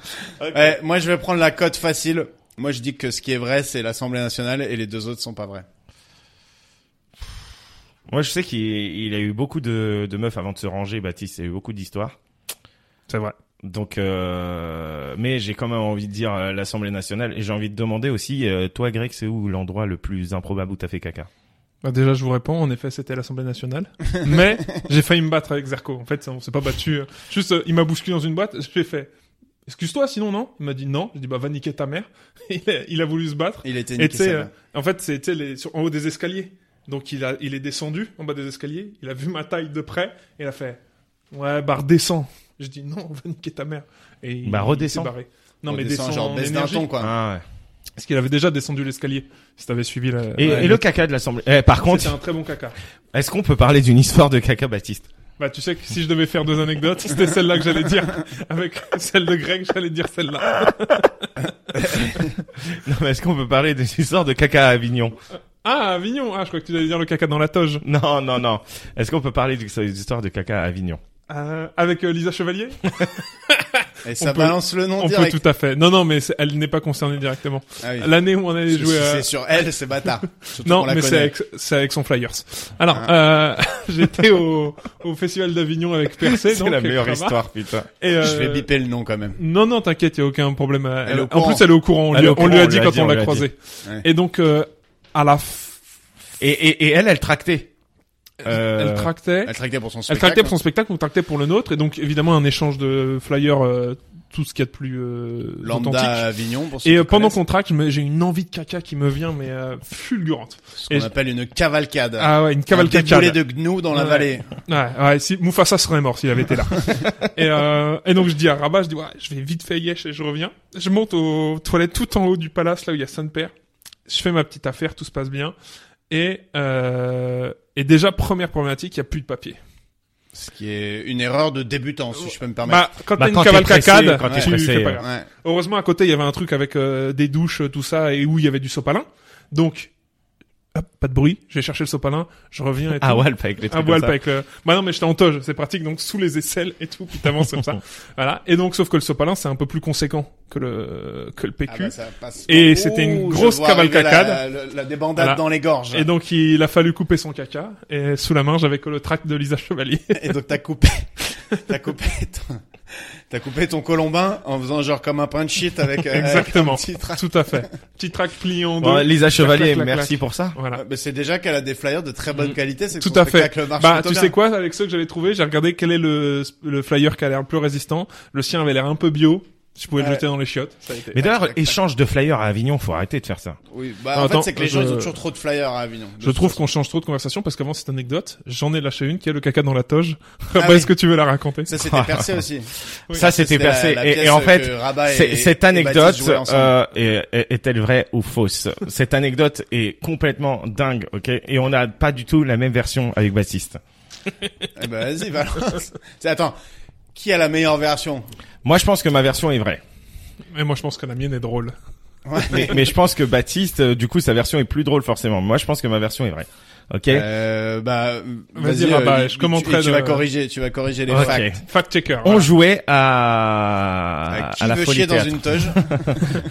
*laughs* Ouais, moi je vais prendre la cote facile. Moi je dis que ce qui est vrai c'est l'Assemblée nationale et les deux autres sont pas vrais. Moi, je sais qu'il il a eu beaucoup de, de meufs avant de se ranger, Baptiste. Il y a eu beaucoup d'histoires. C'est vrai. Donc, euh, mais j'ai quand même envie de dire euh, l'Assemblée nationale et j'ai envie de demander aussi, euh, toi, Greg, c'est où l'endroit le plus improbable où t'as fait caca Bah, déjà, je vous réponds. En effet, c'était à *laughs* l'Assemblée nationale. Mais j'ai failli me battre avec Zarco. En fait, on s'est pas battu. euh, Juste, euh, il m'a bousculé dans une boîte. J'ai fait. Excuse-toi, sinon non. Il m'a dit non. J'ai dit bah va niquer ta mère. *laughs* il, a, il a voulu se battre. Il était Et niqué. tu sais, celle-là. euh, en fait, c'est tu sais, les- sur- en haut des escaliers. Donc il a, il est descendu en bas des escaliers. Il a vu ma taille de près et il a fait ouais bah redescends. Je dis non, va niquer ta mère. Et il- Bah, il s'est redescends. barré. Non On mais descend, descends genre en baisse d'un énergie. ton quoi. Ah, Parce qu'il avait déjà descendu l'escalier. Si t'avais suivi la. ouais. Et, la- et le caca de l'Assemblée. Eh, par C'était contre, un très bon caca. est-ce qu'on peut parler d'une histoire de caca, Baptiste Bah, tu sais que si je devais faire deux anecdotes, *laughs* c'était celle-là que j'allais dire. Avec celle de Greg, j'allais dire celle-là. Non, mais est-ce qu'on peut parler d'une histoire de caca à Avignon Ah, Avignon! Ah, je crois que tu allais dire le caca dans la toge. Non, non, non. Est-ce qu'on peut parler d'une d'une histoire de caca à Avignon Euh, avec euh, Lisa Chevalier? Et ça peut- balance le nom On direct. peut tout à fait. Non, non, mais c'est- elle n'est pas concernée directement. Ah oui. L'année où on allait Parce que jouer si à... c'est sur elle, c'est *laughs* bâtard. Surtout qu'on Non, la mais c'est connaît. avec, c'est avec son Flyers. Alors, euh, *laughs* j'étais au, au Festival d'Avignon avec Percé. C'est donc, la avec meilleure Kramer. histoire, putain. Et, euh, Je vais biper le nom quand même. Non, non, t'inquiète, il a aucun problème. Elle est au en courant. plus, elle est au courant. On, Elle lui, est au on lui courant, a dit on lui a quand dit, on on l'a lui a croisée. Ouais. Et donc, euh, à la f- Et, et, et elle, elle tractait. Euh, elle tractait. Elle tractait pour son Elle spectacle. tractait pour son spectacle, on tractait pour le nôtre, et donc évidemment un échange de flyers, euh, tout ce qu'il y a de plus euh, Lambda authentique. à Avignon pour ceux Et qui euh, pendant connaissent, qu'on tracte, je me- j'ai une envie de caca qui me vient, mais euh, fulgurante. ce et qu'on je- appelle une cavalcade. Ah ouais, une un cavalcade. déboulé de gnou dans la Ouais. vallée. Ouais, ouais, si Mufasa serait mort s'il avait *laughs* été là. et, euh, et donc je dis à Rabat, je dis ouais, je vais vite fait yesh et je reviens. Je monte aux toilettes tout en haut du palace là où il y a Saint-Père. Je fais ma petite affaire, tout se passe bien. Et euh, et déjà première problématique, il y a plus de papier. Ce qui est une erreur de débutant, si je peux me permettre. Bah quand Bah, t'as quand une t'es cavalcade, pressé, quand t'es tu pressé, hein. fais pas ouais. gaffe. Ouais. Ah Heureusement à côté il y avait un truc avec euh, des douches, tout ça et où il y avait du sopalin. Donc hop, pas de bruit, je vais chercher le sopalin, je reviens et tout. Ah ouais, avec les un trucs comme voile ça. pas avec le... Bah non, mais j'étais en toge, c'est pratique, donc sous les aisselles et tout, qui t'avance comme *laughs* ça. Voilà. Et donc, sauf que le sopalin, c'est un peu plus conséquent que le, que le PQ. Ah bah, ça passe. Et c'était une Ouh, grosse je vois arriver cavalcade. La, la- la débandade Voilà. dans les gorges. et Et donc, donc, il a fallu couper son caca, et sous la main, j'avais que le tract de Lisa Chevalier. t'as coupé, *laughs* t'as coupé ton, t'as coupé ton colombin en faisant genre comme un pain de shit avec, euh, *laughs* Exactement. avec un *laughs* petit tra- tout à fait. Petit tract plié en deux. Bon, Lisa Chevalier, clac, clac, merci pour ça. Voilà. Mais c'est déjà qu'elle a des flyers de très Mm. bonne qualité, c'est que Tout son à fait. spectacle marche Bah, plutôt tu bien. sais quoi, avec ceux que j'avais trouvés, j'ai regardé quel est le, le flyer qui a l'air le plus résistant. Le sien avait l'air un peu bio. Je pouvais Ouais. le jeter dans les chiottes. Ça a été. Mais d'ailleurs, tac, tac. échange de flyers à Avignon, faut arrêter de faire ça. Oui, bah, en Attends, fait, c'est que les je- gens, ils ont toujours trop de flyers à Avignon. De Je trouve toute qu'on change trop de conversation parce qu'avant cette anecdote, j'en ai lâché une qui a le caca dans la toge. *laughs* Ah Bah, oui. Est-ce que tu veux la raconter *laughs* façon. Ça, c'était percé aussi. Oui. ça, c'était C'était la- percé. la Et- et, pièce en que fait, Rabat et- c'est- et- cette et anecdote Baptiste jouaient ensemble. euh, est- est- est-elle vraie ou *laughs* fausse Cette anecdote est complètement dingue, ok Et on n'a pas du tout la même version avec Baptiste. Eh ben, *laughs* vas-y, balance. C'est- Attends. Qui a la meilleure version? Moi, je pense que ma version est *laughs* vraie. Mais moi, je pense que la mienne est drôle. mais, mais je pense que Baptiste, euh, du coup, sa version est plus drôle forcément. Moi, je pense que ma version est vraie. Ok. Euh, bah, Vas-y, vas-y, euh, Rabat, Li- je Li- commenterai tu, et tu le- vas corriger, tu vas corriger les Ok. facts. Fact checker. on voilà. jouait à, Euh, Ah, à qui la veut folie chier dans théâtre. une toge?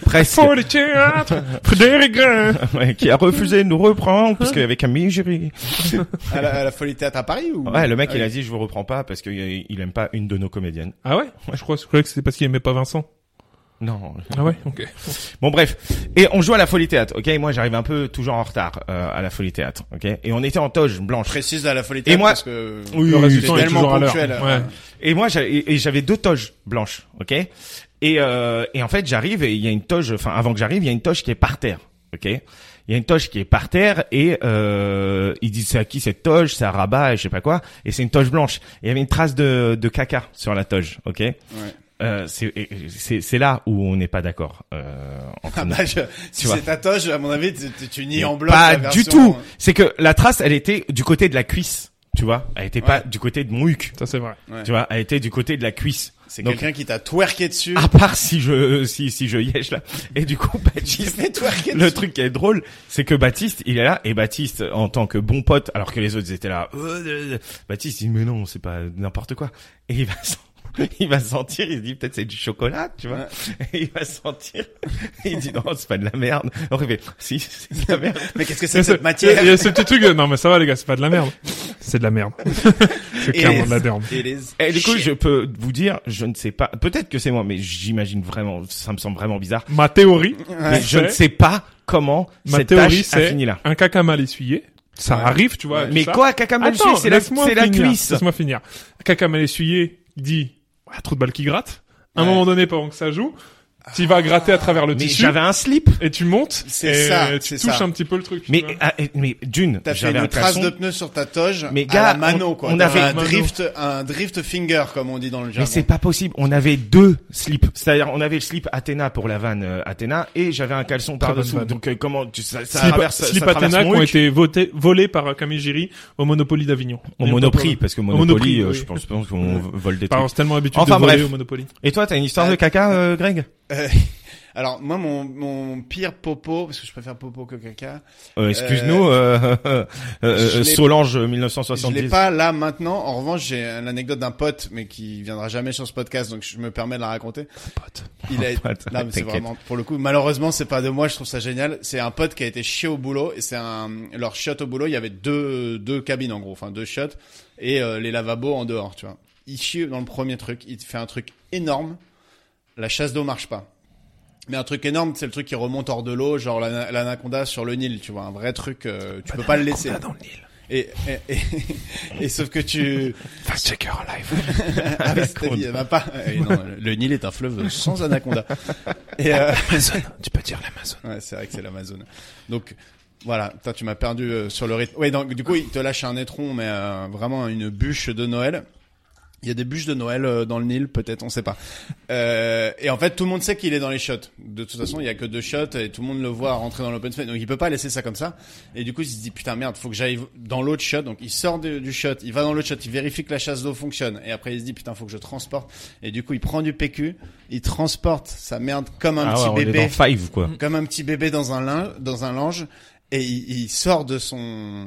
Presque. Faut *laughs* le théâtre, Frédéric Grin. Ouais, qui a refusé de nous reprendre Hein parce qu'il y avait Camille Géry. à, la, à la folie théâtre à Paris ou? Ouais, le mec, il Ah a oui. dit, je vous reprends pas parce qu'il il aime pas une de nos comédiennes. Ah ouais? Je crois, je croyais que c'était parce qu'il aimait pas Vincent. Non. Ah ouais? Ok. Bon, bref. Et on joue à la folie théâtre. Ok. Moi, j'arrive un peu toujours en retard euh, à la folie théâtre. Ok. Et on était en toge blanche. Précise à la folie théâtre moi- parce que. Oui, Le oui, reste oui, du temps c'est est tellement toujours à l'heure. ponctuel. Ouais. Et moi, j'avais et- et j'avais deux toges blanches, ok. Et euh, et en fait, j'arrive et il y a une toge. Enfin, avant que j'arrive, il y a une toge qui est par terre, ok. Il y a une toge qui est par terre et euh, ils disent c'est à qui cette toge, c'est à Rabat et je sais pas quoi. Et c'est une toge blanche. Et il y avait une trace de de caca sur la toge, ok. Euh, c'est et- et c'est c'est là où on n'est pas d'accord. Euh, entre Ah nous. bah, je, si vois. c'est ta toge, à mon avis, tu, tu, tu nies en bloc. Pas la du version- hein. tout. C'est que la trace, elle était du côté de la cuisse, tu vois. Elle était pas Ouais. du côté de mon huc, Ça, c'est vrai. Ouais. tu vois. Elle était du côté de la cuisse. C'est Donc, Ah, quelqu'un qui t'a twerké dessus. À part si je si si je *laughs* yèche là. Et du coup, *laughs* qui *laughs* Baptiste. fait twerker Le truc qui est drôle, c'est que Baptiste, il est là et Baptiste, en tant que bon pote, alors que les autres étaient là. euh, euh, euh, Baptiste, il dit mais non, c'est pas n'importe quoi. Et il va sen- *laughs* il va sentir, il se dit peut-être c'est du chocolat, tu vois. Et il va sentir, il dit non, c'est pas de la merde. Alors il fait si, *laughs* c'est de la merde. Mais qu'est-ce que Mais c'est cette Il y matière a ce petit truc, euh, non, mais ça va, les gars, c'est pas de *laughs* la merde. C'est de la merde. c'est clairement de la merde. It is Et Eh, du coup, shit. je peux vous dire, je ne sais pas, peut-être que c'est moi, mais j'imagine vraiment, ça me semble vraiment bizarre. Ma théorie, Mais je ne C'est- sais pas comment ma cette théorie, tâche a c'est fini là. un caca mal essuyé. Ça Ouais. arrive, tu vois. tout Mais ça. quoi, Kakamel Attends, c'est la, laisse-moi c'est la finir, cuisse. Laisse-moi finir. Caca mal essuyé dit ah, trop de balles qui gratte. À un Ouais. moment donné, pendant que ça joue, tu vas gratter à travers le Mais tissu j'avais un slip. et tu montes C'est et ça, tu c'est touches ça. un petit peu le truc. tu Mais, vois. ah, et- mais d'une, T'as fait j'avais une un trace caleçon. de pneu sur ta toge. Mais à gars, la mano, on- quoi. on T'as avait- un Mano. drift, un drift finger, comme on dit dans le Mais jargon. c'est pas possible. On avait deux slips. C'est-à-dire, on avait le slip Athéna pour la vanne euh, Athéna et j'avais un caleçon Très bonne par-dessous. vanne. Donc, euh, comment, tu, ça, ça Slip, traverse, Slip ça traverse Athena qui mon ont huc. été votés, volés par euh, Camille Giry au Monopoly d'Avignon. Au Monoprix, parce que Monopoly, Monoprix, euh, oui. je pense, je pense qu'on vole des Par trucs. exemple, c'est tellement habitué Enfin, de voler bref. au Monopoly. Et toi, t'as une histoire de caca, euh, Greg? Euh, *laughs* Alors moi mon mon pire popo parce que je préfère popo que caca. Euh, Excuse-nous, euh, euh, je l'ai- euh, Solange Je l'ai 1970. pas là maintenant. En revanche, j'ai l'anecdote d'un pote mais qui viendra jamais sur ce podcast donc je me permets de la raconter. Pote. Il a Pote, Non, mais c'est t'inquiète. vraiment pour le coup malheureusement, c'est pas de moi, je trouve ça génial. C'est un pote qui a été chié au boulot et c'est un leur chiotte au boulot, il y avait deux deux cabines en gros, enfin deux chiottes et euh, les lavabos en dehors, tu vois. Il chie dans le premier truc, il fait un truc énorme. La chasse d'eau marche pas. Mais un truc énorme, c'est le truc qui remonte hors de l'eau, genre l'ana- l'anaconda sur le Nil, tu vois, un vrai truc, euh, tu peux pas le laisser. dans le Nil. Et, et, et, et sauf que *laughs* tu... Fact checker live. Ah, mais c'est-à-dire, il y en a pas... Et non, le Nil est un fleuve sans anaconda. Et, euh, Amazon. Tu peux dire l'Amazon. Ouais, c'est vrai que c'est l'Amazon. Donc voilà, toi tu m'as perdu euh, sur le rythme. Ouais, donc du coup il te lâche un étron, mais euh, vraiment une bûche de Noël. Il y a des bûches de Noël euh, dans le Nil, peut-être, on sait pas. Euh, et en fait, tout le monde sait qu'il est dans les shots. De toute façon, il y a que deux shots et tout le monde le voit rentrer dans l'open space. Donc il peut pas laisser ça comme ça. Et du coup, il se dit putain merde, faut que j'aille dans l'autre shot. Donc il sort de- du shot, il va dans l'autre shot, il vérifie que la chasse d'eau fonctionne. Et après, il se dit putain, faut que je transporte. Et du coup, il prend du PQ, il transporte sa merde comme un Ah petit ouais, on est bébé Mm. dans Five quoi. comme un petit bébé dans un lin- dans un linge et il, il sort de son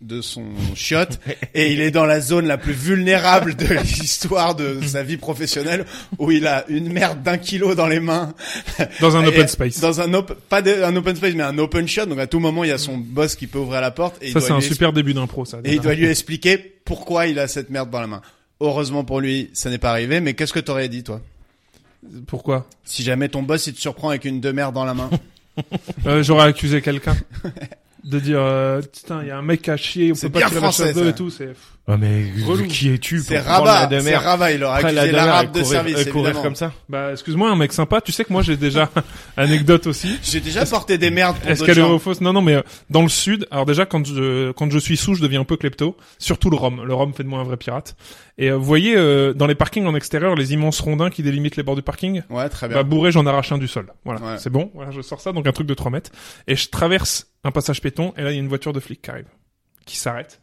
de son chiotte et il est dans la zone la plus vulnérable de *laughs* l'histoire de sa vie professionnelle où il a une merde d'un kilo dans les mains Dans un open Et space. dans un op- pas de- un open space mais un open shot donc à tout moment il y a son boss qui peut ouvrir la porte et il Ça, doit c'est un lui super début d'impro, ça. et déjà. il doit lui expliquer pourquoi il a cette merde dans la main heureusement pour lui ça n'est pas arrivé mais qu'est-ce que t'aurais dit toi Pourquoi si jamais ton boss il te surprend avec une demeure dans la main Euh, J'aurais accusé *laughs* quelqu'un de dire euh, putain, il y a un mec à chier, on C'est peut pas bien tirer la français, chasse d'eau ça. et tout. C'est Ah mais Relou. qui es-tu C'est pour prendre la Rabat, c'est demeure Rabat, il aura Après, la accusé demeure l'arabe à de courir- service, euh, courir évidemment. comme ça. bah excuse-moi, un mec sympa. Tu sais que moi *laughs* j'ai déjà *laughs* anecdote aussi. J'ai déjà porté des merdes pour Est-ce d'autres qu'elle est gens. au fausse Non, non, mais euh, dans le sud. Alors déjà, quand je quand je suis sous, je deviens un peu klepto. Surtout le rhum. Le rhum fait de moi un vrai pirate. Et euh, vous voyez euh, dans les parkings en extérieur, les immenses rondins qui délimitent les bords du parking. Ouais, très Bah bien. bourré, j'en arrache un du sol. Voilà, Ouais. c'est bon. Voilà, je sors ça, donc un truc de 3 mètres. Et je traverse un passage péton, et là, il y a une voiture de flic qui arrive, qui s'arrête.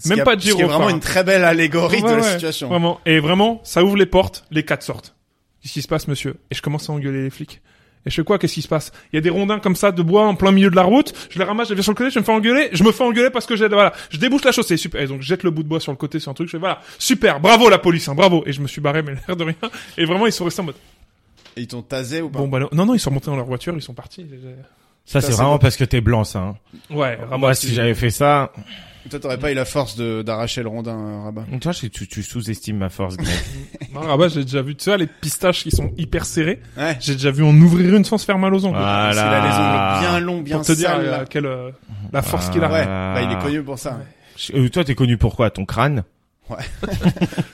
Ce même qui a- pas de ce qui est gyrophare. vraiment une très belle allégorie Ouais, de la ouais, situation. Vraiment. Et vraiment, ça ouvre les portes, les quatre sortent. Qu'est-ce qui se passe, monsieur Et je commence à engueuler les flics. Et je fais quoi Qu'est-ce qui se passe Il y a des rondins comme ça de bois en plein milieu de la route. Je les ramasse, je les viens sur le côté, je me fais engueuler. Je me fais engueuler parce que j'ai voilà, je débouche la chaussée. Super. Et donc je jette le bout de bois sur le côté sur un truc. Je fais voilà, super, bravo la police, hein, bravo. Et je me suis barré, mais *laughs* l'air de rien. Et vraiment, ils sont restés en mode. Et Ils t'ont tasé ou pas Bon bah non, non, non, ils sont montés dans leur voiture, ils sont partis. Ah, Ça c'est c'est vraiment parce que t'es blanc ça. hein. Ouais, vraiment. Moi si j'avais fait ça, Toi, t'aurais pas eu la force de- d'arracher le rondin, euh, Rabat. toi je- tu, tu sous-estimes ma force. Greg. Non, Rabat, j'ai déjà vu, tu sais, les pistaches qui sont hyper serrées. Ouais. J'ai déjà vu en ouvrir une sans se faire mal aux ongles. Voilà. Parce qu'il a les ongles bien longs, bien Pour te dire sales, euh, là. quelle, euh, la force qu'il a. Ouais, *laughs* Ah. bah, il est connu pour ça. *laughs* Je- euh, toi t'es connu pourquoi Ton crâne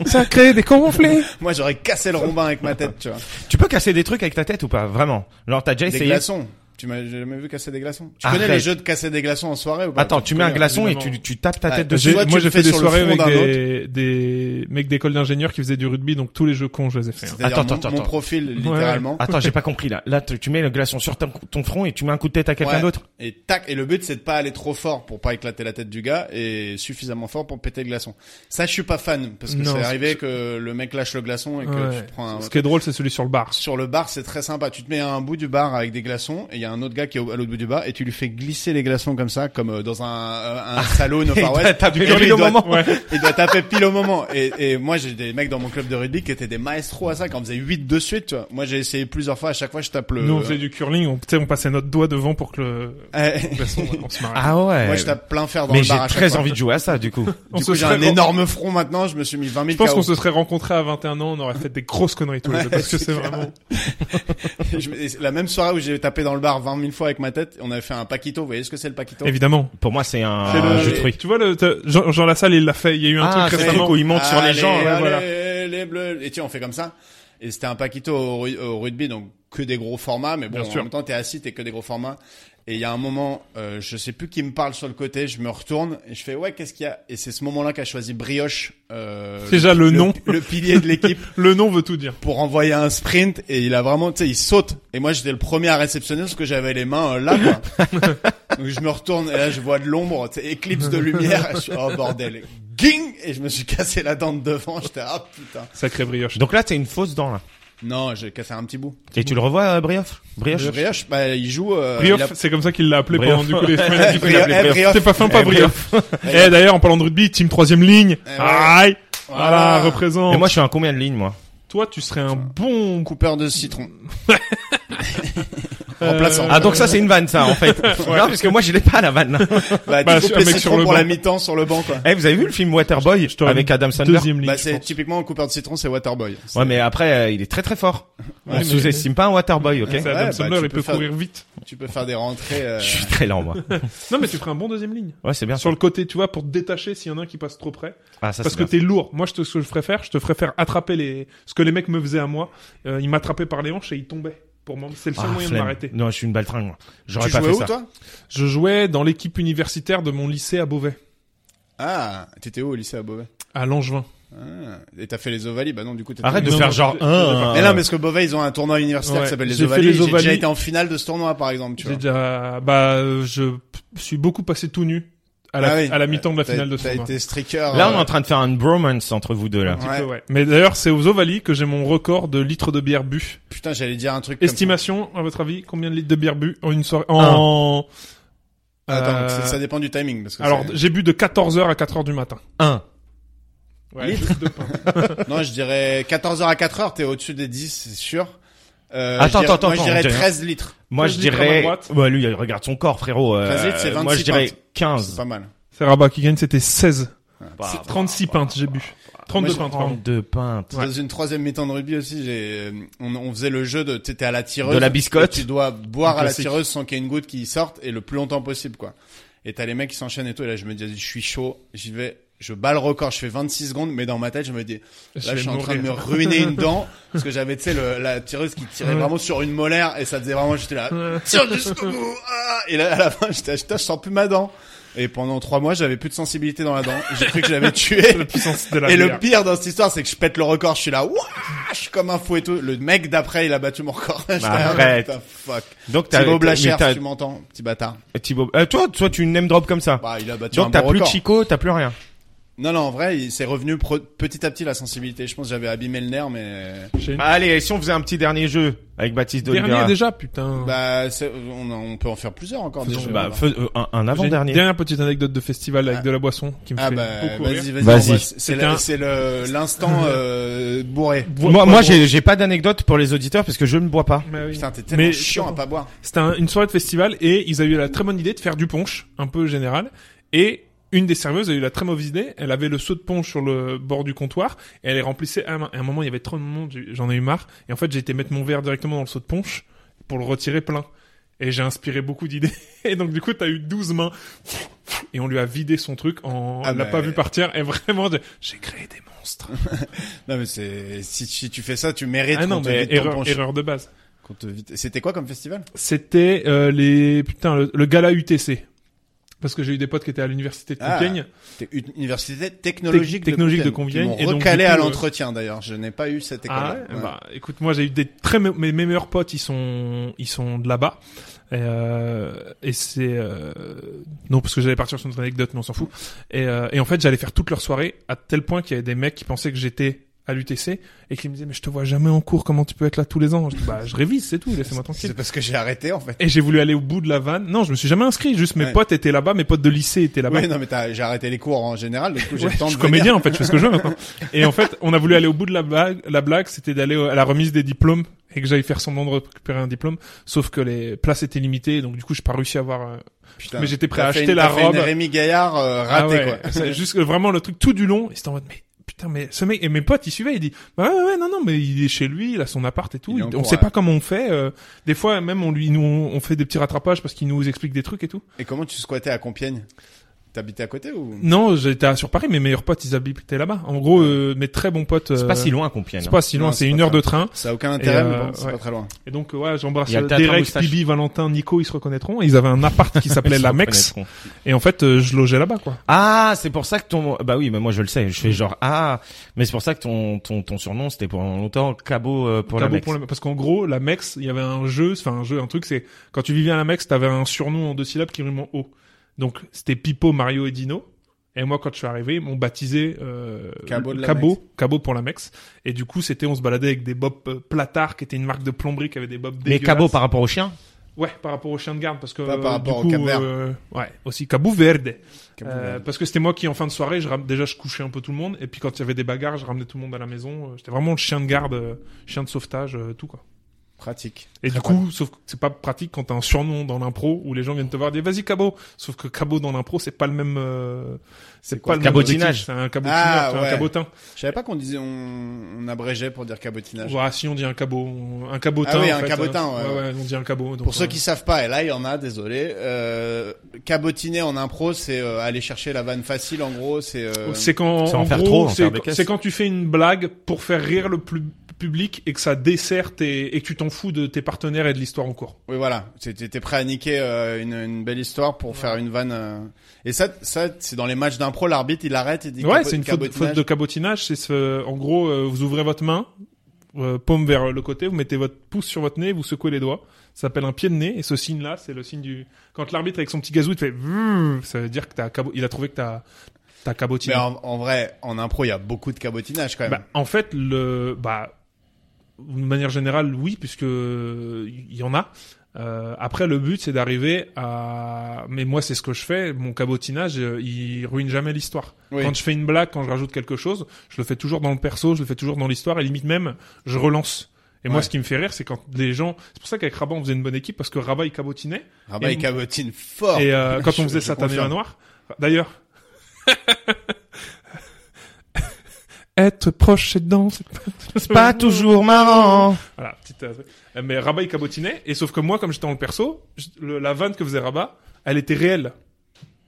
Ça crée des conflits. Moi, j'aurais cassé le rondin avec ma tête, tu vois. Tu peux casser des trucs avec ta tête ou pas Vraiment Genre t'as déjà Des essayé glaçons. Tu m'as jamais vu casser des glaçons. Tu connais Arrête. les jeux de casser des glaçons en soirée ou pas Attends, tu mets un bah, connais, glaçon et évidemment. tu, tu tapes ta Ouais. tête *laughs* dessus. Tu vois, J'ai- tu Moi, le j'ai fais fait des sur le soirées front avec d'un des, des mecs d'école d'ingénieurs qui faisaient du rugby, donc tous les jeux cons, je les ai fait. hein. C'est-à-dire Attends, mon- attends, Mon attends. profil, littéralement. Attends, j'ai pas compris là. Là, tu tu mets le glaçon sur ton, ton front et tu mets un coup de tête à quelqu'un Ouais. d'autre. Et tac, et le but c'est de pas aller trop fort pour pas éclater la tête du gars et suffisamment fort pour péter le glaçon. Ça je suis pas fan parce que Non, c'est c'est- arrivé que le mec lâche le glaçon et que Ouais. tu te prends un... Ce qui est drôle, c'est celui sur le bar. Sur le bar c'est très sympa, tu te mets à un bout du bar avec des glaçons et il y a un autre gars qui est au- à l'autre bout du bar et tu lui fais glisser les glaçons comme ça comme euh, dans un, euh, un salon au Et Far t'as- West. t'as tapé Et lui, pile il au doit- moment. il doit taper pile au moment. Et, et moi, j'ai des mecs dans mon club de rugby qui étaient des maestros à ça, quand on faisait 8 de suite, tu vois. Moi, j'ai essayé plusieurs fois, à chaque fois, je tape le... Nous, *laughs* on faisait du curling, on, tu sais, on passait notre doigt devant pour que le, Euh, de toute façon, on se marrait. Ah ouais. Moi, je tape plein fer dans Mais le j'ai bar à chaque très fois. envie de jouer à ça du *laughs* coup. On Du se coup, j'ai serait un ren- énorme front maintenant, je me suis mis 20 Je 000 pense KO. qu'on se serait rencontrés à 21 ans, on aurait fait des grosses conneries tous les deux, parce que c'est vraiment, Je me- et c'est La même soirée où j'ai tapé dans le bar 20 000 fois avec ma tête, on avait fait un paquito, vous voyez ce que c'est le paquito évidemment. Ah, Pour moi, c'est un C'est le- jeu de les- fruits. Tu vois, le, t'as- Jean, Jean Lassalle, il l'a fait, il y a eu un Ah, truc c'est le truc récemment. où il monte sur les Allez, gens. ouais, allez, voilà. les bleus. Et tiens, on fait comme ça. Et c'était un paquito au, ru- au rugby, donc que des gros formats, mais bon, Bien en sûr. même temps, t'es assis, t'es que des gros formats. Et il y a un moment, euh, je sais plus qui me parle sur le côté, je me retourne et je fais ouais, qu'est-ce qu'il y a Et c'est ce moment-là qu'a choisi Brioche, euh, Déjà, le nom. le pilier de l'équipe. Le nom veut tout dire. pour envoyer un sprint et il a vraiment, tu sais, il saute. Et moi, j'étais le premier à réceptionner parce que j'avais les mains euh, là, quoi. Donc je me retourne et là, je vois de l'ombre, tu sais, éclipse de lumière. Je suis, oh bordel. Ging! Et je me suis cassé la dent de devant. J'étais, ah putain. Sacré brioche. Donc là, c'est une fausse dent là. Non, j'ai qu'à faire un petit bout. Et tu le revois, euh, Brioche Brioche Brioche, bah, il joue. euh, Brioff, il a- c'est comme ça qu'il l'a appelé Brioff. pendant du coup les semaines. du coup, il Brioff, l'appelait eh, Brioff. Brioff. T'es pas fin, pas Eh, Brioff. *laughs* Eh d'ailleurs, en parlant de rugby, team troisième ligne. ouais. Ah. Aïe, voilà, Et représente. moi, je suis en combien de lignes, moi toi, tu serais un bon. Coupeur de citron. Remplaçant. Ah, donc ça, c'est une vanne, ça, en *laughs* fait. Non, parce que moi, je l'ai pas, la vanne. Bah, Bah, tu coupes un les mec sur citrons le pour banc. la mi-temps sur le banc, quoi. Eh, vous avez vu le film Waterboy t'aurais avec mis Adam Sandler Deuxième ligne. Bah, je c'est pense. typiquement le coupeur de citron, c'est Waterboy. C'est- Ouais, mais après, euh, il est très très fort. On mais- euh, sous-estime pas un Waterboy, ok C'est Ouais, Adam bah, Sandler, tu il peux peut faire- courir vite. Tu peux faire des rentrées. euh, Je suis très lent, moi. Non, mais tu ferais un bon deuxième ligne. Ouais, c'est bien. ça. Sur le côté, tu vois, pour te détacher s'il y en a un qui passe trop près. Ah, ça, parce c'est que bien. t'es lourd. Moi, je te, ce que je ferais faire, je te ferais faire attraper les, ce que les mecs me faisaient à moi. Euh, ils m'attrapaient par les hanches et ils tombaient. Pour moi, c'est le seul Ah, moyen flemme. de m'arrêter. Non, je suis une baltringue, moi. J'aurais Tu pas jouais fait où, ça. toi Je jouais dans l'équipe universitaire de mon lycée à Beauvais, Ah, t'étais où au lycée à Beauvais à Langevin. Ah, Et t'as fait les ovalies Bah non, du coup, t'étais- Arrête de Non, faire non, genre j'ai- un. Mais non, mais parce que Beauvais, ils ont un tournoi universitaire Ah. Ouais, qui s'appelle les j'ai fait ovalies. les J'ai déjà Ovalies. été en finale de ce tournoi, par exemple, tu J'ai vois. déjà, bah, euh, je p- suis beaucoup passé tout nu à la, Ah oui. à la mi-temps de la T'as- finale de ce T'as tournoi. été streaker. Là, on est euh, en train de faire une bromance entre vous deux, là. Un petit peu, Ouais. ouais. Mais d'ailleurs, c'est aux Ovalies que j'ai mon record de litres de bière bu. Putain, j'allais dire un truc. comme Estimation, à votre avis, combien de litres de bière bu en une soirée En ça. Attends, Euh, ça, ça dépend du timing parce que. alors, c'est- j'ai bu de 14h à 4h du matin. Un. Ouais, Litres juste de pain. *laughs* non, je dirais 14h à 4h, t'es au-dessus des 10, c'est sûr. Euh, Attends, je dirais- attends, attends, moi, je on dirais dirait- 13 litres. Moi, Quinze je litres à ma dirais. droite. Ouais, lui, il regarde son corps, frérot. euh, 13, c'est 26 moi, je dirais pintes. C'est 15. pas mal. C'est Rabat qui gagne, c'était 16. Bah, C'est bah, 36 bah, pintes, j'ai bu. 32 pintes, pardon. 32 pintes. Dans une troisième mi-temps de rugby aussi, j'ai, euh, on, on faisait le jeu de t'étais à la tireuse. De la biscotte. et Tu dois boire Du à la classique. tireuse sans qu'il y ait une goutte qui sorte et le plus longtemps possible, quoi. Et t'as les mecs qui s'enchaînent et tout. Et là, je me dis, je suis chaud, j'y vais. Je bats le record, je fais 26 secondes, mais dans ma tête, je me dis, là, je suis en train de me ruiner une *laughs* dent, parce que j'avais, tu sais, le- la tireuse qui tirait Ouais. vraiment sur une molaire, et ça faisait vraiment, j'étais là, Ouais. tire jusqu'au bout, ah et là, à la fin, j'étais, putain, je sens plus ma dent. Et pendant trois mois, j'avais plus de sensibilité dans la dent. J'ai cru que je *laughs* l'avais tué. La puissance de la Et le bière. pire dans cette histoire, c'est que je pète le record, je suis là, ouah, je suis comme un fou et tout. Le mec d'après, il a battu mon record. *laughs* J'étais Bah, là, arrête. putain, fuck. Donc, t'as. Thibaut t'as- Blacher, mais t'as- si tu m'entends, petit bâtard. Thibaut- euh, Toi, toi, tu name drop comme ça. Bah, il a battu un Donc, t'as bon plus record. Chico, t'as plus rien. Non, non, en vrai, il s'est revenu pro- petit à petit la sensibilité. Je pense que j'avais abîmé le nerf, mais J'ai une- Bah, allez, si on faisait un petit dernier jeu avec Baptiste Dernier D'Oliveira. déjà, putain. bah, c'est- on, on peut en faire plusieurs encore. Ah, des Faisons- jeux, bah, alors. fais- euh, un, un J'ai une avant-dernier. Dernière petite anecdote de festival avec Ah. de la boisson qui me Ah fait bah beaucoup vas-y rire. vas-y Vas-y. on va- c'est C'est la- un- c'est le *laughs* l'instant euh, bourré Moi, moi j'ai j'ai pas d'anecdote pour les auditeurs parce que je ne bois pas. Mais oui. putain t'es tellement Mais- chiant à pas boire C'était un- une soirée de festival et ils avaient eu la très bonne idée de faire du punch, un peu général. Et une des serveuses a eu la très mauvaise idée. Elle avait le seau de punch sur le bord du comptoir et elle les remplissait à main. Et à un moment, il y avait trop de monde, j'ai- j'en ai eu marre. Et en fait, j'ai été mettre mon verre directement dans le seau de punch pour le retirer plein. Et j'ai inspiré beaucoup d'idées. *laughs* Et donc, du coup, t'as eu 12 mains. Et on lui a vidé son truc en, Ah elle l'a bah, pas ouais. vu partir. Et vraiment, j'ai- j'ai créé des monstres. non mais c'est si, si tu fais ça tu mérites ah qu'on non, te mais vide ton erreur, punch. erreur de base. Qu'on te vide- c'était quoi comme festival c'était euh, les putain le, le gala UTC parce que j'ai eu des potes qui étaient à l'université de Ah, Compiègne C'était une université technologique Tec- technologique de de Compiègne, Compiègne qui et m'ont donc, recalé du à coup, euh, l'entretien d'ailleurs je n'ai pas eu cette école ah ouais, bah écoute moi j'ai eu des très me- mes, mes meilleurs potes ils sont ils sont de là-bas et, euh, et c'est euh, non parce que j'allais partir sur une autre anecdote mais on s'en fout et, euh, et en fait j'allais faire toute leur soirée à tel point qu'il y avait des mecs qui pensaient que j'étais à l'UTC et qui me disaient mais je te vois jamais en cours comment tu peux être là tous les ans je dis, bah je révise c'est tout laissez-moi tranquille c'est parce que j'ai arrêté en fait et j'ai voulu aller au bout de la vanne non je me suis jamais inscrit juste mes Ouais. potes étaient là-bas mes potes de lycée étaient là-bas oui non mais t'as- j'ai arrêté les cours en général du coup j'ai Ah bah. Ouais, le temps je de suis venir. comédien en fait, je fais ce que je veux maintenant. Et en fait, on a voulu aller au bout de la blague, la blague c'était d'aller au- à la remise des diplômes et que j'aille faire semblant de récupérer un diplôme, sauf que les places étaient limitées, donc du coup, j'ai pas réussi à avoir. euh, Putain, mais j'étais prêt à t'as fait acheter une- la t'as fait une robe. Rémi Gaillard euh, raté ah ouais, quoi *laughs* c'est juste que vraiment le truc tout du long, et c'était en mode mais putain mais ce mec et mes potes ils suivaient, ils disent bah ouais, ouais non non mais il est chez lui, il a son appart et tout, Il est en on cours, sait ouais. pas comment on fait. euh, des fois même on lui nous on fait des petits rattrapages parce qu'il nous explique des trucs et tout. et comment tu squattais à Compiègne t'habitais à côté ou Non, j'étais à- sur Paris, mes meilleurs potes ils habitaient là-bas. En gros, euh, mes très bons potes. C'est pas euh, si loin qu'on pienne. C'est pas si Non, loin, c'est c'est une pas heure très de train. ça a aucun intérêt euh, mais bon, c'est ouais. pas très loin Et donc, euh, ouais, j'embrasse Il y a le euh, théâtre à Derek, moustache. Bibi, Valentin, Nico, ils se reconnaîtront. Ils avaient un appart qui hein. s'appelait La Mex. Et en fait, euh, je logeais là-bas, quoi. Ah, c'est pour ça que ton bah oui, mais moi je le sais, je fais genre ah, mais c'est pour ça que ton ton ton surnom c'était pendant longtemps Cabo euh, pour T'as la beau Mex. problème. Parce qu'en gros, La Mex, il y avait un jeu, enfin, un jeu, un truc, c'est, quand tu vivais à La Mex, t'avais un surnom en deux syllabes qui rime en O. Donc, c'était Pipo, Mario et Dino. Et moi, quand je suis arrivé, ils m'ont baptisé euh, Cabot de la Mex. Cabot, Cabot pour la Mex. Et du coup, c'était, on se baladait avec des bobs euh, Platard, qui était une marque de plomberie qui avait des bobs Mais cabot par rapport au chien Ouais, par rapport au chien de garde, parce que Pas par euh, rapport au du coup, Cap-Vert. euh, ouais, aussi Cabot Verde. Cabot Euh, Verde. parce que c'était moi qui, en fin de soirée, je ram... déjà je couchais un peu tout le monde, et puis quand il y avait des bagarres, je ramenais tout le monde à la maison. Euh, J'étais vraiment le chien de garde, euh, chien de sauvetage, euh, tout quoi. Pratique. Et Très du coup, sauf que c'est pas pratique quand t'as un surnom dans l'impro où les gens viennent te voir et disent vas-y Cabot. Sauf que Cabot dans l'impro, c'est pas le même. euh, c'est quoi, le pas le même cabotinage objectif. C'est un cabotinage, Ah, c'est ouais. un cabotin. Je savais pas qu'on disait, on, on abrégeait pour dire cabotinage. Ouais, si on dit un cabot, on- un cabotin. Ah oui, en un fait, cabotin, hein. ouais, ouais, on dit un cabot. donc, Pour ceux euh, qui savent pas, et là il y en a, désolé, euh, cabotiner en impro, c'est euh, aller chercher la vanne facile en gros, c'est... euh, c'est quand c'est en en faire gros, trop, en c'est- faire des caisses. c'est quand tu fais une blague pour faire rire le plus public et que ça dessert tes, et que tu t'en fous de tes partenaires et de l'histoire en cours. Oui voilà, C'est- t'es t'es prêt à niquer euh, une, une belle histoire pour faire une vanne... euh, Et ça, ça c'est dans les matchs d'impro, l'arbitre il arrête et dit Ouais, cabo- c'est une faute, cabotinage. faute de cabotinage. C'est ce, en gros, euh, vous ouvrez votre main, euh, paume vers le côté, vous mettez votre pouce sur votre nez, vous secouez les doigts. Ça s'appelle un pied de nez. Et ce signe-là, c'est le signe du. Quand l'arbitre avec son petit gazou, il te fait. Vroom Ça veut dire que t'as cabo- il a trouvé que t'as t'as cabotiné. Mais en, en vrai, en impro, il y a beaucoup de cabotinage quand même. Bah, en fait, le, bah, de manière générale, oui, puisque il y en a. Euh, après, le but, c'est d'arriver à. Mais moi, c'est ce que je fais. Mon cabotinage, euh, il ruine jamais l'histoire. Oui. Quand je fais une blague, quand je rajoute quelque chose, je le fais toujours dans le perso, je le fais toujours dans l'histoire, et limite même, je relance. Et Ouais. moi, ce qui me fait rire, c'est quand les gens. C'est pour ça qu'avec Rabat, on faisait une bonne équipe parce que Rabat, il cabotinait. Rabat, et- il cabotine Oh. fort. Et euh, quand *laughs* Je- on faisait je Satané confirme. la Noire, d'ailleurs. *laughs* Être proche, c'est dedans. C'est pas toujours marrant. Voilà, petite. euh, truc. Euh, mais Rabat il cabotinait et sauf que moi comme j'étais dans le perso, je- le- la vanne que faisait Rabat, elle était réelle.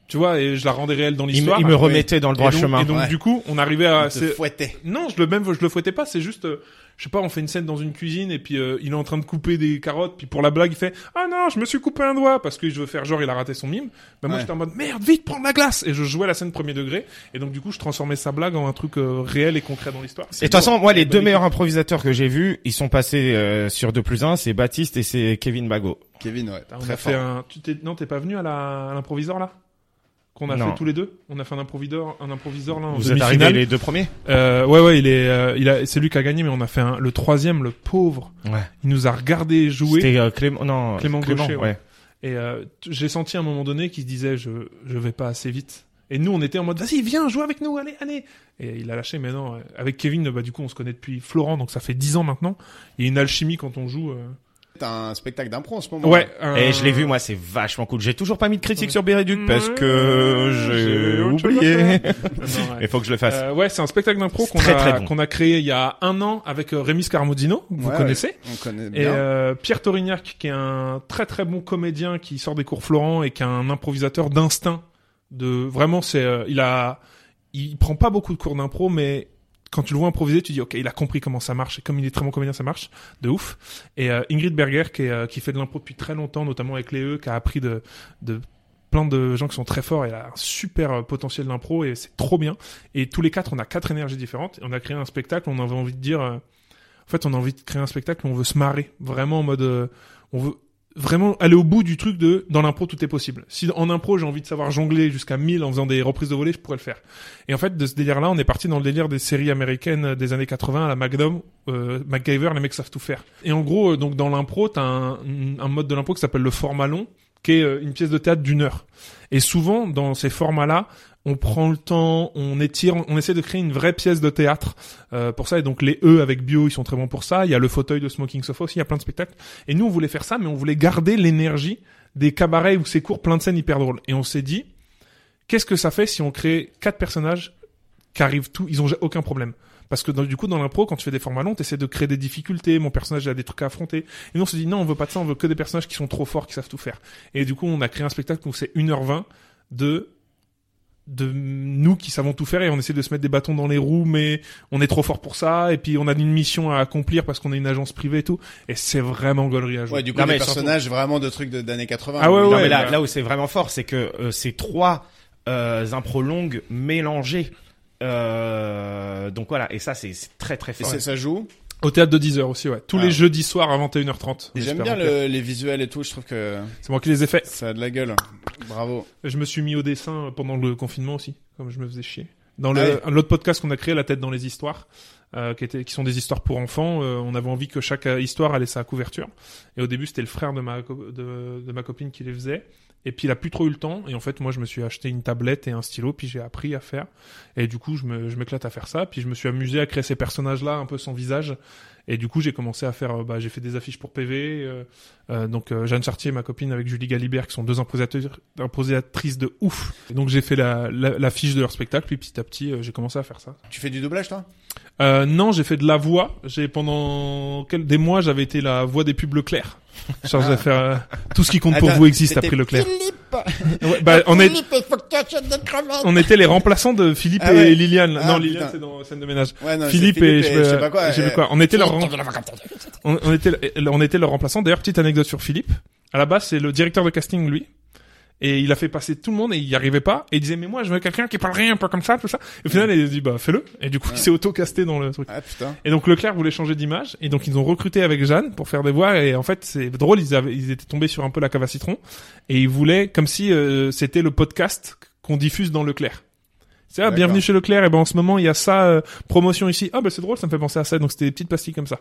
Tu vois et je la rendais réelle dans Il, me- l'histoire. il me Et remettait dans le droit donc- chemin. Et donc Ouais. du coup, on arrivait à Il te Bah, c'est- fouettait. non, je le même je le fouettais pas, c'est juste euh, je sais pas, on fait une scène dans une cuisine et puis euh, il est en train de couper des carottes puis pour la blague, il fait "Ah non, je me suis coupé un doigt" parce que je veux faire genre il a raté son mime. Bah moi Ouais. j'étais en mode "Merde, vite prendre la glace" et je jouais la scène premier degré et donc du coup, je transformais sa blague en un truc euh, réel et concret dans l'histoire. Et de toute façon, moi, les Bonne deux équipe. meilleurs improvisateurs que j'ai vus, ils sont passés euh, sur 2 plus 1, c'est Baptiste et c'est Kevin Bago. Kevin, ouais, Putain, on très a fait fort. un. Tu t'es... Non, t'es pas venu à, la... à l'improviseur là Qu'on a Non. fait tous les deux On a fait un improviseur, un improviseur là en Vous êtes arrivés demi-finale. les deux premiers Euh, ouais, ouais, il est, euh, il a... c'est lui qui a gagné, mais on a fait un... le troisième, le pauvre. Ouais. Il nous a regardé jouer. C'était euh, Clément, non, Clément Gaucher, ouais. Et euh, t- j'ai senti à un moment donné qu'il se disait je je vais pas assez vite. Et nous on était en mode vas-y viens joue avec nous allez allez. Et il a lâché mais non euh, avec Kevin bah du coup on se connaît depuis Florent donc ça fait 10 ans maintenant. Il y a une alchimie quand on joue. euh. C'est un spectacle d'impro en ce moment. Ouais. Et un- je l'ai vu, moi, c'est vachement cool. J'ai toujours pas mis de critique Ouais. sur Béréduc parce que j'ai autre chose à oublié. faire. *laughs* Non, ouais. *laughs* Il faut que je le fasse. Euh, ouais, c'est un spectacle d'impro C'est qu'on très, a, très bon. qu'on a créé il y a un an avec euh, Rémi Scarmodino, vous Ouais, connaissez. On connaît Et bien. euh, Pierre Torignac, qui est un très très bon comédien qui sort des cours Florent et qui est un improvisateur d'instinct. De vraiment, c'est euh, il a, il prend pas beaucoup de cours d'impro, mais quand tu le vois improviser, tu dis ok, il a compris comment ça marche et comme il est très bon comédien, ça marche de ouf. Et euh, Ingrid Berger, qui, est, euh, qui fait de l'impro depuis très longtemps, notamment avec les E, qui a appris de, de plein de gens qui sont très forts. Elle a un super euh, potentiel d'impro et c'est trop bien. Et tous les quatre, on a quatre énergies différentes. Et on a créé un spectacle. On avait envie de dire. euh, en fait, on a envie de créer un spectacle où on veut se marrer, vraiment en mode, euh, on veut vraiment aller au bout du truc de dans l'impro tout est possible. Si en impro j'ai envie de savoir jongler jusqu'à 1000 en faisant des reprises de volée, je pourrais le faire. Et en fait, de ce délire-là, on est parti dans le délire des séries américaines des années 80 à la Magnum, euh, MacGyver, les mecs savent tout faire. Et en gros, euh, donc dans l'impro, t'as un, un mode de l'impro qui s'appelle le format long, qui est euh, une pièce de théâtre d'une heure. Et souvent, dans ces formats-là, on prend le temps, on étire, on- on essaie de créer une vraie pièce de théâtre euh, pour ça. Et donc les E avec bio, ils sont très bons pour ça. Il y a le fauteuil de Smoking Sofa aussi, il y a plein de spectacles. Et nous, on voulait faire ça, mais on voulait garder l'énergie des cabarets où c'est court, plein de scènes hyper drôles. Et on s'est dit, qu'est-ce que ça fait si on crée quatre personnages qui arrivent tout, ils ont ja- aucun problème. Parce que dans- du coup, dans l'impro, quand tu fais des formats longs, t'essaies de créer des difficultés, mon personnage il a des trucs à affronter. Et nous, on s'est dit, non, on veut pas de ça, on veut que des personnages qui sont trop forts, qui savent tout faire. Et du coup, on a créé un spectacle où c'est 1h20 de de nous qui savons tout faire et on essaie de se mettre des bâtons dans les roues mais on est trop fort pour ça et puis on a une mission à accomplir parce qu'on est une agence privée et tout et c'est vraiment gaulerie à jouer. Ouais, du coup, Non, des mais surtout- personnages vraiment de trucs de- d'années 80. Ah ouais, Non, Non, mais mais là, bah- là où c'est vraiment fort, c'est que euh, ces trois euh, impros longues mélangées. Euh, donc voilà, et ça c'est c'est très très Et fort. ça, ça joue Au théâtre de 10h aussi, ouais. Tous Ah. les jeudis soirs à 21h30. Et en J'aime espérant bien que- le- les visuels et tout, je trouve que C'est moi qui les ai faits. ça a de la gueule. Bravo. Je me suis mis au dessin pendant le confinement aussi, comme je me faisais chier. Dans Ah le ouais. l'autre podcast qu'on a créé, La tête dans les histoires, euh, qui, était, qui sont des histoires pour enfants, euh, on avait envie que chaque euh, histoire allait sa couverture. Et au début, c'était le frère de ma, co- de, de ma copine qui les faisait. Et puis, il a plus trop eu le temps. Et en fait, moi, je me suis acheté une tablette et un stylo, puis j'ai appris à faire. Et du coup, je me- je m'éclate à faire ça. Puis, je me suis amusé à créer ces personnages-là, un peu sans visage. Et du coup, j'ai commencé à faire, euh, bah, j'ai fait des affiches pour PV, euh, euh, donc euh, Jeanne Chartier, ma copine, avec Julie Galibert, qui sont deux imposateurs- imposatrices de ouf. Et donc j'ai fait la, la, la fiche de leur spectacle, puis petit à petit euh, j'ai commencé à faire ça. Tu fais du doublage, toi Euh, non, j'ai fait de la voix. J'ai pendant quel- des mois j'avais été la voix des pubs Leclerc. *laughs* Chargé à faire euh, tout ce qui compte pour Ah. Attends, vous existe c'était après Leclerc. Philippe Ouais, bah, on, est, Philippe, il faut que tu achètes des crevettes on était les remplaçants de Philippe Ah ouais. et Liliane. là. Ah, non, putain. Liliane c'est dans scène de ménage. Ouais, non, Philippe, c'est et, je, sais pas quoi. je sais euh, plus quoi. On était leur Philippe, il faut on, on était, le- on était leur remplaçant. D'ailleurs, petite anecdote sur Philippe. À la base, c'est le directeur de casting, lui. Et il a fait passer tout le monde et il n'y arrivait pas. Et il disait, mais moi, je veux quelqu'un qui parle rien, un peu comme ça, tout ça. Et au final, il a dit, bah, fais-le. Et du coup, il s'est auto-casté dans le truc. Ah putain. Et donc, Leclerc voulait changer d'image. Et donc, ils ont recruté avec Jeanne pour faire des voix. Et en fait, c'est drôle. Ils, avaient, ils étaient tombés sur un peu la cave à citron. Et ils voulaient, comme si euh, c'était le podcast qu'on diffuse dans Leclerc. C'est, ah, D'accord. bienvenue chez Leclerc. Et ben, en ce moment, il y a ça, euh, promotion ici. Ah, bah, c'est drôle, ça me fait penser à ça. Donc, c'était des petites pastilles comme ça.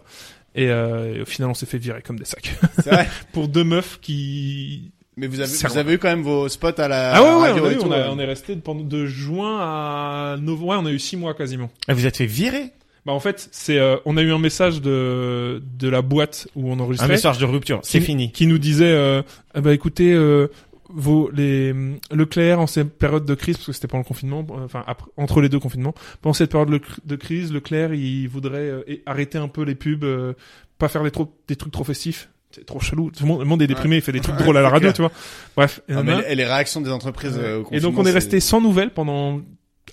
Et, euh, et au final, on s'est fait virer comme des sacs. C'est vrai. *laughs* Pour deux meufs qui... Mais vous avez, C'est vous avez eu quand même vos spots à la Ah ouais, ouais, radio on, a et eu, tout. on, a- euh. on est resté pendant de juin à novembre. Ouais, on a eu six mois quasiment. Ah, Vous êtes fait virer Bah, en fait, c'est, euh, on a eu un message de, de la boîte où on Un enregistrait. message de rupture, c'est qui- fini. Qui nous disait, euh, Ah bah écoutez, euh, vos, les, hum, Leclerc en cette période de crise, parce que c'était pendant le confinement, euh, enfin après- entre les deux confinements, pendant cette période le- de crise, Leclerc il voudrait euh, é- arrêter un peu les pubs, euh, pas faire des, trop, des trucs trop festifs. C'est trop chelou. Tout le monde, le monde est déprimé, il fait des trucs drôles à la radio, tu vois. Bref. et Ah, nanana. mais les- les réactions des entreprises euh, au Et confinement, donc on est c'est- resté sans nouvelles pendant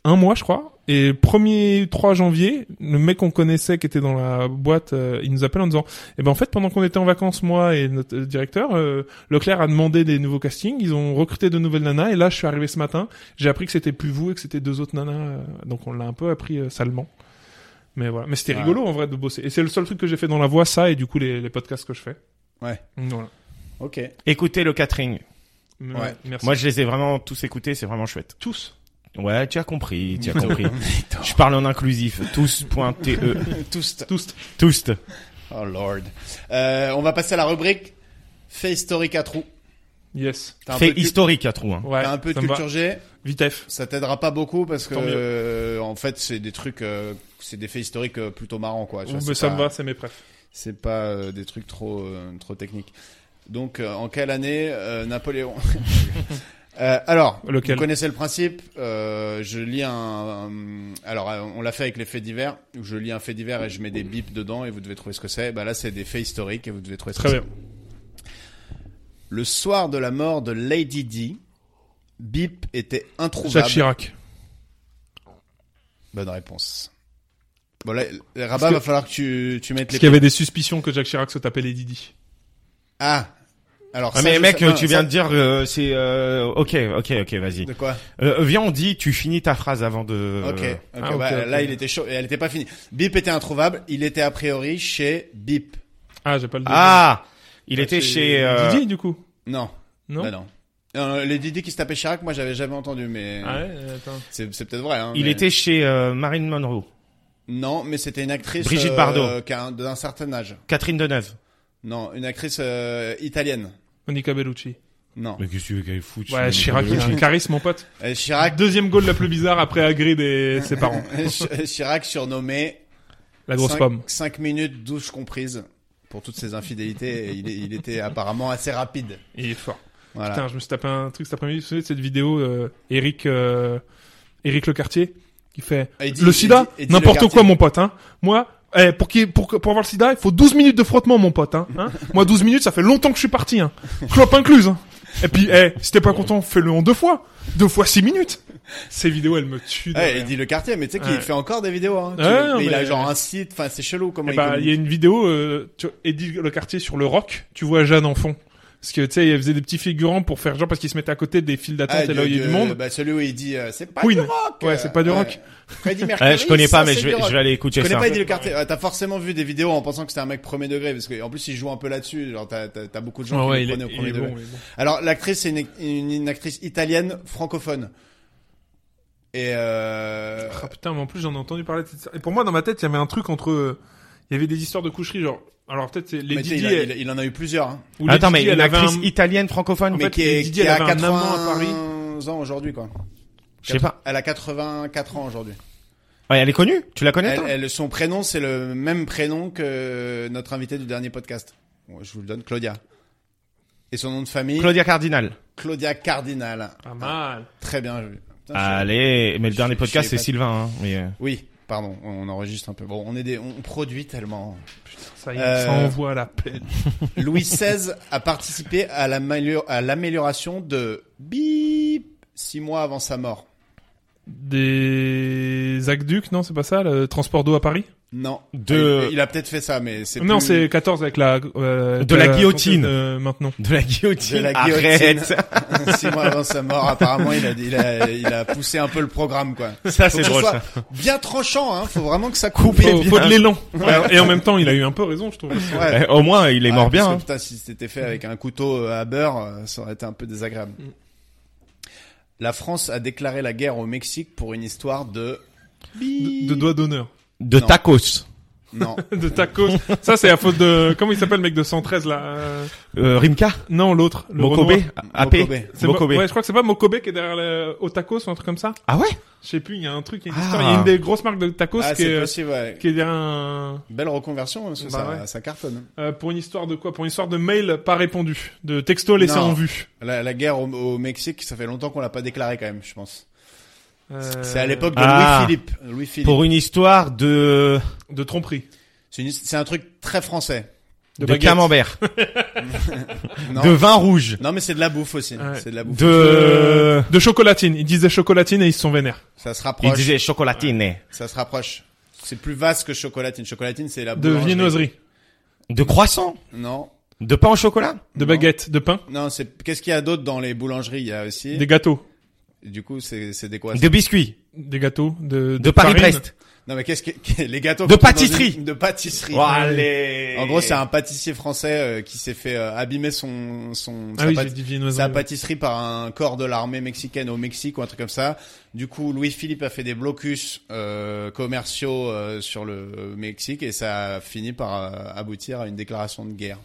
un mois, je crois. Et 1er 3 janvier, le mec qu'on connaissait qui était dans la boîte, euh, il nous appelle en disant "Eh ben en fait, pendant qu'on était en vacances moi et notre euh, directeur, euh, Leclerc a demandé des nouveaux castings, ils ont recruté de nouvelles nanas et là je suis arrivé ce matin, j'ai appris que c'était plus vous et que c'était deux autres nanas euh, donc on l'a un peu appris euh, salement. Mais voilà, mais c'était Ouais. rigolo en vrai de bosser. Et c'est le seul truc que j'ai fait dans la voix ça et du coup les, les podcasts que je fais. Ouais. Voilà. Ok. *laughs* Écoutez le catering. Mais- Ouais. Merci. Moi, je les ai vraiment tous écoutés, c'est vraiment chouette. tous. Ouais, tu as compris, *laughs* tu as compris. je parle en inclusif. Tous.te. Tous. Tous. E. Tous. *laughs* Oh lord. Euh, on va passer à la rubrique fait historique à trous. Yes. T'as un peu Fait de cul- historique à trou. Hein. Ouais. t'as un peu de ça me va. culture G. Vitef. Ça t'aidera pas beaucoup parce que Tant mieux. euh, en fait c'est des trucs, euh, c'est des faits historiques euh, plutôt marrants quoi. Tu vois, Oh, c'est mais ça pas- me va, c'est mes prefs. C'est pas euh, des trucs trop euh, trop techniques. Donc euh, en quelle année euh, Napoléon *laughs* Euh, alors, Lequel vous connaissez le principe. euh, je lis un, un- alors euh, on l'a fait avec les faits divers. Où je lis un fait divers et je mets des bips dedans et vous devez trouver ce que c'est. Bah là, c'est des faits historiques et vous devez trouver. Ce Très que bien. c'est. Le soir de la mort de Lady Di, Bip était introuvable. Jacques Chirac. Bonne réponse. Bon là, Rabat que- va falloir que tu tu mettes Parce les. qu'il y avait des suspicions que Jacques Chirac se tapait les Didi. Ah. Alors. Ah, ça, mais je mec, sais- non, tu ça- viens de dire, euh, c'est... euh, ok, ok, ok, vas-y. De quoi Euh, viens, on dit, tu finis ta phrase avant de... Ok. ok, ah, bah, ok, ok. Là, il était chaud et elle n'était pas finie. Bip était introuvable. Il était a priori chez Bip. Ah, j'ai pas le. Ah Il Bah, deuxième. était C'est chez... euh, Didi du coup. Non. Non. Bah, non. Euh, les Didi qui se tapaient Chirac, moi j'avais jamais entendu, mais Ah ouais, euh, attends. c'est c'est peut-être vrai. Hein, Il mais- était chez euh, Marine Monroe. Non, mais c'était une actrice. euh, Brigitte Bardot. qui a un- d'un certain âge. Catherine Deneuve. Non, une actrice euh, italienne. Monica Bellucci. Non. Mais qu'est-ce que tu veux qu'elle foute Ouais, Chirac, il a un charisme, mon pote. Euh, Chirac. euh, Deuxième goal la plus bizarre après Hagrid et ses parents. Ch- Chirac surnommé. La grosse pomme. 5 minutes douche comprise pour toutes ses infidélités. et il, est- il était apparemment assez rapide. Il est fort. Voilà. Putain, je me suis tapé un truc cet après-midi. Vous vous souvenez de cette vidéo, euh, Eric, euh, Eric Le Cartier, qui fait Et dit- le et sida, dit- et dit Le n'importe Cartier. quoi, mon pote, hein. Moi, eh, pour, qu'il- pour, que- pour avoir le sida, il faut 12 minutes de frottement, mon pote, hein. hein. Moi, 12 minutes, ça fait longtemps que je suis parti, hein. Clope incluse, hein. Et puis, eh, si t'es pas content, fais-le en deux fois. Deux fois six minutes. Ces vidéos, elles me tuent. de Ouais, rire. il dit le quartier, mais tu sais qu'il Ouais. fait encore des vidéos. Hein. Tu- Ouais, non, mais il a mais- genre un site, enfin c'est chelou comment Eh il ben, il y a communique. une vidéo, euh, tu vois, Eddie Le Cartier sur le rock, tu vois Jeanne en fond. Parce que, tu sais, il faisait des petits figurants pour faire genre parce qu'ils se mettaient à côté des files d'attente Ah, et là où il y a du monde. Bah, celui où il dit, euh, c'est pas Queen. du rock. Ouais, c'est pas du euh, rock. Freddie Mercury. Ouais, Eh, je connais ça, pas, mais c'est je du vais, rock. je vais aller Je écouter connais ça. pas Eddie Le Carter. Euh, T'as forcément vu des vidéos en pensant que c'était un mec premier degré, parce qu'en plus il joue un peu là-dessus. Genre t'as t'as- t'as beaucoup de gens Ah qui ouais, le il est, prenaient au il premier est degré. bon, il est bon. Alors l'actrice c'est une, une, une actrice italienne francophone. Et euh... Ah putain, mais en plus j'en ai entendu parler. de cette série. Et pour moi, dans ma tête, il y avait un truc entre. euh, Il y avait des histoires de coucherie, genre. Alors peut-être c'est les mais tu sais, Didi. il, a- elle- il a- il en a eu plusieurs. hein. ou Attends, Lady mais Di, elle une avait actrice un- italienne francophone. En mais fait, qui, est, Didi, qui elle a avait un amant à 91 ans aujourd'hui quoi. Je sais pas. Elle a 84 ans aujourd'hui. Ouais, elle est connue. Tu la connais Elle, toi elle- son prénom c'est le même prénom que notre invité du dernier podcast. Bon, je vous le donne, Claudia. Et son nom de famille, Claudia Cardinal. Claudia Cardinal. Ah, Pas mal. Très bien vu. Putain, je- Allez, mais le je- dernier je podcast c'est sais pas. Sylvain. Hein. Mais, euh, Oui, pardon, on enregistre un peu. Bon, on est des, on produit tellement. *laughs* Ça y est, Euh, ça envoie à la peine. Louis XVI a participé à l'amélior- à l'amélioration de bip six mois avant sa mort. Des aqueducs, non, c'est pas ça, le transport d'eau à Paris Non. Ah, De- Il, il a peut-être fait ça, mais c'est Non, plus- c'est 14 avec la. euh, De la guillotine. *laughs* euh, maintenant. De la guillotine. De la guillotine. Arrête. *laughs* six mois avant sa mort. Apparemment, il a, il a, il a poussé un peu le programme, quoi. Ça c'est Faut que ce drôle. soit ça. bien tranchant, hein. Faut vraiment que ça coupe. Coupé. Faut, bien. faut de l'élan. Ouais, Et en même temps, il a eu un peu raison, je trouve. Ouais. Eh, Au moins il est Ah, mort parce bien. que, hein. putain, si c'était fait avec un couteau euh, à beurre, euh, ça aurait été un peu désagréable. Mm. La France a déclaré la guerre au Mexique pour une histoire de. De, de doigt d'honneur. *laughs* hein. De Non. tacos. *laughs* Non. De tacos. ça, c'est à faute de. Comment il s'appelle, le mec de 113 là euh, Euh, Rimka. Non, l'autre. le Mokobe. Renoir. AP. Mokobe. C'est Mo- Mokobe. Ouais, je crois que c'est pas Mokobe qui est derrière le... au tacos ou un truc comme ça. Ah ouais. Je sais plus, il y a un truc, il y a une Ah. histoire. Il y a une des grosses marques de tacos Ah, qui, c'est est, possible, ouais. qui est derrière un... Belle reconversion, parce que Bah ça, ouais. ça cartonne. euh, pour une histoire de quoi Pour une histoire de mail pas répondu, de texto laissé Non. en vue. La, la guerre au, au Mexique, ça fait longtemps qu'on l'a pas déclarée quand même, je pense. Euh, C'est à l'époque de Ah. Louis-Philippe. Louis-Philippe. Pour une histoire de de tromperie. C'est, une- c'est un truc très français. de, baguette. camembert, Non. de vin rouge, Non, mais c'est de la bouffe aussi. Ouais. C'est de la bouffe. de. De chocolatine. Ils disaient chocolatine et ils se sont vénères. Ça se Il rapproche. disait chocolatine. Ça se rapproche. C'est plus vaste que chocolatine. Chocolatine, c'est la De boulangerie. viennoiserie, De croissant. Non. De pain au chocolat. de Non. baguettes, de pain, Non, c'est qu'est-ce qu'il y a d'autre dans les boulangeries Il y a aussi. des gâteaux. Du coup, c'est c'est des quoi ça De biscuits. Des gâteaux de, De farine. Paris-Brest. Non, mais qu'est-ce que *laughs* les gâteaux De qu'on trouve dans pâtisserie. une- De pâtisserie. Oh, allez. En gros, c'est un pâtissier français euh, qui s'est fait euh, abîmer son son Ah sa oui, pâti- j'ai dit sa viennoiserie. pâtisserie par un corps de l'armée mexicaine au Mexique ou un truc comme ça. Du coup, Louis-Philippe a fait des blocus euh, commerciaux euh, sur le Mexique et ça a fini par euh, aboutir à une déclaration de guerre.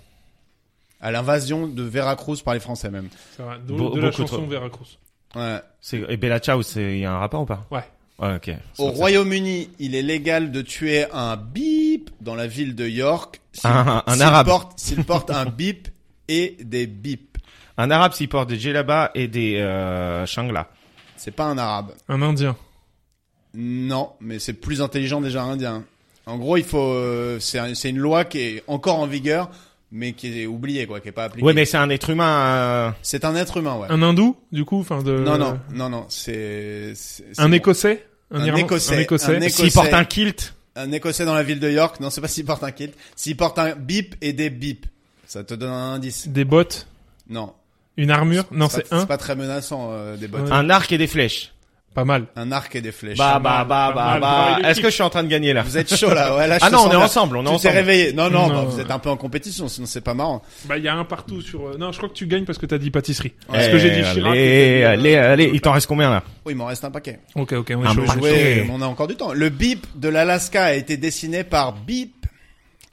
À l'invasion de Veracruz par les Français même. Ça va. De, Be- de la beaucoup chanson trop. Veracruz. Ouais. C'est et Bella Ciao, c'est il y a un rapport ou pas Ouais. Ouais, ok. Au Royaume-Uni, il est légal de tuer un bip dans la ville de York s'il- Un- un s'il arabe. porte- s'il porte un bip et des bips. Un arabe s'il porte des djellabas et des euh, shanglas. C'est pas un arabe. Un indien. Non, mais c'est plus intelligent déjà indien. En gros, il faut euh, c'est un- c'est une loi qui est encore en vigueur mais qui est oubliée quoi, qui est pas appliquée. Ouais, mais c'est un être humain. euh, c'est un être humain, ouais. Un hindou, du coup, enfin de. Non non, non non, c'est c'est- c'est Euh, Un bon. écossais. Un Irlandais- Écossais, Un écossais. un Écossais. S'il porte un kilt, un écossais dans la ville de York, non, c'est pas s'il porte un kit, s'il porte un bip et des bips. Ça te donne un indice. Des bottes. Non. Une armure. Non, C'est c'est pas- un. C'est pas très menaçant euh, des bottes. Ouais. un arc et des flèches. Pas mal. Un arc et des flèches. Bah bah bah mal, pas bah mal, travail bah. Est-ce d'équipe. que je suis en train de gagner là Vous êtes chaud *laughs* là, ouais, là je Ah te non, sens on est bien. ensemble, on est Tu t'es ensemble. réveillé. Non, non, Non. bah, vous êtes un peu en compétition, sinon c'est pas marrant. Bah, il y a un partout sur. euh, Non, je crois que tu gagnes parce que t'as dit pâtisserie. Eh, Parce que j'ai dit euh, Chirac. Allez, allez, allez. Il t'en reste combien là Oui, Oh, il m'en reste un paquet. Ok, ok, on Un est On chaud. peut paquet. jouer, mais on a encore du temps. Le bip de l'Alaska a été dessiné par Bip.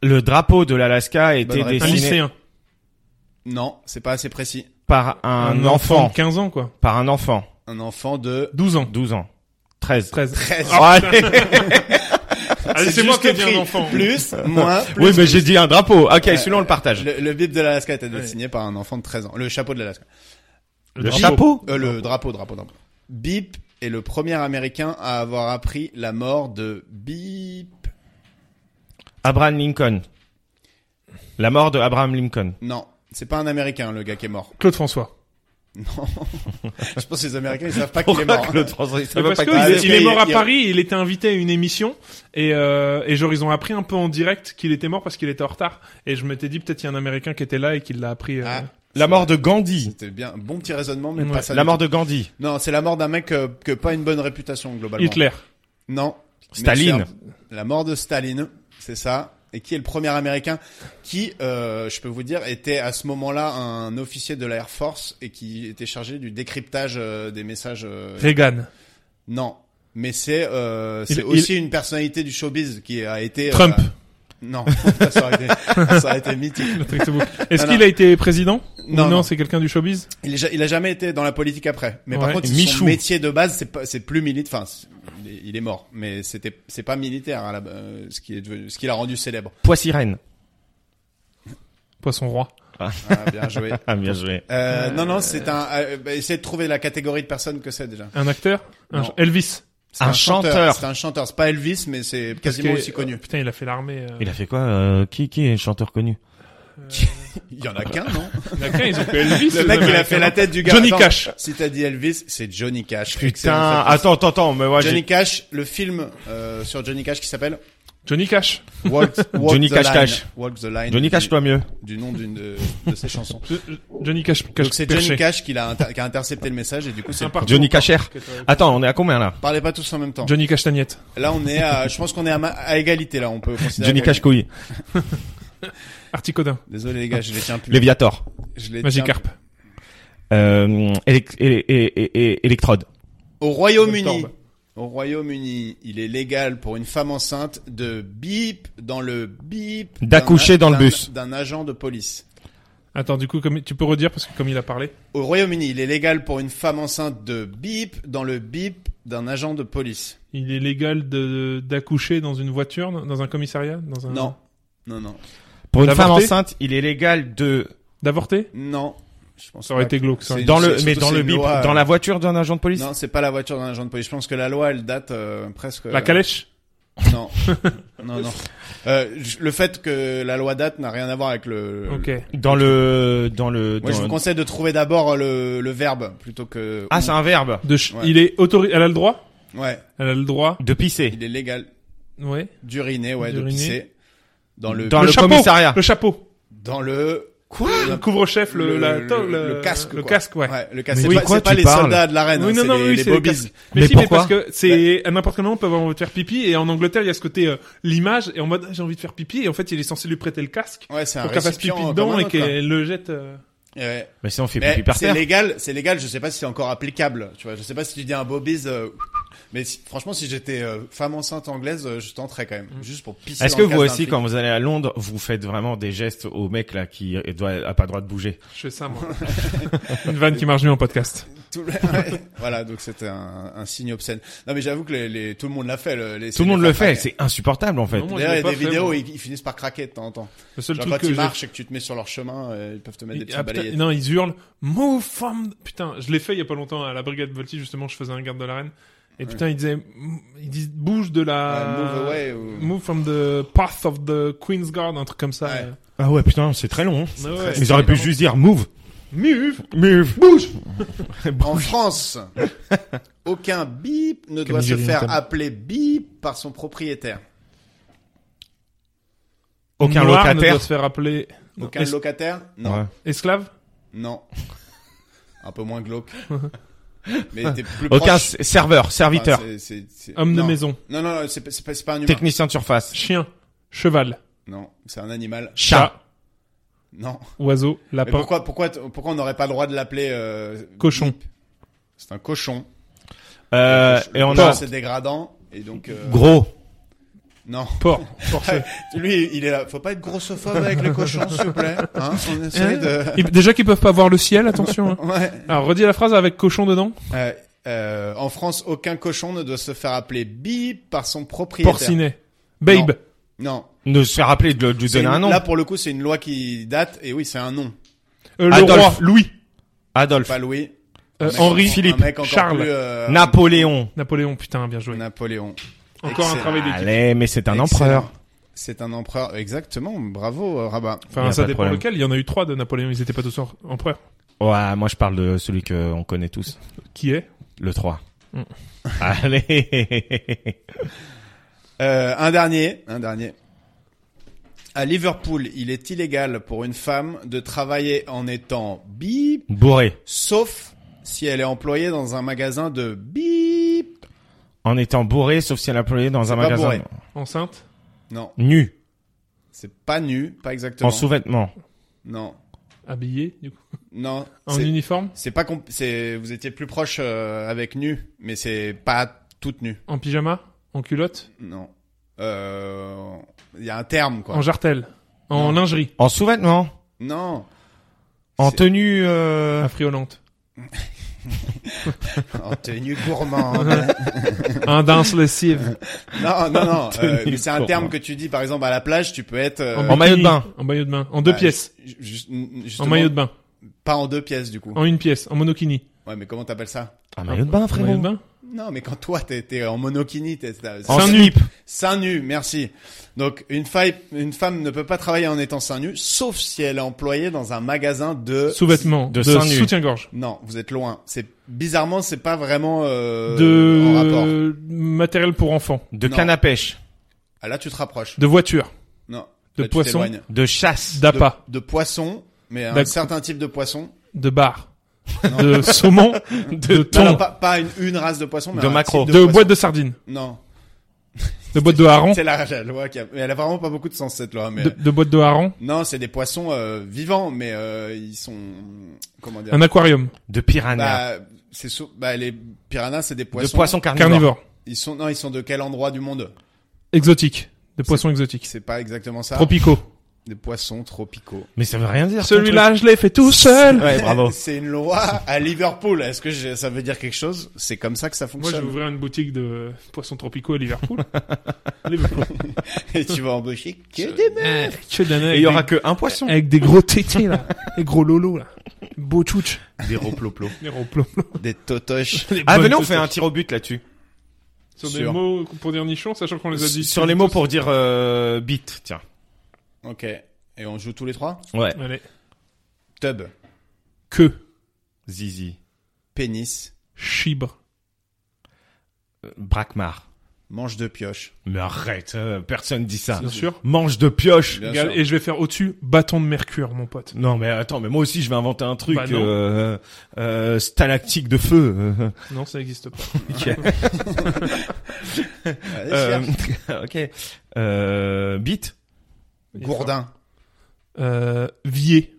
Le drapeau de l'Alaska a été Bonne réponse. Un dessiné lycéen. Non, c'est pas assez précis. par un enfant, de 15 ans, quoi. par un enfant, Un enfant de 12 ans. 12 ans, 13. *laughs* 13. 13. Oh, allez. Allez, Ah, c'est Ah, juste moi qui ai dit écrit un enfant. *laughs* Plus, moins, plus. oui, mais j'ai dit un drapeau. Ok, celui-là on le partage. Le, le bip de l'Alaska a été dessiné par un enfant de 13 ans. Le chapeau de l'Alaska. Le chapeau Euh, le drapeau, drapeau, drapeau. Bip est le premier américain à avoir appris la mort de Bip. Abraham Lincoln. La mort de Abraham Lincoln. Non, c'est pas un américain le gars qui est mort. *laughs* Claude François. Non. *laughs* Je pense que les Américains, ils savent pas qu'il est Pourquoi mort. que le transgenre, ça Mais veut parce pas que qu'il Ah, il- parce il, que est mort il- à il- Paris, il était invité à une émission et, euh, et genre ils ont appris un peu en direct qu'il était mort parce qu'il était en retard et je m'étais dit peut-être il y a un Américain qui était là et qui l'a appris. euh, Ah, La mort de Gandhi. C'était bien, bon petit raisonnement, mais Ouais. pas ça. La du mort tout. de Gandhi. Non, c'est la mort d'un mec euh, que pas une bonne réputation globalement. Hitler. Non. Staline. Mais c'est un- La mort de Staline, c'est ça. Et qui est le premier Américain qui, euh, je peux vous dire, était à ce moment-là un officier de la Air Force et qui était chargé du décryptage euh, des messages. euh, Reagan. Non, mais c'est euh, Il- c'est il- aussi une personnalité du showbiz qui a été euh, Trump. non, *laughs* ça aurait été, ça aurait été mythique. *laughs* *laughs* Est-ce Non, qu'il non. a été président Non, Ou non. c'est quelqu'un du showbiz Il, a, ja- il a jamais été dans la politique après. Mais par Ouais. contre, Et son Michou. métier de base, c'est pas- c'est plus militaire. Enfin, c'est- il est- il est mort, mais c'était c'est pas militaire à la- euh, ce qui est devenu- ce qui l'a rendu célèbre. Poissirène. Poisson roi. Ah, bien joué. *laughs* Ah, bien joué. Euh, non, non, c'est un. euh, bah, essayez de trouver la catégorie de personnes que c'est déjà. Un acteur Un Non. ch- Elvis. C'est Un chanteur. C'est un chanteur. C'est pas Elvis, mais c'est Parce quasiment que- aussi *laughs* connu. Putain, il a fait l'armée. euh. Il a fait quoi euh, Qui qui est chanteur connu Il y en a qu'un, non Il a qu'un, ils ont fait Elvis. *laughs* Le mec, les il a Américains. fait la tête du gars. Johnny Attends, Cash. Si t'as dit Elvis, c'est Johnny Cash. Putain, Excellent. attends, attends, attends, mais moi j'ai- Johnny Cash, le film euh, sur Johnny Cash qui s'appelle Johnny Cash. Walk, Walk Johnny the Cash Line. Cash. Walk the Line. Johnny Cash, du, toi mieux. du nom d'une de, de ses chansons. Je- je- Johnny Cash. Cash Donc c'est perché. Johnny Cash qui, l'a inter- qui a intercepté le message et du coup c'est. Un parcours Johnny encore Cacher. que t'aurais- Attends, on est à combien là Parlez pas tous en même temps. Johnny Cash Tagnette. Là on est à, je pense qu'on est à, ma- à égalité là. On peut considérer. Johnny qu'on- Cash couille. Articodin. Désolé les gars, je les tiens plus. Léviator. Je les tiens. Magikarp. Euh, élec- élec- élec- élec- électrode. Au Royaume-Uni. Torbe. Au Royaume-Uni, il est légal pour une femme enceinte de bip dans le bip d'un- D'accoucher dans le d'un- bus. d'un agent de police. Attends, du coup, comme, tu peux redire parce que comme il a parlé. Au Royaume-Uni, il est légal pour une femme enceinte de bip dans le bip d'un agent de police. Il est légal de d'accoucher dans une voiture, dans un commissariat, dans un Non. Non, non. Pour une femme D'avorter enceinte, il est légal de d'avorter. Non. Je pense Ça aurait pas été que- glauque. ça. c'est- dans le surtout, mais dans c'est le une bip, loi, dans euh, la voiture d'un agent de police. Non, c'est pas la voiture d'un agent de police. Je pense que la loi, elle date euh, presque... euh, La calèche. *laughs* Non. non, non. Euh, j- le fait que la loi date n'a rien à voir avec le... Ok. Dans le dans le Moi, dans- je vous conseille de trouver d'abord euh, le, le verbe plutôt que... Ah, c'est un verbe De ch- Ouais. Il est autorisé. Elle a le droit. Ouais. Elle a le droit. de pisser. Il est légal Ouais. d'uriner, ouais, de D'uriner. pisser. Dans le... Dans le, chapeau. Ah. commissariat. Le chapeau. Dans le... Quoi Le couvre-chef. Le, la- le, to- le casque. Le quoi. casque. Ouais. Ouais, le casque. C'est oui, pas, quoi, c'est pas tu les parles soldats de l'arène, Oui, hein, non, c'est non, les, oui, les c'est le bobbies. casque. Mais, Mais si, mais pourquoi parce que Ben c'est à n'importe quel moment on peut avoir envie de faire pipi et en Angleterre il y a ce côté euh, l'image et en mode j'ai envie de faire pipi et en fait il est censé lui prêter le casque Ouais, c'est un pour qu'elle fasse récipient pipi euh, dedans comme un et autre, quoi. qu'elle le jette. euh, Ouais. Mais si on fait Mais pipi par c'est terre. légal, c'est légal, je sais pas si c'est encore applicable, tu vois, je sais pas si tu dis un bobbies euh, mais si- franchement si j'étais euh, femme enceinte anglaise, euh, je tenterais quand même juste pour pisser Est-ce dans que le vous casque d'un aussi, flic. quand vous allez à Londres, vous faites vraiment des gestes au mec là qui euh, doit, a pas le droit de bouger Je fais ça moi. *laughs* Une vanne qui marche mieux en podcast. Tout le- *laughs* ouais. voilà, donc c'était un, un signe obscène. Non mais j'avoue que les, les- tout le monde l'a fait le, les- Tout le les monde le femmes fait, craquent. c'est insupportable en fait. Non, moi, je D'ailleurs, l'ai il y a pas des fait, vidéos, moi. ils, ils finissent par craquer de temps en temps. Le seul Genre, truc quand que ils j'ai- marchent et que tu te mets sur leur chemin, euh, ils peuvent te mettre des petites Ah, putain, balayettes. non, ils hurlent Move from the- Putain, je l'ai fait il y a pas longtemps à la brigade Volti justement, je faisais un garde de l'arène et putain, ils disaient ils disent bouge de la Ouais, move away ou- Move from the path of the Queen's Guard, un truc comme ça. euh. Ouais. Ah ouais, putain, c'est très long. Ouais, ouais, Ils auraient pu juste dire move, Move move, bouge. En France, aucun bip ne doit il se dit faire Oriental. appeler bip par son propriétaire. Aucun Noir ne locataire. doit se faire appeler Non. Aucun Es- locataire Non. Ouais. esclave *laughs* Non. Un peu moins glauque. Mais t'es plus Aucun proche. s- serveur, Enfin, serviteur, c'est- c'est- c'est- homme non. de maison, Non, non, non, c'est pas, c'est pas, Ah, c'est pas un humain. technicien de surface, chien, cheval, Non, c'est un animal. chat, Non. oiseau, Mais lapin, pourquoi, pourquoi, t- pourquoi on n'aurait pas le droit de l'appeler euh, cochon, C'est un cochon. euh, Le et on cochon, a C'est dégradant. Et donc. euh, gros. Non. porc, *laughs* porceux. Lui, il est là. Faut pas être grossophobe avec les cochons, s'il vous plaît. Hein *laughs* on essaie de. Ils- Déjà qu'ils peuvent pas voir le ciel, attention. *laughs* hein. Ouais. Alors redis la phrase avec cochon dedans. Euh, euh, en France, aucun cochon ne doit se faire appeler bip par son propriétaire. Porcinet. Babe. Non. Ne se faire appeler, de, de lui C'est donner une- un nom. Là, pour le coup, c'est une loi qui date. Et oui, c'est un nom. Euh, le Adolphe. Bah, roi. Louis. Adolphe, Pas Louis. Un Euh, mec Henri. encore- Philippe. Un mec encore Charles. plus, euh, Napoléon. Napoléon, putain, bien joué. Napoléon. Encore un Excellent. travail d'équipe. Allez, mais c'est un Excellent. empereur. C'est un empereur. Exactement. Bravo, euh, Rabat. Y Enfin, a ça pas de dépend problème. lequel. Il y en a eu trois de Napoléon. Ils étaient pas tous en- empereurs. Ouais, moi je parle de celui que on connaît tous, Qui est le 3. Mm. Allez. *laughs* Euh, un dernier. Un dernier. À Liverpool, il est illégal pour une femme de travailler en étant bip, Bourré. sauf si elle est employée dans un magasin de bip. En étant bourré, sauf si elle a pleuré dans un pas magasin. bourré. Enceinte Non, Nu. c'est pas nu, pas exactement. En sous-vêtements. Non, Habillée du coup non. En c'est- uniforme C'est pas compl- c'est vous étiez plus proche euh, avec nu, mais c'est pas toute nue. En pyjama En culotte Non. Euh, il y a un terme quoi. En jartelle En lingerie En sous-vêtements. Non. En C'est- tenue. euh, Affriolante en tenue *laughs* gourmande. Un dance lessive non, non, *laughs* non. euh, tenue mais c'est un gourmande. terme que tu dis par exemple à la plage, tu peux être euh, En maillot de bikini, bain. En maillot de bain En deux bah, pièces ju- ju- n- justement, En maillot de bain Pas en deux pièces du coup. En une pièce En monokini Ouais, mais comment t'appelles ça Un maillot de bain, En maillot de frérot. bain Non, mais quand toi t'es t'es en monokini, t'es t'as- En Seins slip. Seins nu, merci. Donc une, faille- une femme ne peut pas travailler en étant seins nu, sauf si elle est employée dans un magasin de... Sous-vêtements de De, seins nus. soutien-gorge Non, vous êtes loin. C'est bizarrement, c'est pas vraiment euh, en rapport. De matériel pour enfants De Non. canne à pêche. Ah, là, tu te rapproches. De voiture Non. De Là, tu poisson. t'éloignes. De chasse. D'appât De, de poisson, mais un D'accord. certain type de poisson. De bar Non. *laughs* De saumon De Non, non, thon pas, pas une, une race de poisson, mais De un maquereau. type De poisson. boîte de sardines Non, De boîte de hareng c'est la, la loi qui a... mais Elle a vraiment pas beaucoup de sens, cette loi. Mais... euh, De, de boîte de hareng Non, c'est des poissons euh, vivants, mais euh, ils sont... Comment dire Un aquarium De piranha. bah, c'est sou- bah, les piranhas, c'est des De poissons. poisson carnivore. Carnivore Ils sont non, ils sont de quel endroit du monde Exotique De poissons exotiques C'est pas exactement ça. Tropicaux Des poissons tropicaux. Mais ça veut rien dire. ce Celui-là, je l'ai fait tout seul truc. *laughs* Ouais, bravo. C'est une loi à Liverpool. Est-ce que je- ça veut dire quelque chose C'est comme ça que ça Moi, je vais fonctionne. ouvrir une boutique de poissons tropicaux à Liverpool. *laughs* Et tu vas *laughs* embaucher que des mecs. que de la neige Et il y aura que un *laughs* poisson. avec des gros tétés, là. Des gros lolos, là. Beau tchouch. des roploplos, Des gros plombs. des totoches. Ah, venez, on fait un tir au but là-dessus. Sur des Sur- mots pour dire nichon, sachant qu'on les a dit. Sur les mots pour dire euh, bite, tiens. Ok. Et on joue tous les trois. Ouais. Allez. Tub, Que. Zizi. pénis, Chibre. Euh, Braquemar. manche de pioche. Mais arrête, euh, personne dit ça. Bien sûr. Mange de pioche. Bien Égal. sûr. Et je vais faire au-dessus, bâton de mercure, mon pote. Non mais attends, mais moi aussi je vais inventer un truc Bah non. euh, euh, stalactique de feu. euh, Non, ça n'existe pas. Allez, euh, cherche. *laughs* ok. Euh, bite. Gourdin. Euh, Vier.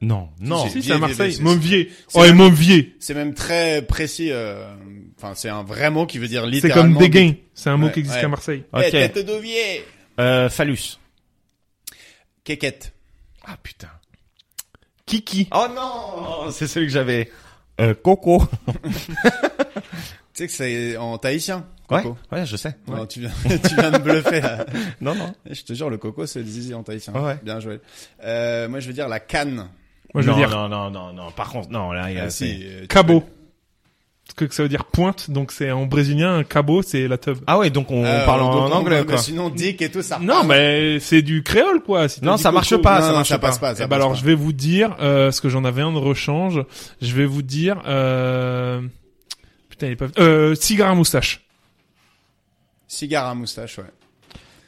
Non, non. Si, Si, Vier, c'est à Vier, Marseille. Vier, c'est- Momvier. c'est- Oh, et Momvier. C'est même très précis. euh, Enfin, c'est un vrai mot qui veut dire C'est comme littéralement. dégain. C'est un mot Ouais, qui existe ouais. qu'à Marseille. Eh, Ok. tête d'ovier. Euh, phallus. Kékette. Ah putain. Kiki. Oh non, c'est celui que j'avais. Euh, coco. Tu sais que c'est en tahitien. Ouais. Coco. Ouais, je sais. Ouais. Non, tu viens, *laughs* tu viens de bluffer. là. Non non. Je te jure, le coco, c'est le zizi en tahitien. Ouais. Bien joué. Euh, moi, je veux dire la canne. Moi, je veux non, dire non non non non. Par contre, non là il y a. Ah, si, c'est- euh, tu cabot. Parce que ça veut dire pointe, donc c'est en brésilien, un cabot, c'est la teub. Ah ouais, donc on peux- Euh, parle en, donc, on- anglais mais quoi. Sinon, dick et tout, ça. Non, repasse. mais c'est du créole, quoi. Si t'as Non, dit ça coco, marche ou- pas, non, ça Ah, non, marche ça pas. passe pas. Eh ça ben passe alors, pas. je vais vous dire, euh, ce que j'en avais un de rechange, je vais vous dire, euh, putain, il est pas, euh, cigare à moustache. Cigare à moustache, ouais.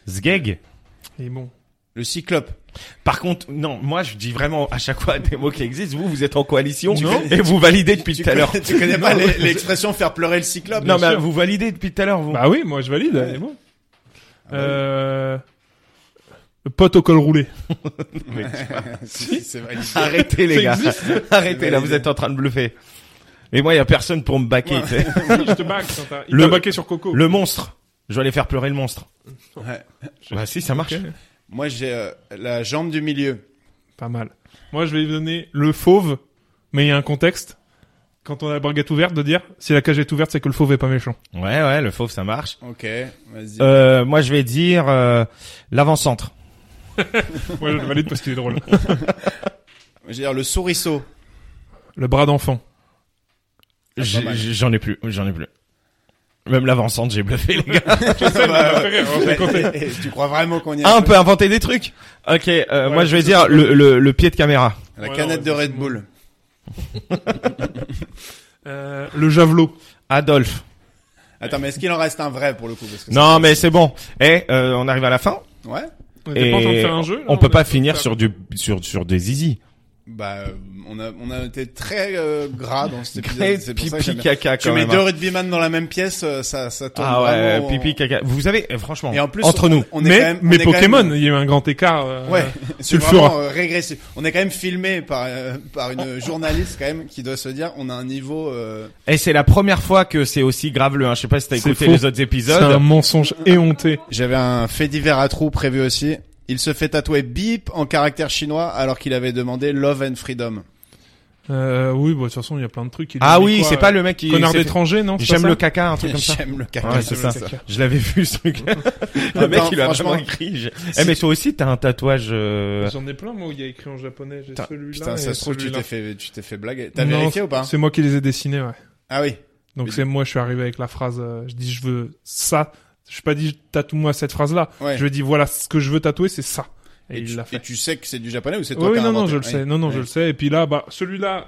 Zgeg. Il est bon. Le cyclope. Par contre, non, moi je dis vraiment à chaque fois des mots qui existent. Vous, vous êtes en coalition Tu non, connais- et vous validez depuis Tu tout à l'heure. connais, *laughs* tu connais pas Non, les- je- l'expression faire pleurer le cyclope Non, bien mais sûr. vous validez depuis tout à l'heure, vous. Bah oui, moi je valide, Ouais. il est bon. Ah bah oui. Euh, le pote au col roulé. *laughs* Si, si, c'est validé. Arrêtez, les Ça gars. existe Arrêtez, là, vous êtes en train de bluffer. Et moi, il y a personne pour me baquer. tu sais. je te back, quand t'as- il Le- t'a baqué sur Coco. Le monstre. Je vais aller faire pleurer le monstre. Ouais. Bah si, ça marche. Ok. Moi, j'ai euh, la jambe du milieu. Pas mal. Moi, je vais vous donner le fauve, mais il y a un contexte. Quand on a la braguette ouverte, de dire si la cage est ouverte, c'est que le fauve est pas méchant. Ouais, ouais, le fauve, ça marche. Ok, vas-y. Euh, moi, je vais dire euh, l'avant-centre. Moi, je le valide parce qu'il est drôle. Je veux dire *laughs* le souriceau. Le bras d'enfant. pas J'ai- mal. j'ai- J'en ai plus, j'en ai plus. Même l'avant-centre, j'ai bluffé, les *laughs* gars. Et- et- tu crois vraiment qu'on y est Ah, on peut inventer des trucs. Ok, euh, Ouais, moi, je vais c'est dire ça. le, le, le pied de caméra. La Ouais, canette ouais, de c'est Red bon. Bull. Euh, le javelot. Adolphe. Attends, mais est-ce qu'il en reste un vrai pour le coup parce que Non, mais c'est bon. Eh, euh, on arrive à la fin ça- Ouais. On était pas en train de Et faire un jeu. là, on peut est- pas finir sur du sur sur des *laughs* zizi. Bah, euh, on a, on a été très euh, gras dans cet épisode. C'est pour ça que Pipi j'aime bien. caca Tu quand mets même. hein. deux rugbyman dans la même pièce, euh, ça, ça tombe Ah ouais, vraiment euh, en- pipi caca. Vous avez euh, franchement Et en plus, entre nous. on est mais quand même- on mais est quand même- Pokémon, il y a eu un grand écart. euh, *laughs* Ouais, c'est le vraiment feras. euh, régressif. On est quand même filmé par euh, par une journaliste quand même qui doit se dire on a un niveau euh, Et Eh, c'est la première fois que c'est aussi graveleux. Hein. Je sais pas si t'as C'est écouté faux. les autres C'est un épisodes. mensonge éhonté. J'avais un fait divers à trous prévu aussi. Il se fait tatouer bip en caractère chinois alors qu'il avait demandé love and freedom. Euh, oui, bah, de toute façon, il y a plein de trucs. qui Ah disent oui, quoi, c'est pas le mec qui. euh, Connard s'est fait- d'étranger, non c'est J'aime pas le ça caca, un truc comme ça. J'aime le caca. Ouais, c'est ça. le caca. Je l'avais vu ce truc. le Attends, mec, il a franchement, vraiment écrit. Je- Eh, mais toi aussi, t'as un tatouage. euh, J'en ai plein, moi, où il y a écrit en japonais. J'ai Putain, celui-là. Putain, et ça se trouve tu celui-là. t'es fait tu t'es fait blaguer. T'as Non, vérifié ou pas C'est moi qui les ai dessinés, ouais. Ah oui. Donc Mais- c'est moi, je suis arrivé avec la phrase, euh, je dis je veux ça. Je suis pas dit tatoue-moi cette phrase-là. Ouais. Je lui ai dit voilà ce que je veux tatouer, c'est ça. Et, Et, il tu, l'a et fait. tu sais que c'est du japonais ou c'est toi Oui, qui as non, non, inventé je le Ouais. sais. Non, non, je Ouais. le sais. Et puis là, bah celui-là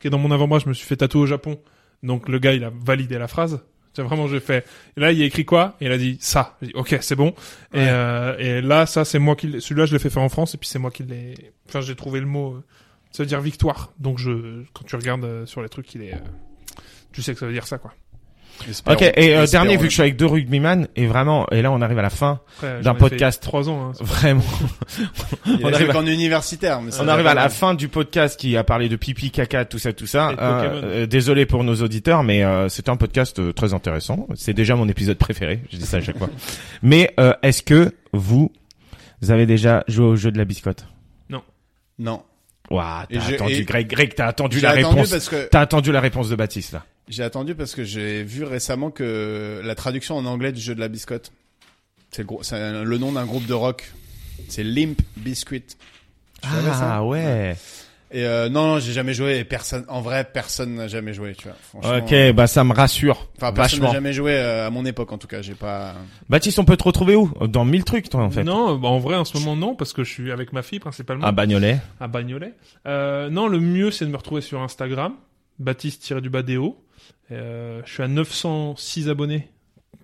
qui est dans mon avant-bras, je me suis fait tatouer au Japon. Donc le gars, il a validé la phrase. C'est vraiment, j'ai fait. Et là, il a écrit quoi Et il a dit ça. J'ai dit ok, c'est bon. Et, Ouais. euh, et là, ça, c'est moi qui. l'ai- Celui-là, je l'ai fait faire en France. Et puis c'est moi qui l'ai. Enfin, j'ai trouvé le mot. euh, Ça veut dire victoire. Donc je, quand tu regardes euh, sur les trucs, il est. euh, Tu sais que ça veut dire ça, quoi. Espérons- Ok, et euh, espérons- dernier, vu que je suis avec deux rugbyman, et vraiment, et là, on arrive à la fin. Après, D'un j'en ai fait podcast. trois ans. hein. Vraiment. Il y a on des arrive trucs à- en universitaire. mais ça On va arrive pas à la mal. fin du podcast qui a parlé de pipi, caca, tout ça, tout ça. Et de Euh, Pokémon. euh, désolé pour nos auditeurs, mais euh, c'était un podcast euh, très intéressant. C'est déjà mon épisode préféré. Je dis ça à chaque fois. Mais euh, est-ce que vous, vous avez déjà joué au jeu de la biscotte Non. Waouh, Et t'as j'ai- attendu, et- Greg, Greg, t'as attendu J'ai la attendu réponse. parce que T'as attendu la réponse de Baptiste là. j'ai attendu parce que j'ai vu récemment que la traduction en anglais du jeu de la biscotte, c'est le, gros- c'est un- le nom d'un groupe de rock. C'est Limp Biscuit. Tu savais ça Ah ouais. Et euh, non, non, j'ai jamais joué. Et personne, en vrai, personne n'a jamais joué, tu vois. franchement. Ok, bah ça me rassure. Enfin, personne n'a vachement. jamais joué euh, à mon époque, en tout cas. J'ai pas. Baptiste, on peut te retrouver où Dans mille trucs toi en fait. Non, bah, en vrai, en ce moment, non, parce que je suis avec ma fille principalement. À Bagnolet. à Bagnolet. Euh, non, le mieux, c'est de me retrouver sur Instagram, baptiste-du-bas-déo. Euh, je suis à 906 abonnés,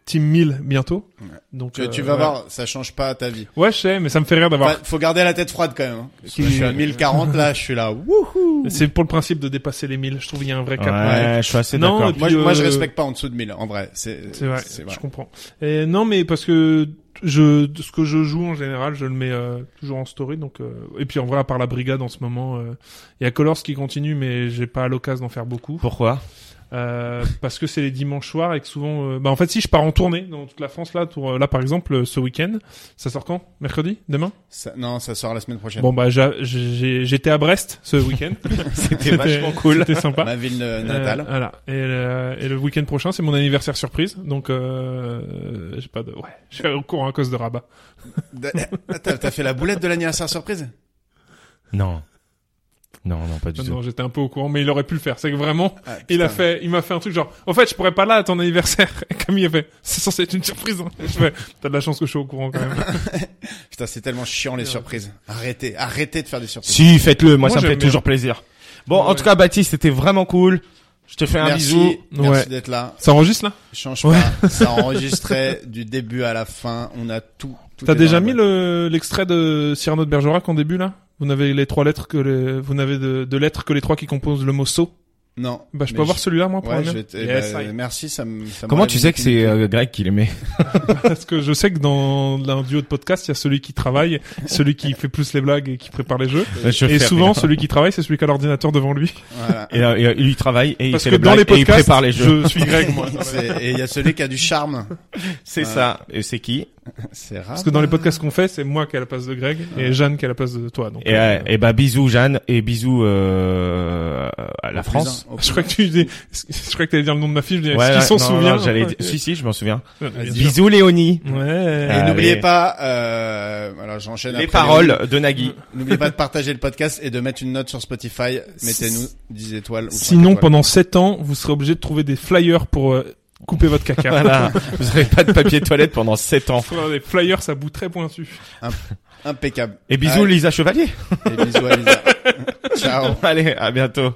team 1000 bientôt. Ouais. Donc, Tu, euh, tu vas ouais. voir, ça change pas ta vie. Ouais, je sais, mais ça me fait rire d'avoir. Enfin, faut garder la tête froide quand même. hein. Parce que là, je suis à 1040 là, je suis là. Wouh C'est pour le principe de dépasser les 1000. Je trouve qu'il y a un vrai Ouais, cap. je suis assez Non, d'accord. Puis, moi, je- moi, je euh, respecte pas en dessous de 1000 en vrai. C'est C'est vrai, c'est je comprends. Et non, mais parce que je, ce que je joue en général, je le mets euh, toujours en story. Donc, euh, et puis en vrai, à part la brigade en ce moment, euh, il y a Colors qui continue, mais j'ai pas l'occasion d'en faire beaucoup. Pourquoi Euh, parce que c'est les dimanches soirs et que souvent, euh, bah en fait, si je pars en tournée dans toute la France là, tour, là par exemple, euh, ce week-end, ça sort quand Mercredi, demain Ça- non, ça sort la semaine prochaine. Bon bah j'a- j'ai- j'étais à Brest ce week-end, *laughs* C'était vachement cool. *laughs* c'était sympa. Ma ville euh, Euh, natale. voilà. Et, euh, et le week-end prochain, c'est mon anniversaire surprise, donc euh, j'ai pas de, ouais, je suis au courant à cause de Rabat. D- Ah, T'as t'as fait la boulette de l'anniversaire surprise Non. Non, non, pas du Non, tout. non, j'étais un peu au courant, mais il aurait pu le faire. C'est que vraiment, Ah, il a putain. fait, il m'a fait un truc genre, en fait, je pourrais pas là à ton anniversaire. *laughs* Et Camille a fait, c'est censé être une surprise. Hein. Je fais, t'as de la chance que je suis au courant quand même. Putain, c'est tellement chiant les surprises. Arrêtez, arrêtez de faire des surprises. Si, faites-le. Moi, Moi, ça me fait j'aime bien. toujours plaisir. Bon, en Ouais. tout cas, Baptiste, c'était vraiment cool. Je te fais un Merci, Bah, bisou. merci Ouais. d'être là. Ça enregistre là Change pas. *laughs* Ça enregistrait du début à la fin. On a tout. tout T'as est dans la déjà mis boîte. le- l'extrait de Cyrano de Bergerac en début là Vous n'avez les trois lettres que les, vous n'avez de, de lettres que les trois qui composent le mot saut. Non. Bah je mais peux avoir celui-là moi pour Ouais, le je mien vais te- eh Yes, ben, I. merci, ça me. ça Comment m'enlève tu sais que une c'est petite- euh, Greg qui l'aimait Parce que je sais que dans un duo de podcast, il y a celui qui travaille, celui qui fait plus les blagues et qui prépare les jeux. Je fais Et souvent, rien. celui qui travaille, c'est celui qui a l'ordinateur devant lui. *laughs* Voilà. Et, euh, et, euh, il y travaille et il Parce fait que les dans les blagues et il podcasts, prépare les jeux. *laughs* je suis Greg, moi. Parce C'est- Et il y a celui qui a du charme. C'est Ouais. ça. Et c'est qui C'est rare. que dans les podcasts qu'on fait, c'est moi qui ai la place de Greg et Jeanne qui a la place de toi. Donc, Et, euh, euh, et bah bisous Jeanne et bisous euh, à la France. je crois que tu dis, je crois que t'allais dire le nom de ma fille, je dis, Ouais, est-ce ouais, qu'il s'en non, non, souvient? j'allais dire- Si Ah, si, je m'en souviens. Ouais. Bisous Léonie. Ouais. Et Allez. n'oubliez pas, euh, alors j'enchaîne Les après paroles de Nagui. N'oubliez pas de partager le podcast et de mettre une note sur Spotify. Mettez-nous 10 étoiles. ou cinq Sinon, étoiles. pendant 7 ans, vous serez obligé de trouver des flyers pour euh, couper votre caca. Voilà. Vous aurez pas de papier toilette pendant 7 ans. Faut avoir Des flyers, ça bout très pointu. Impeccable. Et bisous Allez. Lisa Chevalier. *laughs* Et bisous à Lisa. Ciao. Allez, à bientôt.